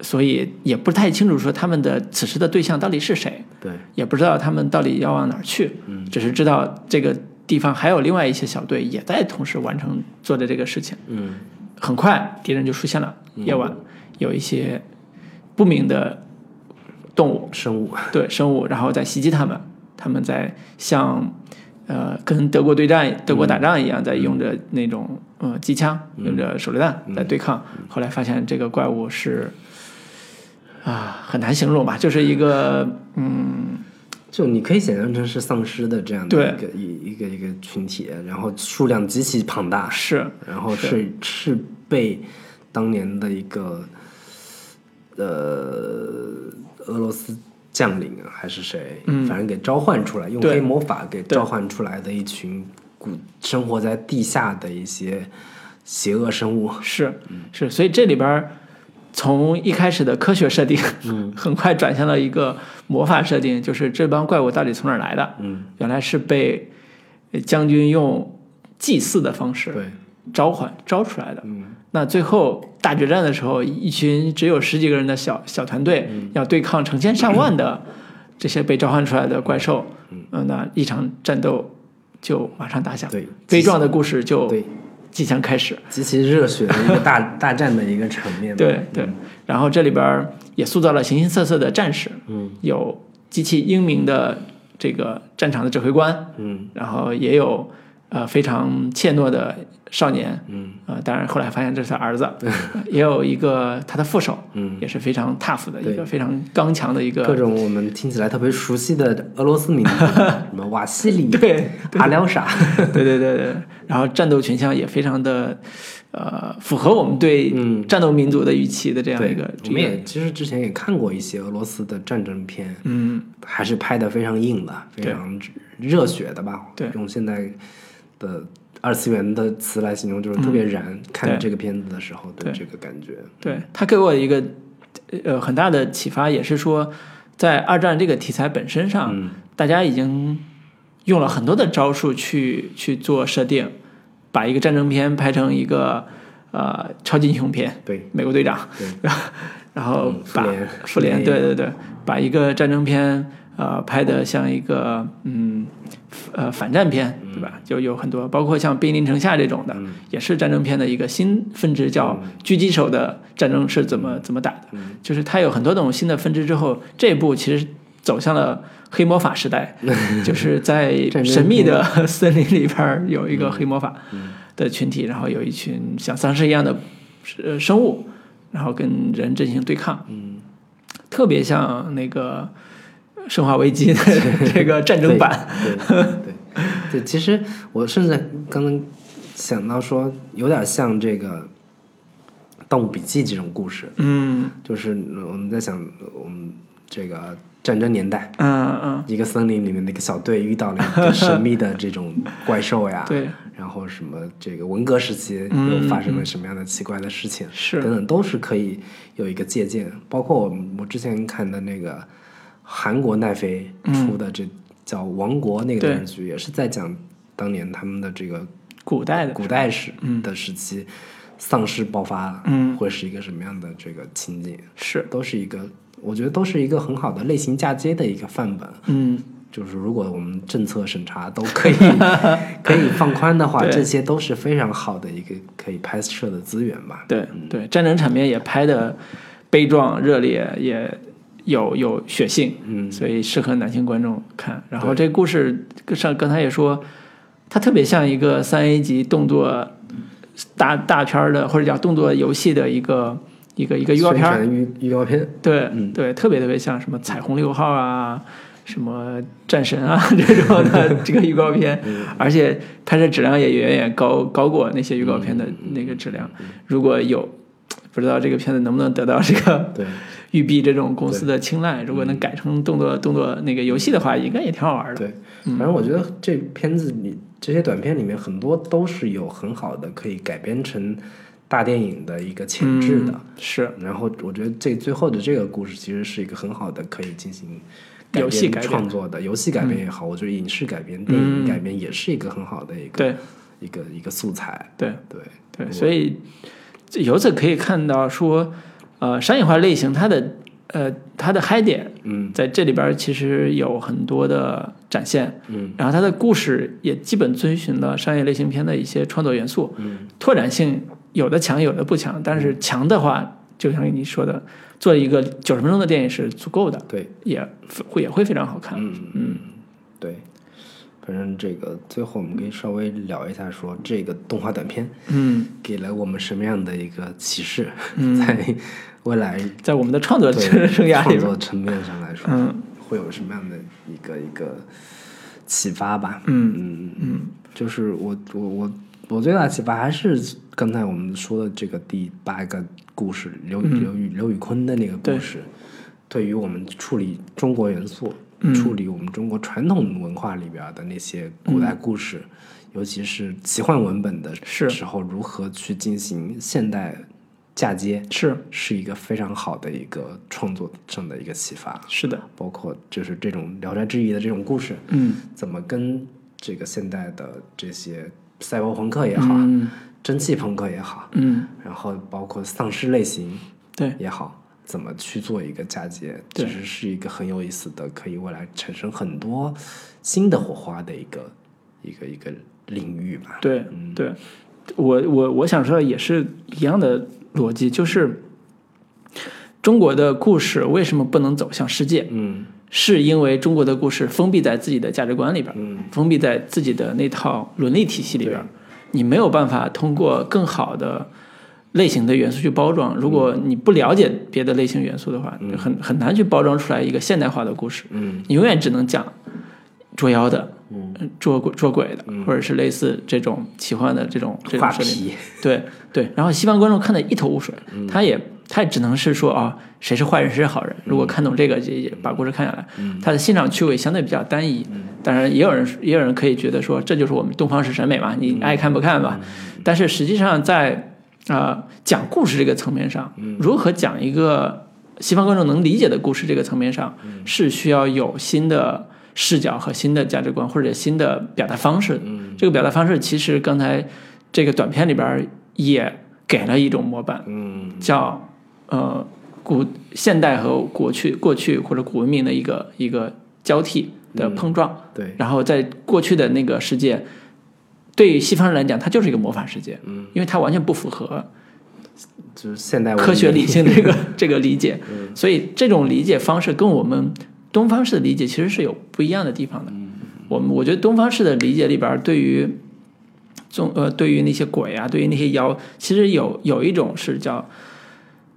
所以也不太清楚说他们的此时的对象到底是谁，
对，
也不知道他们到底要往哪儿去，
嗯
只是知道这个地方还有另外一些小队也在同时完成做的这个事情。
嗯
很快敌人就出现了，夜晚有一些不明的动 物，
生物，
对生物，然后再袭击他们。他们在像呃跟德国对战、德国打仗一样，在用着那种呃机枪、用着手榴弹在对抗。后来发现这个怪物是啊很难形容吧，就是一个嗯
就你可以想象成是丧尸的这样的一
对
个一一个一个群体，然后数量极其庞大，
是
然后
是
是是被当年的一个呃俄罗斯将领啊还是谁，反正给召唤出来，用
嗯对
黑魔法给
对
召唤出来的一群古生活在地下的一些邪恶生物，
是是，所以这里边儿从一开始的科学设定，
嗯
很快转向了一个魔法设定，就是这帮怪物到底从哪儿来的？
嗯，
原来是被将军用祭祀的方式
对，
召唤招出来的。
嗯
那最后大决战的时候，一群只有十几个人的小小团队，
嗯
要对抗成千上万的这些被召唤出来的怪兽，嗯、那一场战斗就马上打响，
对
悲壮的故事就
对，
即将开始。
极其热血的一个大大战的一个场面，
对对，然后这里边儿也塑造了形形色色的战士，
嗯，
有极其英明的这个战场的指挥官，
嗯
然后也有呃非常怯懦的少年，
嗯
呃，当然后来发现这是他儿 子，也有一个他的副手，
嗯
也是非常 tough 的一个
对
非常刚强的一个
各种我们听起来特别熟悉的俄罗斯名字， 什么瓦西里、
对
阿 廖沙，
对对对对，然后战斗群像也非常的，呃，符合我们对
嗯
战斗民族的预期的这样一个，
我
这
们
个
也其实之前也看过一些俄罗斯的战争片，
嗯，
还是拍的非常硬的，非
对
常热血的吧？
对
用现在的二次元的词来形容，就是特别燃。看
对
这个片子的时候
嗯
的
对
这个感觉，
对他给我一个呃很大的启发，也是说，在二战这个题材本身上，
嗯
大家已经用了很多的招数去去做设定，把一个战争片拍成一个呃超级英雄片，
对，
美国队长，然后
嗯
把
复联
复联，
复联
对对对，把一个战争片呃拍的像一个嗯呃反战片，对吧？就有很多，包括像《兵临城下》这种的，
嗯
也是战争片的一个新分支，叫狙击手的战争是怎么怎么打的，
嗯
就是它有很多种新的分支之后，这部其实走向了。黑魔法时 代，就是在
战争嗯
神秘的森林里边儿有一个黑魔法的群体，然后有一群像丧尸一样的呃生物，然后跟人进行对抗。
嗯
特别像那个《生化危机》 的这个战争版。
对对对对，其实我甚至刚刚想到说，有点像这个《盗墓笔记》这种故事，
嗯
就是呃我们在想我们这个战争年代。
嗯嗯，，
一个森林里面的一个小队遇到了一个神秘的这种怪兽呀
对，
然后什么这个文革时期
嗯
又发生了什么样的奇怪的事情，
是
等等都是可以有一个借鉴。包括我们我之前看的那个韩国奈飞出的这叫《王国》那
嗯
个
对
电视剧，也是在讲当年他们的这个
古代的
古代史的时期。丧尸爆发了，
嗯
会是一个什么样的这个情景？
是
都是一个，我觉得都是一个很好的类型嫁接的一个范本。
嗯
就是如果我们政策审查都 可以可以放宽的话，
对
这些都是非常好的一个可以拍摄的资源吧。
对对，战争场面也拍的悲壮热烈，也有有血性，
嗯
所以适合男性观众看。然后这故事上刚才也说，它特别像一个三 A 级动作大大片儿的，或者叫动作游戏的一个一个一个预告片儿。
宣传预预告片，
对，
嗯
对，特别特别像什么彩虹六号啊，什么战神 啊这种的这个预告片，
嗯
而且拍摄质量也远远高高过那些预告
嗯
片的那个质量。如果有不知道这个片子能不能得到这个
对，
育碧这种公司的青睐，如果
嗯
能改成动作动作那个游戏的话，应该也挺好玩的。
对，反正我觉得这片子里这些短片里面很多都是有很好的可以改编成大电影的一个潜质的。
嗯是
然后我觉得这最后的这个故事其实是一个很好的可以进行改
游戏
编
改编嗯
创作的，游戏改编也好，我觉得影视改编、电影改编也是一个很好的一个
对
一个一个素材。
对
对
对，所以这由此可以看到说，呃，商业化类型它的呃它的嗨点
嗯
在这里边儿其实有很多的展现，
嗯，
然后它的故事也基本遵循了商业类型片的一些创作元素，
嗯，
拓展性有的强，有的不强，但是强的话，就像你说的，做一个九十分钟的电影是足够的，
对，
也会也会非嗯常好看，
嗯嗯，对。反正这个最后我们可以稍微聊一下，说这个动画短片
嗯，
给了我们什么样的一个启示， 在未来
在我们的创作
对
生涯里
创
边
作
儿，
层面上来说，
嗯
会有什么样的一个一个启发吧？
嗯
嗯嗯，就是我我我我最大的启发还是刚才我们说的这个第八个故事，刘
嗯
宇刘宇刘宇坤的那个故事，对于我们处理中国元素、
嗯
处理我们中国传统文化里边的那些古代故事，尤其是奇幻文本的
是
时候，如何去进行现代嫁接，
是
是一个非常好的一个创作上的一个启发。
是的，
包括就是这种《聊斋志异》的这种故事，
嗯，
怎么跟这个现代的这些赛博朋克也好，蒸汽朋克也好，
嗯，
然后包括丧尸类型
对，
也好，怎么去做一个嫁接，
对
其实是一个很有意思的，可以未来产生很多新的火花的一个一个一个领域吧。
对
嗯
对，我我我想说的也是一样的逻辑，就是中国的故事为什么不能走向世界，
嗯
是因为中国的故事封闭在自己的价值观里边儿，
嗯
封闭在自己的那套伦理体系里边儿，你没有办法通过更好的。类型的元素去包装，如果
嗯
你不了解别的类型元素的话，很很难去包装出来一个现代化的故事。
嗯
你永远只能讲捉妖的，
嗯
呃，捉鬼捉鬼的，或者是类似这种奇幻的这种这种
画
设定
皮，
对对。然后西方观众看得一头雾水，他也他也只能是说啊、谁是坏人，谁是好人。如果看懂这个，也也把故事看下来，他的欣赏趣味相对比较单一。当然，也有人也有人可以觉得说，这就是我们东方式审美嘛，你爱看不看吧。但是实际上在啊讲故事这个层面上，如何讲一个西方观众能理解的故事这个层面上，是需要有新的视角和新的价值观或者新的表达方式的。
嗯
这个表达方式其实刚才这个短片里边儿也给了一种模板，
嗯
叫呃古现代和过去过去或者古文明的一个一个交替。的碰撞，
对
然后在过去的那个世界，对于西方人来讲，它就是一个魔法世界，嗯，因为它完全不符合
就是现代文明嗯
科学理性这 个这个理解，所以这种理解方式跟我们东方式的理解其实是有不一样的地方的。
嗯
我们我觉得东方式的理解里边儿，对于中呃，对于那些鬼啊，对于那些妖，其实有有一种是叫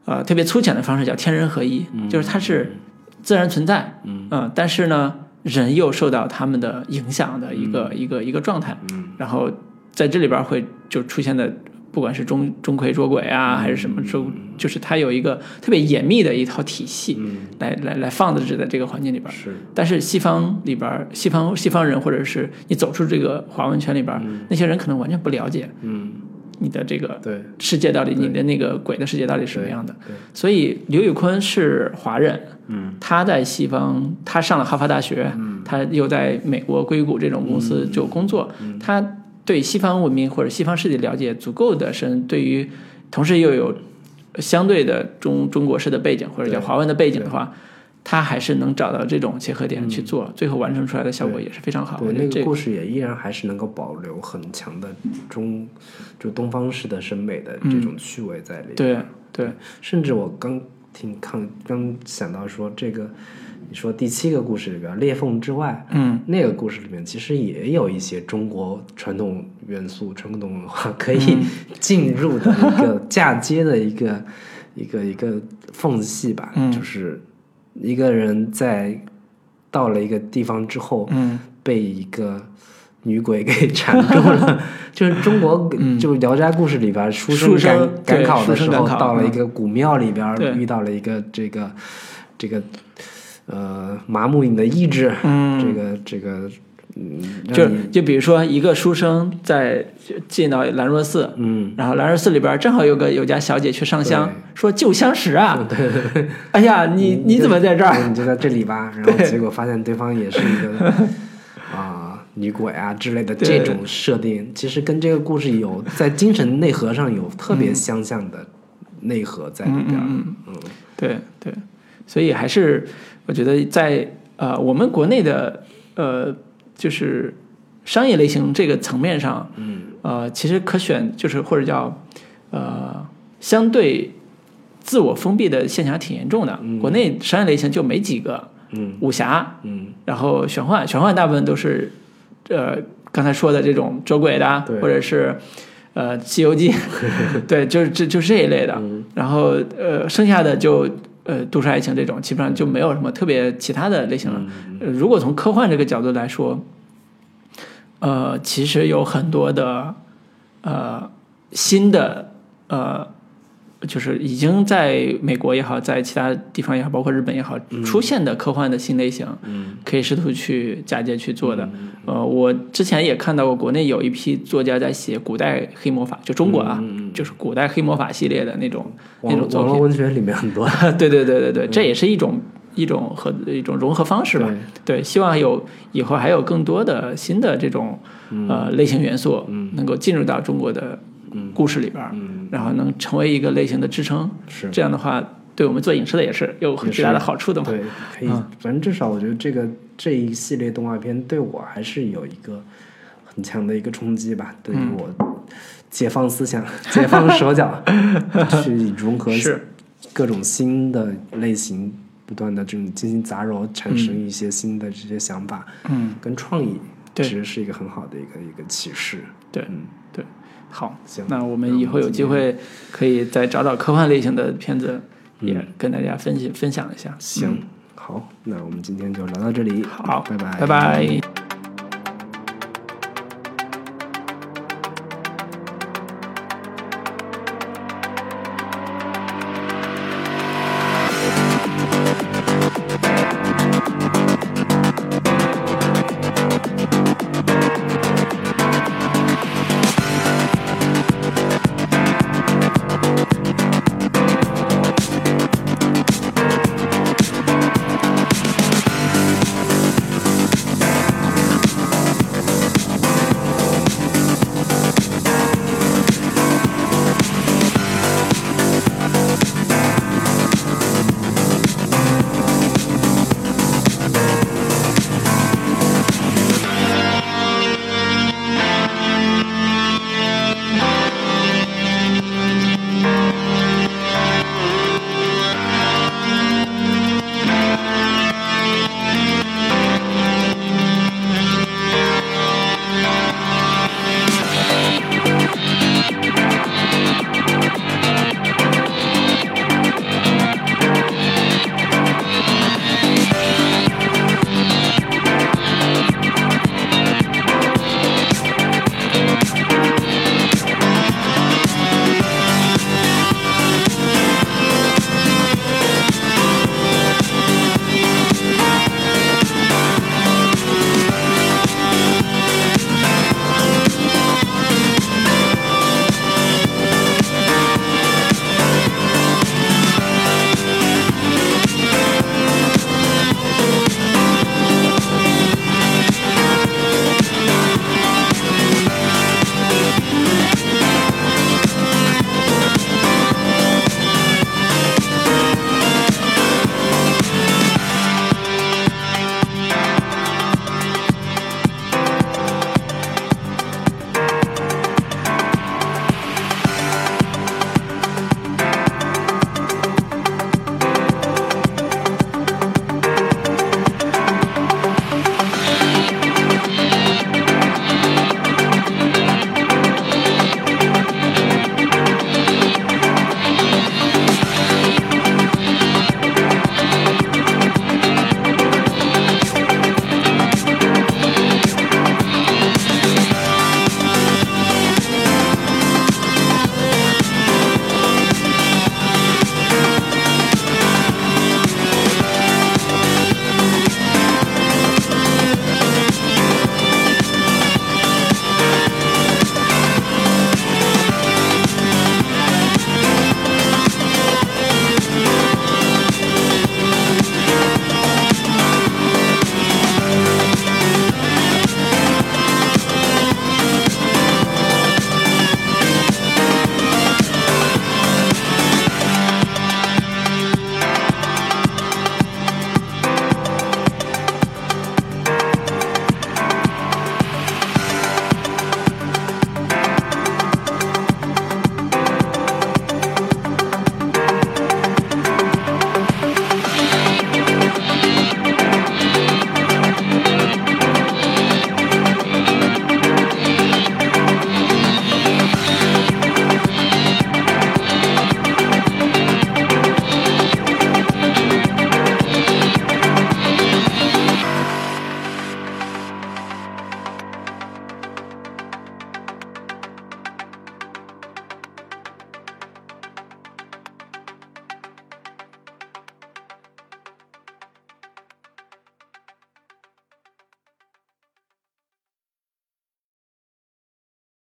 呃特别粗浅的方式叫天人合一，就是它是自然存在，嗯、但是呢，人又受到他们的影响的一个、一个一个状态，嗯、然后在这里边儿会就出现的。不管是钟钟馗捉鬼啊，还是什么周，就是它有一个特别严密的一套体系，来来来放置在这个环境里边儿。
嗯是
但嗯是西方里边儿，西方西方人或者是你走出这个华文圈里边儿，那些人可能完全不了解，
嗯，
你的这个
对
世界到底，你的那个鬼的世界到底是什么样的
对对。
所以刘宇昆是华人，嗯，他在西方，他上了哈佛大学，嗯，他又在美国硅谷这种公司就工作，他对西方文明或者西方世界了解足够的深，对于同时又有相对的中中国式的背景或者叫华文的背景的话。他还是能找到这种结合点去做，最后完成出来的效果也是非常好。我
对
觉得
那
这
个故事也依然还是能够保留很强的中就东方式的审美的这种趣味在里面。
对对，
甚至我刚听看刚想到说这个，你说第七个故事里边《裂缝之外》，
嗯，
那个故事里面其实也有一些中国传统元素、传统文化可以 进入的一个嫁接的一个、一个一个缝隙吧，
嗯
就是一个人在到了一个地方之后，
嗯
被一个女鬼给缠住 了，就是中国就是《聊斋故事》里边书
书嗯生
赶赶
对
考的
书
时
生
候，
赶考
到了一个古庙里边
对
遇到了一个这个这个呃麻木你的意志，
嗯
这个这个嗯，让
就
你
就比如说一个书生在进到兰若寺，
嗯，
然后兰若寺里边正好有个有家小姐去上香
对，
说旧相识啊，哎呀，你你怎么在这
嗯对
儿？
你就在这里 吧，然后结果发现对方也是一个啊、女鬼啊之类的
对
这种设定，其实跟这个故事有在精神内核上有特
嗯
别相像的内核在里边儿，嗯
对对，所以还是我觉得在呃我们国内的呃就是商业类型这个层面上，嗯，呃，其实可选就是或者叫呃相对自我封闭的现象挺严重的，国内商业类型就没几个，
嗯，
武侠，
嗯，
然后玄幻，玄幻大部分都是，呃，刚才说的这种捉鬼的啊
对，
或者是呃《西游记》，对，就是这就是这一类的。然后呃，剩下的就呃都市爱情这种，基本上就没有什么特别其他的类型了。呃如果从科幻这个角度来说，呃，其实有很多的呃新的呃。就是已经在美国也好，在其他地方也好，包括日本也好，出现的科幻的新类型，可以试图去嫁接去做的。呃，我之前也看到过，国内有一批作家在写古代黑魔法，就中国啊，就是古代黑魔法系列的那种那种
网
作
网络
品。
文学里面很多，
对对对对对，
嗯
这也是一种一种和一种融合方式吧。对，希望有以后还有更多的新的这种、
嗯
呃类型元素能够进入到中国的
嗯
故事里边儿，然后能成为一个类型的支撑。
是
这样的话，对我们做影视的也是有很巨大的好处的嘛。
对，可以，反正至少我觉得这个这一系列动画片对我还是有一个很强的一个冲击吧，对于我解放思想、解放手 脚，去融合
是
各种新的类型，不断的这种进行杂糅，产生一些新的这些想法，嗯，跟创意，
对
其实是一个很好的一个一个启示。嗯
对，对，好，
行
那我
那我
们
们
以后有
今
机会可以再找找科幻类型的片子，
嗯
也跟大家分析分享一下。
行，好，那我们今天就聊到这里，
好，
拜拜，
拜拜